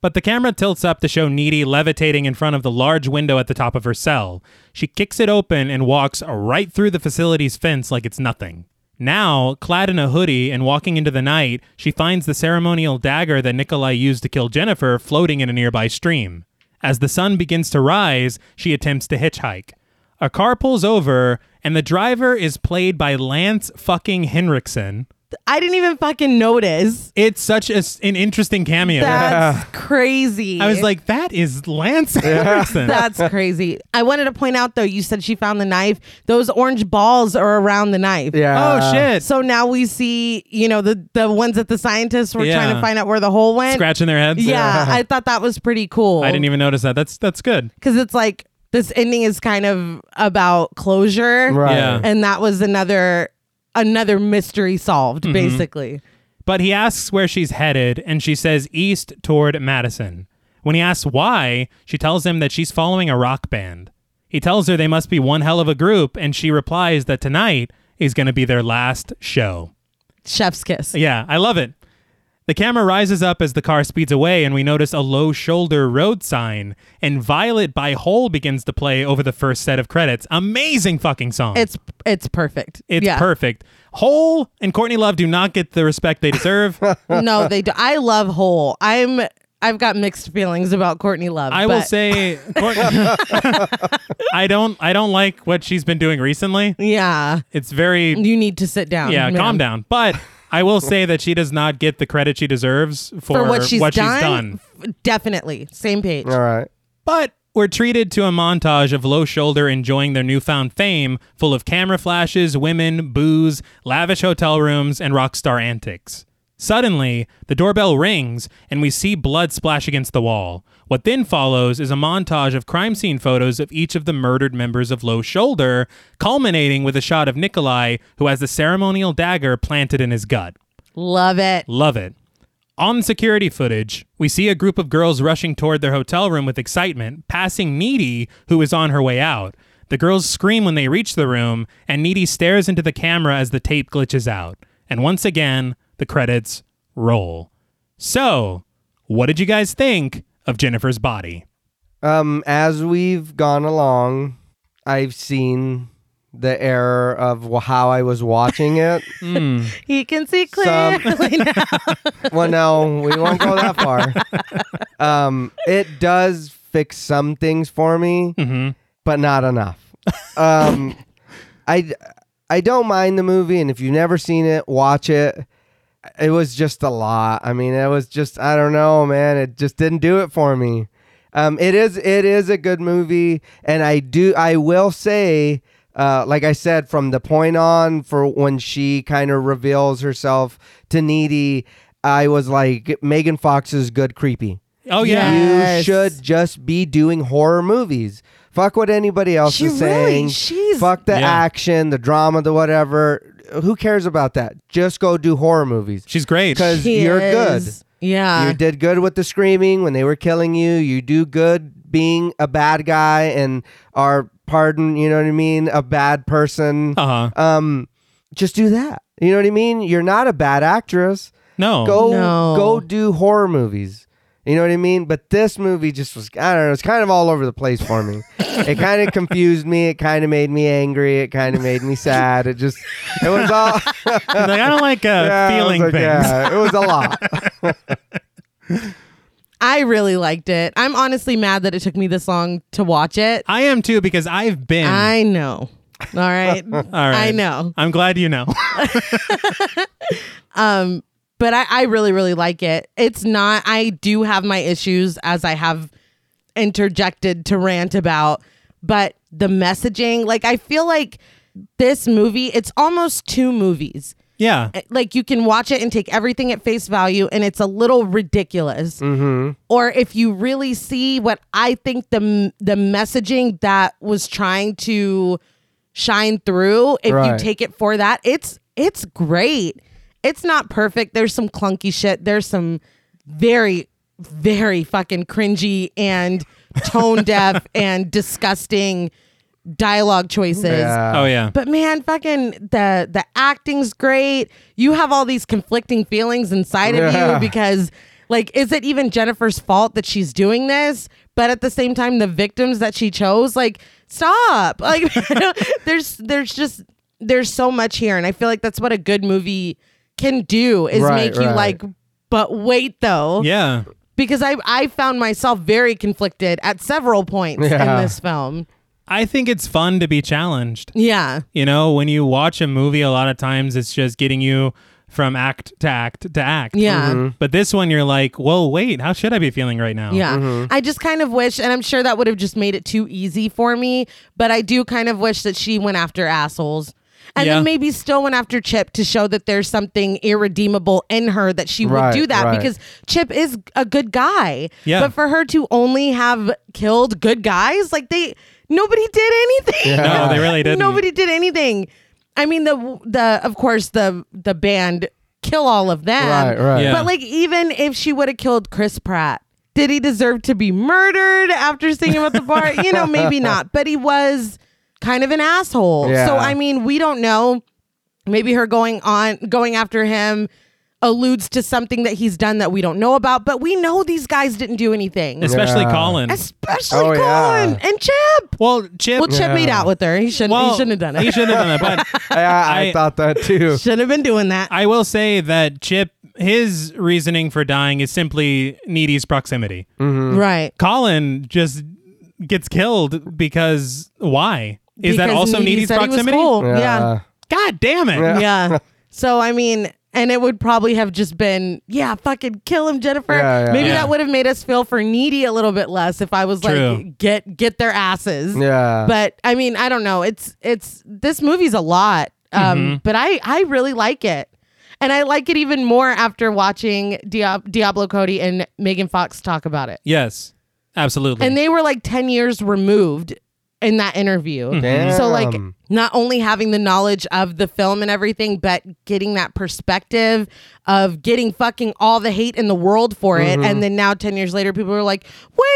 Speaker 1: But the camera tilts up to show Needy levitating in front of the large window at the top of her cell. She kicks it open and walks right through the facility's fence like it's nothing. Now, clad in a hoodie and walking into the night, she finds the ceremonial dagger that Nikolai used to kill Jennifer floating in a nearby stream. As the sun begins to rise, she attempts to hitchhike. A car pulls over, and the driver is played by Lance fucking Henriksen.
Speaker 2: I didn't even fucking notice.
Speaker 1: It's such a s an interesting cameo.
Speaker 2: That's crazy.
Speaker 1: I was like, that is Lance Henriksen.
Speaker 2: That's crazy. I wanted to point out though, you said she found the knife. Those orange balls are around the knife.
Speaker 3: Yeah.
Speaker 1: oh shit!
Speaker 2: So now we see, you know, the the ones that the scientists were trying
Speaker 1: Yeah.
Speaker 2: to find out where the hole went.
Speaker 1: Scratching their heads.
Speaker 2: yeah, I thought that was pretty cool.
Speaker 1: I didn't e- even notice that. That's that's good.
Speaker 2: because it's like this ending is kind of about closure.
Speaker 3: Right.
Speaker 1: Yeah.
Speaker 2: and that was another another mystery solved
Speaker 1: Mm-hmm.
Speaker 2: basically
Speaker 1: But he asks where she's headed, and she says east toward Madison. When he asks why, she tells him that she's following a rock band. He tells her they must be one hell of a group, and she replies that tonight is going to be their last show.
Speaker 2: chef's kiss
Speaker 1: Yeah, I love it. The camera rises up as the car speeds away, and we notice a low shoulder road sign, and Violet by Hole begins to play over the first set of credits. Amazing fucking song.
Speaker 2: it's it's perfect
Speaker 1: It's
Speaker 2: yeah.
Speaker 1: perfect. Hole and Courtney Love do not get the respect they deserve.
Speaker 2: no they do i love hole i'm I've got mixed feelings about Courtney Love.
Speaker 1: I will
Speaker 2: but-
Speaker 1: say, I don't, I don't like what she's been doing recently.
Speaker 2: yeah,
Speaker 1: It's very
Speaker 2: you need to sit down.
Speaker 1: Yeah,
Speaker 2: ma'am.
Speaker 1: calm down. But I will say that she does not get the credit she deserves for,
Speaker 2: For what she's, done,
Speaker 1: done.
Speaker 2: f- definitely same page.
Speaker 3: All right.
Speaker 1: But we're treated to a montage of Low Shoulder enjoying their newfound fame, full of camera flashes, women, booze, lavish hotel rooms, and rock star antics. Suddenly, the doorbell rings and we see blood splash against the wall. What then follows is a montage of crime scene photos of each of the murdered members of Low Shoulder, culminating with a shot of Nikolai, who has the ceremonial dagger planted in his gut.
Speaker 2: Love it.
Speaker 1: Love it. On security footage, we see a group of girls rushing toward their hotel room with excitement, passing Needy, who is on her way out. The girls scream when they reach the room, and Needy stares into the camera as the tape glitches out. And once again, the credits roll. So, what did you guys think of Jennifer's body?
Speaker 3: Um, as we've gone along, I've seen the error of wh- how I was watching it.
Speaker 2: He can see clear.
Speaker 3: Some- well, no, we won't go that far. Um, it does fix some things for me, but not enough. Um, I I don't mind the movie, and if you've never seen it, watch it. It was just a lot. I mean, it was just I don't know, man. It just didn't do it for me. Um, it is it is a good movie, and I do I will say, uh, like I said, from the point on for when she kind of reveals herself to Needy, I was like Megan Fox is good creepy.
Speaker 1: Oh, yeah.
Speaker 2: Yeah.
Speaker 3: You
Speaker 2: Yes.
Speaker 3: should just be doing horror movies. Fuck what anybody else
Speaker 2: She
Speaker 3: is
Speaker 2: really-
Speaker 3: saying.
Speaker 2: she's-
Speaker 3: Fuck the
Speaker 1: Yeah.
Speaker 3: action, the drama, the whatever. Who cares about that? Just go do horror movies.
Speaker 1: She's great.
Speaker 3: Because
Speaker 2: He
Speaker 3: you're
Speaker 2: is. Yeah.
Speaker 3: good. You did good with the screaming when they were killing you. You do good being a bad guy and are, pardon, you know what I mean, a bad person.
Speaker 1: Uh huh.
Speaker 3: Um, just do that. You know what I mean? You're not a bad actress
Speaker 1: No.
Speaker 3: go
Speaker 2: No.
Speaker 3: go do horror movies. You know what I mean? But this movie just was I don't know, it's kind of all over the place for me. it kind of confused me, it kind of made me angry, it kind of made me sad. It just it was all
Speaker 1: Like, I don't like uh,
Speaker 3: Yeah, I was
Speaker 1: feeling
Speaker 3: like,
Speaker 1: things.
Speaker 3: Yeah, it was a lot.
Speaker 2: I really liked it. I'm honestly mad that it took me this long to watch it.
Speaker 1: I am too because I've been.
Speaker 2: I know. All right.
Speaker 1: All right.
Speaker 2: I know.
Speaker 1: I'm glad you know.
Speaker 2: But I, I really, really like it. It's not, I do have my issues as I have interjected to rant about, but the messaging, like, I feel like this movie, it's almost two movies.
Speaker 1: yeah.
Speaker 2: Eh, like you can watch it and take everything at face value and it's a little ridiculous
Speaker 1: Mm-hmm.
Speaker 2: or if you really see what i think the the messaging that was trying to shine through if you
Speaker 3: Right.
Speaker 2: take it for that it's it's great it's not perfect there's some clunky shit there's some very very fucking cringy and tone deaf and disgusting dialogue choices
Speaker 3: Uh,
Speaker 1: Oh, yeah.
Speaker 2: but man, fucking the the acting's great. You have all these conflicting feelings inside
Speaker 3: Yeah.
Speaker 2: of you because like is it even Jennifer's fault that she's doing this? But at the same time the victims that she chose like stop. Like there's there's just there's so much here and I feel like that's what a good movie can do is
Speaker 3: Right,
Speaker 2: make you
Speaker 3: right.
Speaker 2: like but wait though
Speaker 1: Yeah.
Speaker 2: because I I found myself very conflicted at several points
Speaker 3: Yeah.
Speaker 2: in this film.
Speaker 1: I think it's fun to be challenged.
Speaker 2: Yeah.
Speaker 1: You know, when you watch a movie, a lot of times it's just getting you from act to act to act.
Speaker 2: Yeah.
Speaker 1: But this one, you're like, whoa, wait, how should I be feeling right now?
Speaker 2: Yeah. I just kind of wish, and I'm sure that would have just made it too easy for me, but I do kind of wish that she went after assholes. And
Speaker 1: Yeah.
Speaker 2: then maybe still went after Chip to show that there's something irredeemable in her that she
Speaker 3: Right,
Speaker 2: would do that
Speaker 3: right.
Speaker 2: because Chip is a good guy.
Speaker 1: Yeah.
Speaker 2: But for her to only have killed good guys, like they, nobody did anything.
Speaker 1: No, they really didn't.
Speaker 2: Nobody did anything. I mean, the, the, of course, the, the band kill all of them.
Speaker 3: Right, right.
Speaker 1: Yeah.
Speaker 2: But like, even if she would have killed Chris Pratt, did he deserve to be murdered after seeing him at the bar? you know, maybe not. But he was kind of an asshole.
Speaker 3: Yeah.
Speaker 2: So I mean, we don't know. Maybe her going on going after him alludes to something that he's done that we don't know about. But we know these guys didn't do anything,
Speaker 1: Especially
Speaker 3: Yeah.
Speaker 1: Colin.
Speaker 2: especially
Speaker 3: Oh, yeah.
Speaker 2: Colin and Chip.
Speaker 1: well, Chip.
Speaker 2: Well, Chip made out with her. He shouldn't.
Speaker 1: well,
Speaker 2: he shouldn't have done
Speaker 1: He
Speaker 2: it.
Speaker 1: shouldn't have done it. But
Speaker 3: Yeah, I,
Speaker 1: I-
Speaker 3: thought that too.
Speaker 2: Shouldn't have been doing that.
Speaker 1: I will say that Chip his reasoning for dying is simply Needy's proximity.
Speaker 3: Mm.
Speaker 2: Right.
Speaker 1: Colin just gets killed because why? Is that
Speaker 2: Because
Speaker 1: also
Speaker 2: Needy
Speaker 1: Needy's
Speaker 2: said he was
Speaker 1: proximity?
Speaker 2: cool.
Speaker 3: Yeah.
Speaker 2: yeah.
Speaker 1: God damn it.
Speaker 2: yeah. So I mean, and it would probably have just been, yeah, fucking kill him, Jennifer.
Speaker 3: Yeah, yeah.
Speaker 2: Maybe
Speaker 1: Yeah.
Speaker 2: that would have made us feel for needy a little bit less if I was
Speaker 1: True.
Speaker 2: like, get get their asses.
Speaker 3: Yeah.
Speaker 2: But I mean, I don't know. It's it's this movie's a lot, um,
Speaker 1: Mm-hmm.
Speaker 2: but I I really like it. And I like it even more after watching Diab- Diablo Cody and Megan Fox talk about it.
Speaker 1: Yes. Absolutely.
Speaker 2: And they were like 10 years removed in that interview.
Speaker 3: Mm-hmm. Damn.
Speaker 2: So like not only having the knowledge of the film and everything, but getting that perspective of getting fucking all the hate in the world for it,
Speaker 3: Mm-hmm.
Speaker 2: and then now ten years later, people are like,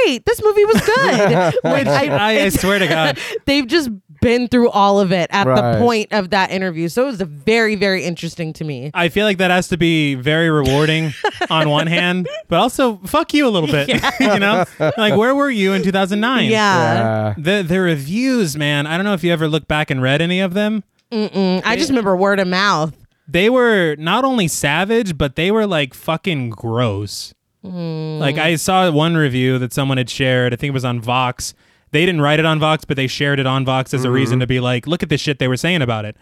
Speaker 2: "Wait, this movie was good." Which I,
Speaker 1: I, I swear to God.
Speaker 2: they've just been through all of it at
Speaker 3: Right.
Speaker 2: the point of that interview, so it was very, very interesting to me.
Speaker 1: I feel like that has to be very rewarding on one hand, but also fuck you a little bit. you know, like where were you in 2009?
Speaker 2: Yeah,
Speaker 3: yeah.
Speaker 1: The the reviews, man. I don't know if you ever looked back and read any of them.
Speaker 2: Mm, I just remember word of mouth.
Speaker 1: They were not only savage, but they were like fucking gross. Like I saw one review that someone had shared. I think it was on Vox. They didn't write it on Vox, but they shared it on Vox as
Speaker 3: Mm-hmm.
Speaker 1: a reason to be like, look at this shit they were saying about it.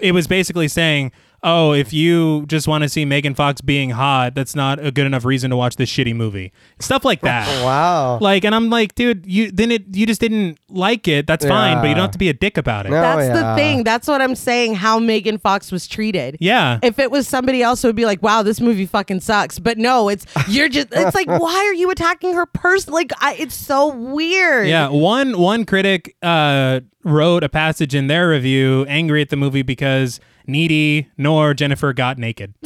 Speaker 1: It was basically saying, oh, if you just want to see Megan Fox being hot, that's not a good enough reason to watch this shitty movie. Stuff like that.
Speaker 3: Wow. Oh,
Speaker 1: Like, and I'm like, dude, you then it you just didn't like it. That's fine, but you don't have to be a dick about it.
Speaker 3: No.
Speaker 2: That's
Speaker 3: Oh, yeah.
Speaker 2: the thing. That's what I'm saying. How Megan Fox was treated.
Speaker 1: Yeah.
Speaker 2: If it was somebody else, it would be like, "Wow, this movie fucking sucks." But no, it's you're just. It's like, why are you attacking her person? Like, I, it's so weird.
Speaker 1: Yeah, one one critic uh, wrote a passage in their review angry at the movie because Needy nor Jennifer got naked.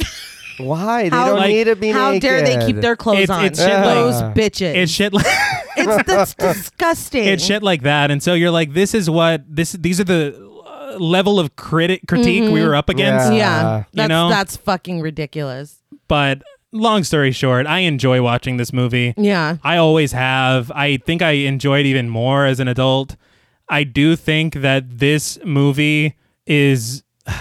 Speaker 3: Why? They
Speaker 2: How-
Speaker 3: don't
Speaker 1: Like,
Speaker 3: need to be
Speaker 2: How dare they keep
Speaker 3: naked.
Speaker 2: their clothes
Speaker 1: It's-
Speaker 2: on?
Speaker 1: it's shit
Speaker 3: like-
Speaker 2: Those bitches.
Speaker 1: It's
Speaker 2: It's,
Speaker 1: shit like
Speaker 2: that's disgusting.
Speaker 1: it's shit like that, and so you're like, this is what this these are the uh, level of critic critique we were up against.
Speaker 2: Mm-hmm.
Speaker 3: Uh,
Speaker 2: Yeah,
Speaker 1: You
Speaker 2: that's
Speaker 1: know?
Speaker 2: that's fucking ridiculous.
Speaker 1: But long story short, I enjoy watching this movie.
Speaker 2: Yeah.
Speaker 1: I always have. I think I enjoy it even more as an adult. I do think that this movie is.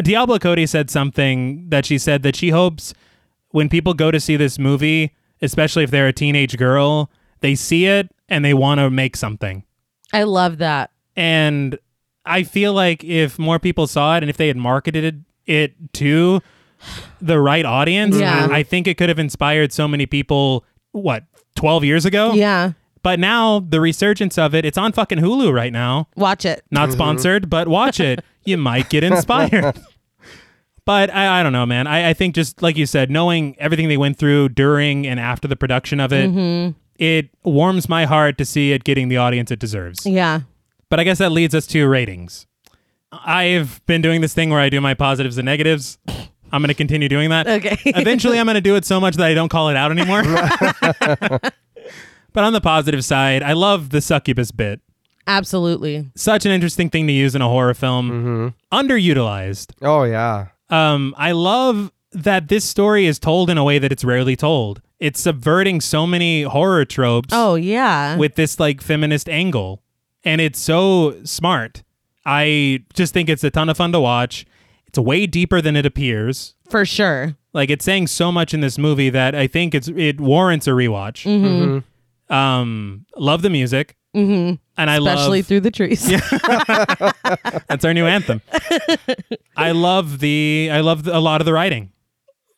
Speaker 1: Diablo Cody said something that she said that she hopes when people go to see this movie, especially if they're a teenage girl, they see it and they want to make something.
Speaker 2: I love that.
Speaker 1: And I feel like if more people saw it and if they had marketed it to the right audience,
Speaker 2: Yeah.
Speaker 1: I think it could have inspired so many people, what, 12 years ago?
Speaker 2: Yeah.
Speaker 1: But now the resurgence of it, it's on fucking Hulu right now.
Speaker 2: Watch it.
Speaker 1: Not sponsored, but watch it. You might get inspired. but I, I don't know, man. I, I think just like you said, knowing everything they went through during and after the production of it,
Speaker 2: Mm-hmm.
Speaker 1: it warms my heart to see it getting the audience it deserves.
Speaker 2: Yeah.
Speaker 1: But I guess that leads us to ratings. I've been doing this thing where I do my positives and negatives. I'm going to continue doing that.
Speaker 2: Okay.
Speaker 1: Eventually, I'm going to do it so much that I don't call it out anymore. but on the positive side, I love the succubus bit.
Speaker 2: Absolutely.
Speaker 1: Such an interesting thing to use in a horror film. Underutilized.
Speaker 3: Oh yeah.
Speaker 1: Um, I love that this story is told in a way that it's rarely told. It's subverting so many horror tropes
Speaker 2: Oh yeah.
Speaker 1: with this like feminist angle and it's so smart i just think it's a ton of fun to watch it's way deeper than it appears
Speaker 2: For sure.
Speaker 1: like it's saying so much in this movie that i think it's it warrants a rewatch
Speaker 2: Mm-hmm.
Speaker 1: um love the music mm-hmm. and i
Speaker 2: Especially
Speaker 1: love
Speaker 2: through the trees.
Speaker 1: that's our new anthem i love the i love the, a lot of the writing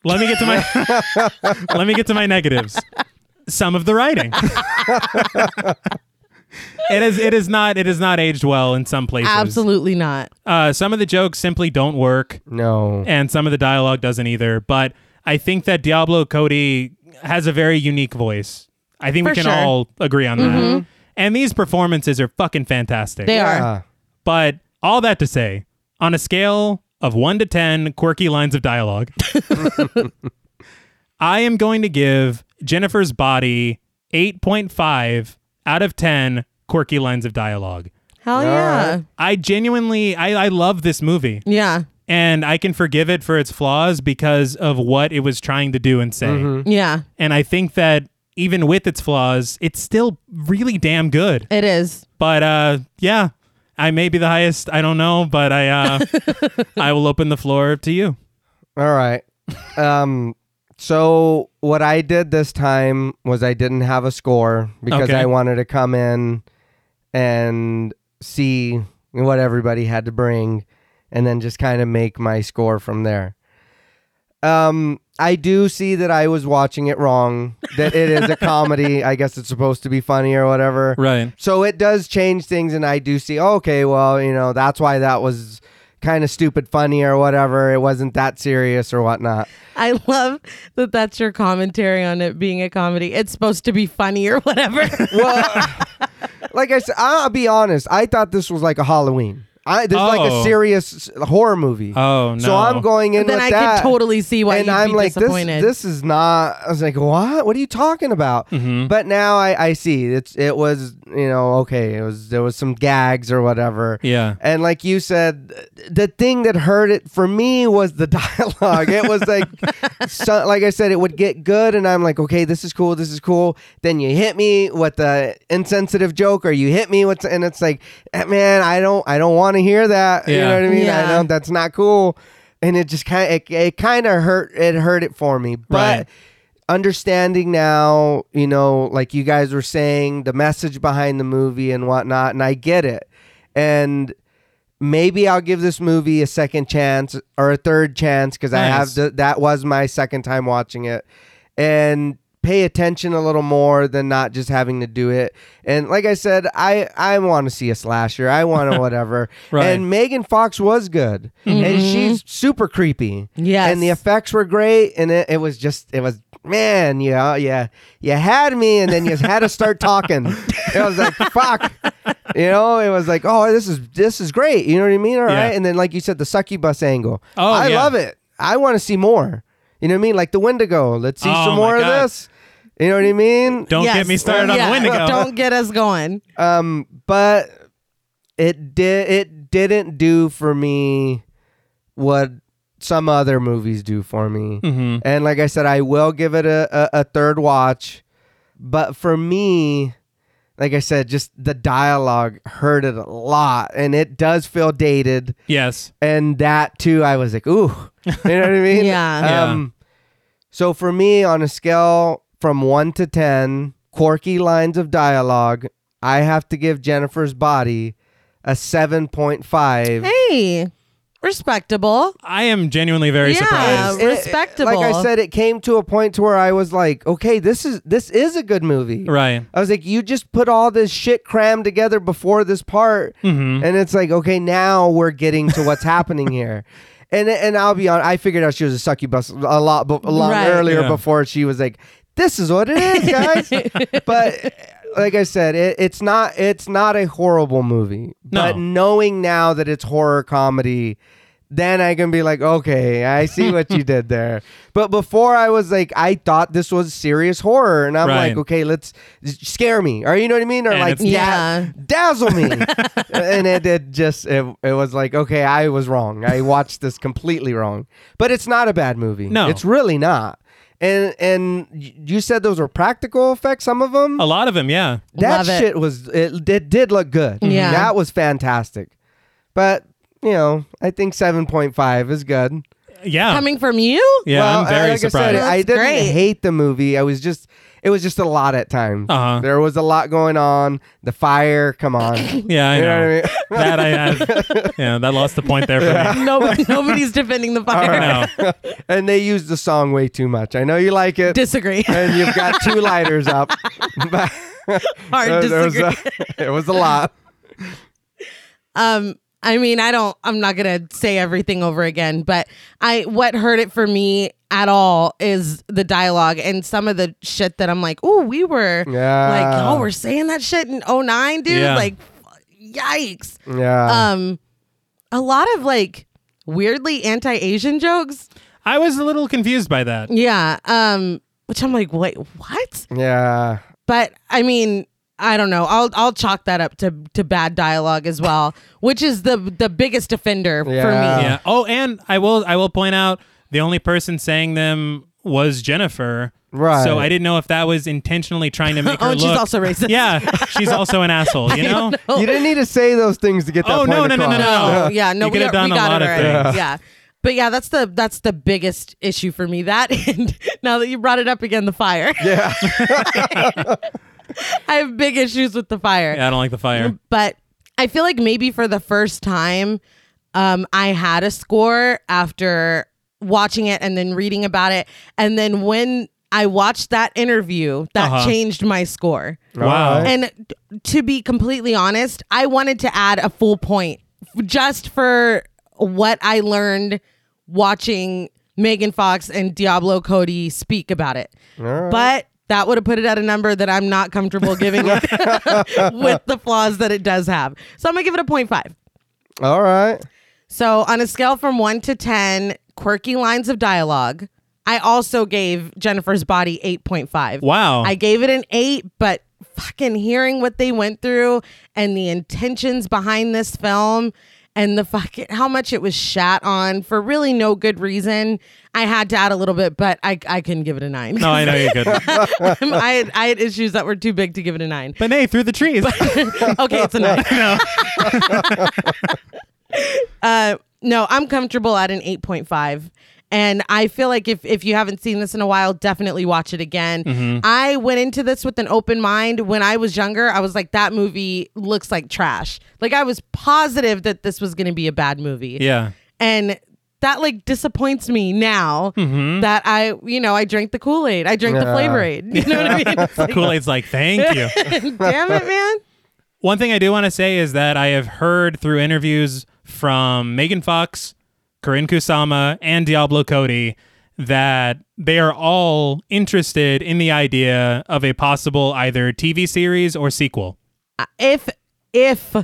Speaker 1: let me get to my let me get to my negatives some of the writing it is it is not it is not aged well in some places
Speaker 2: Absolutely not.
Speaker 1: uh, some of the jokes simply don't work
Speaker 3: No.
Speaker 1: and some of the dialogue doesn't either but i think that diablo cody has a very unique voice i think we
Speaker 2: For
Speaker 1: can
Speaker 2: sure. Mm-hmm.
Speaker 1: all agree on that and these performances are fucking fantastic
Speaker 2: They are.
Speaker 3: Yeah.
Speaker 1: but all that to say, on a scale of one to 10 quirky lines of dialogue, I am going to give Jennifer's Body 8.5 out of 10 quirky lines of dialogue.
Speaker 2: Hell yeah.
Speaker 1: I genuinely, I, I love this movie
Speaker 2: Yeah.
Speaker 1: and I can forgive it for its flaws because of what it was trying to do and say.
Speaker 3: Mm-hmm.
Speaker 2: Yeah.
Speaker 1: And I think that even with its flaws, it's still really damn good.
Speaker 2: It is.
Speaker 1: But uh, yeah, I may be the highest. I don't know, but I uh, I will open the floor to you.
Speaker 3: All right. Um, so what I did this time was I didn't have a score because
Speaker 1: Okay.
Speaker 3: I wanted to come in and see what everybody had to bring, and then just kind of make my score from there. Um, I do see that I was watching it wrong. That it is a comedy. I guess it's supposed to be funny or whatever.
Speaker 1: Right.
Speaker 3: So it does change things, and I do see, oh, okay, well, you know, that's why that was kind of stupid funny or whatever. It wasn't that serious or whatnot.
Speaker 2: I love that that's your commentary on it being a comedy. It's supposed to be funny or whatever.
Speaker 3: Well, like I said, I'll be honest. I thought this was like a Halloween. I, this is like
Speaker 1: Oh.
Speaker 3: a serious horror movie.
Speaker 1: Oh no.
Speaker 3: So I'm going in
Speaker 2: then
Speaker 3: with
Speaker 2: I
Speaker 3: that.
Speaker 2: can totally see why
Speaker 3: and
Speaker 2: you'd
Speaker 3: I'm
Speaker 2: be
Speaker 3: like, this,
Speaker 2: disappointed.
Speaker 3: this is not. I was like, what? What are you talking about?
Speaker 1: Mm-hmm.
Speaker 3: But now I, I see it's it was you know okay it was there was some gags or whatever.
Speaker 1: Yeah.
Speaker 3: And like you said, th- the thing that hurt it for me was the dialogue. It was like, so, like I said, it would get good, and I'm like, okay, this is cool, this is cool. Then you hit me with the insensitive joke, or you hit me with, and it's like, eh, man, I don't, I don't want to hear that. You
Speaker 1: Yeah.
Speaker 3: know what I mean? I
Speaker 2: Yeah.
Speaker 3: don't. That's not cool. And it just kind, of, it, it kind of hurt. It hurt it for me, but.
Speaker 1: Right.
Speaker 3: Understanding now, you know, like you guys were saying, the message behind the movie and whatnot, and I get it. And maybe I'll give this movie a second chance or a third chance because I have
Speaker 1: Nice.
Speaker 3: the, that was my second time watching it and pay attention a little more than not just having to do it. And like I said, I I want to see a slasher. I want to whatever.
Speaker 1: Right. Mm-hmm.
Speaker 3: And Megan Fox was good. And she's super creepy.
Speaker 2: Yes.
Speaker 3: And the effects were great and it, it was just it was man, you know, yeah, you had me and then you had to start talking. It was like fuck. You know, it was like, oh, this is this is great. You know what I mean? All right.
Speaker 1: Yeah.
Speaker 3: And then like you said, the succubus angle.
Speaker 1: Oh,
Speaker 3: I
Speaker 1: yeah.
Speaker 3: love it. I want to see more. You know what I mean? Like the Wendigo. Let's see
Speaker 1: Oh,
Speaker 3: some
Speaker 1: my
Speaker 3: more of
Speaker 1: God.
Speaker 3: this. You know what I mean?
Speaker 1: Don't
Speaker 2: Yes.
Speaker 1: get me started on
Speaker 2: Yeah,
Speaker 1: the Wendigo.
Speaker 2: Don't get us going.
Speaker 3: Um, but it did it didn't do for me what some other movies do for me.
Speaker 1: Mhm.
Speaker 3: And like I said, I will give it a, a, a third watch. But for me, like I said, just the dialogue hurt it a lot. And it does feel dated.
Speaker 1: Yes.
Speaker 3: And that too, I was like, ooh. You know what I mean?
Speaker 2: Yeah.
Speaker 3: Um, So for me, on a scale from one to 10, quirky lines of dialogue, I have to give Jennifer's body a 7.5.
Speaker 2: Hey, respectable.
Speaker 1: I am genuinely very
Speaker 2: Yeah.
Speaker 1: surprised.
Speaker 3: It-
Speaker 2: Respectable.
Speaker 3: like I said, it came to a point to where I was like, okay, this is this is a good movie.
Speaker 1: Right.
Speaker 3: I was like, you just put all this shit crammed together before this part,
Speaker 1: Mm-hmm.
Speaker 3: and it's like, okay, now we're getting to what's happening here. And and I'll be honest, I figured out she was a succubus a lot be- a lot
Speaker 2: Right.
Speaker 3: earlier
Speaker 1: Yeah.
Speaker 3: before she was like, this is what it is, guys. but like I said, it, it's not it's not a horrible movie.
Speaker 1: No.
Speaker 3: But knowing now that it's horror comedy. Then I can be like, okay, I see what you did there. But before I was like, I thought this was serious horror, and I'm
Speaker 1: Right.
Speaker 3: like, okay, let's scare me, or you know what I mean, or
Speaker 1: And
Speaker 3: like,
Speaker 1: it's-
Speaker 3: da-
Speaker 2: Yeah.
Speaker 3: dazzle me. and it, it just, it, it was like, okay, I was wrong. I watched this completely wrong. But it's not a bad movie.
Speaker 1: No.
Speaker 3: it's really not. And and y- you said those were practical effects. Some of them.
Speaker 1: A lot of them, yeah.
Speaker 3: that
Speaker 2: Love it.
Speaker 3: shit was it, it. did look good.
Speaker 2: Yeah.
Speaker 3: that was fantastic. But you know, I think seven point five is good.
Speaker 1: Yeah.
Speaker 2: Coming from you?
Speaker 1: Oh. yeah,
Speaker 3: Well,
Speaker 1: I'm very
Speaker 3: like
Speaker 1: surprised.
Speaker 3: I, said, I
Speaker 2: That's
Speaker 3: didn't
Speaker 2: great.
Speaker 3: hate the movie. I was just, it was just a lot at times.
Speaker 1: Uh-huh.
Speaker 3: There was a lot going on. The fire, come on. you
Speaker 1: yeah, I
Speaker 3: know what
Speaker 1: know.
Speaker 3: I mean?
Speaker 1: That I have. yeah, that lost the point there for me.
Speaker 2: No, nobody's defending the fire.
Speaker 1: No.
Speaker 3: And they used the song way too much. I know you like it.
Speaker 2: Disagree.
Speaker 3: and you've got two lighters up. But
Speaker 2: Hard
Speaker 3: there was
Speaker 2: disagree.
Speaker 3: a, it was a lot.
Speaker 2: um i mean i don't i'm not gonna say everything over again but i what hurt it for me at all is the dialogue and some of the shit that i'm like oh we were
Speaker 3: Yeah.
Speaker 2: like y'all were saying that shit in 09 dude
Speaker 1: Yeah.
Speaker 2: like yikes
Speaker 3: Yeah.
Speaker 2: um a lot of like weirdly anti-asian jokes
Speaker 1: I was a little confused by that.
Speaker 2: yeah um which i'm like wait what
Speaker 3: yeah.
Speaker 2: but I mean, I don't know. I'll I'll chalk that up to to bad dialogue as well, which is the the biggest offender for
Speaker 3: Yeah.
Speaker 2: me.
Speaker 1: Yeah. Oh, and I will I will point out the only person saying them was Jennifer.
Speaker 3: Right.
Speaker 1: So I didn't know if that was intentionally trying to make her
Speaker 2: Oh, and she's
Speaker 1: look-
Speaker 2: also racist.
Speaker 1: Yeah, she's also an asshole. You know.
Speaker 3: You didn't need to say those things to get that
Speaker 1: Oh,
Speaker 3: point
Speaker 1: no, no, no, no,
Speaker 3: across.
Speaker 1: no.
Speaker 2: Oh, yeah. No,
Speaker 1: You
Speaker 2: we,
Speaker 1: could have
Speaker 2: are- we
Speaker 1: done a
Speaker 2: got
Speaker 1: lot
Speaker 2: it
Speaker 1: of
Speaker 2: already.
Speaker 1: things.
Speaker 2: Yeah. But yeah, that's the that's the biggest issue for me. That and now that you brought it up again, the fire.
Speaker 3: Yeah.
Speaker 2: I have big issues with the fire.
Speaker 1: Yeah, I don't like the fire.
Speaker 2: But I feel like maybe for the first time, um, I had a score after watching it and then reading about it. And then when I watched that interview, that
Speaker 1: Uh-huh.
Speaker 2: changed my score.
Speaker 1: Wow.
Speaker 3: Alright.
Speaker 2: And t- to be completely honest, I wanted to add a full point f- just for what I learned watching Megan Fox and Diablo Cody speak about it. But that would have put it at a number that I'm not comfortable giving it with the flaws that it does have. So I'm going to give it a 0.5.
Speaker 3: All right.
Speaker 2: So on a scale from 1 to 10, quirky lines of dialogue, I also gave Jennifer's Body 8.5.
Speaker 1: Wow.
Speaker 2: I gave it an eight, but fucking hearing what they went through and the intentions behind this film and the fucking how much it was shat on for really no good reason, I had to add a little bit, but I, I couldn't give it a nine.
Speaker 1: no, I know you could.
Speaker 2: I, had, I had issues that were too big to give it a nine.
Speaker 1: But hey, through the trees.
Speaker 2: okay, it's a nine.
Speaker 1: no.
Speaker 2: Uh, no, I'm comfortable at an 8.5. And I feel like if, if you haven't seen this in a while, definitely watch it again.
Speaker 1: Mm-hmm.
Speaker 2: I went into this with an open mind. When I was younger, I was like, that movie looks like trash. Like, I was positive that this was going to be a bad movie.
Speaker 1: Yeah.
Speaker 2: And that, like, disappoints me now
Speaker 1: Mm-hmm.
Speaker 2: that I, you know, I drank the Kool Aid. I drank the
Speaker 3: Yeah.
Speaker 2: Flavor Aid. You know what I mean? It's like,
Speaker 1: Kool Aid's like, thank you.
Speaker 2: Damn it, man.
Speaker 1: One thing I do want to say is that I have heard through interviews from Megan Fox, Corinne Kusama, and Diablo Cody that they are all interested in the idea of a possible either TV series or sequel.
Speaker 2: If, if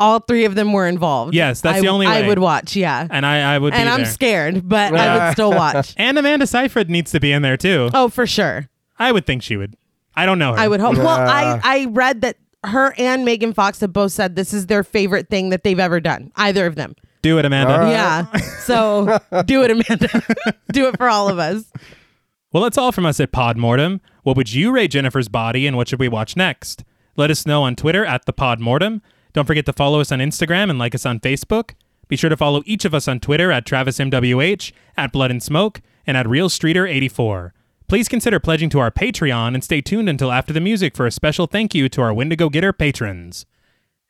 Speaker 2: all three of them were involved.
Speaker 1: Yes, that's
Speaker 2: I-
Speaker 1: the only
Speaker 2: I
Speaker 1: way.
Speaker 2: would watch. Yeah.
Speaker 1: And I, I would
Speaker 2: and
Speaker 1: be
Speaker 2: I'm
Speaker 1: there.
Speaker 2: scared, but I would still watch.
Speaker 1: and Amanda Seyfried needs to be in there too.
Speaker 2: Oh, for sure.
Speaker 1: I would think she would. I don't know her.
Speaker 2: I would hope. Well, I
Speaker 3: Yeah.
Speaker 2: I read that her and Megan Fox have both said this is their favorite thing that they've ever done. Either of them.
Speaker 1: do it, Amanda.
Speaker 3: All right.
Speaker 2: Yeah. So do it, Amanda. do it for all of us.
Speaker 1: Well, that's all from us at Podmortem. What would you rate Jennifer's body and what should we watch next? Let us know on Twitter at the Podmortem. Don't forget to follow us on Instagram and like us on Facebook. Be sure to follow each of us on Twitter at TravisMWH, at Blood and Smoke, and at RealStreeter84. Please consider pledging to our Patreon and stay tuned until after the music for a special thank you to our Wendigo Getter patrons.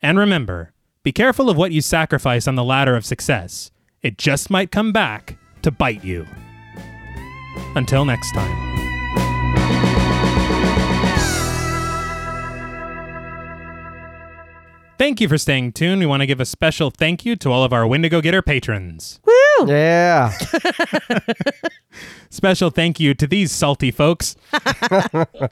Speaker 1: And remember, be careful of what you sacrifice on the ladder of success. It just might come back to bite you. Until next time. Thank you for staying tuned. We want to give a special thank you to all of our Wendigo Getter patrons.
Speaker 2: Woo!
Speaker 3: Yeah.
Speaker 1: Special thank you to these salty folks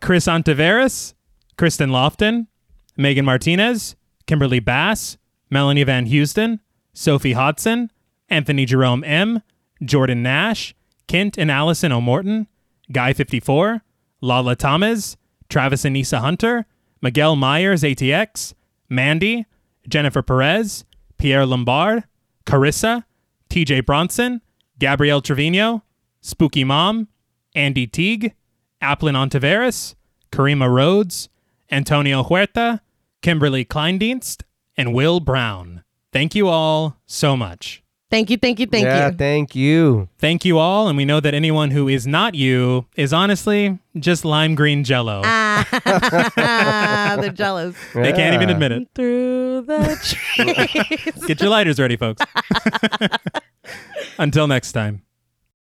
Speaker 1: Chris Ontiveros, Kristen Lofton, Megan Martinez, Kimberly Bass, Melanie Van Houston, Sophie Hodson, Anthony Jerome M., Jordan Nash, Kent and Allison O'Morton, Guy54, Lala Thomas, Travis and Nisa Hunter, Miguel Myers ATX, Mandy, Jennifer Perez, Pierre Lombard, Carissa, TJ Bronson, Gabrielle Trevino, Spooky Mom, Andy Teague, Applin Ontiveros, Karima Rhodes, Antonio Huerta, Kimberly Kleindienst, and Will Brown. Thank you all so much.
Speaker 2: Thank you, thank you, thank
Speaker 3: yeah,
Speaker 2: you.
Speaker 3: Thank you.
Speaker 1: Thank you all, and we know that anyone who is not you is honestly just lime green jello.
Speaker 2: Ah, They're jealous.
Speaker 1: They can't even
Speaker 3: Yeah.
Speaker 1: admit it.
Speaker 2: Through the trees.
Speaker 1: Get your lighters ready, folks. Until next time.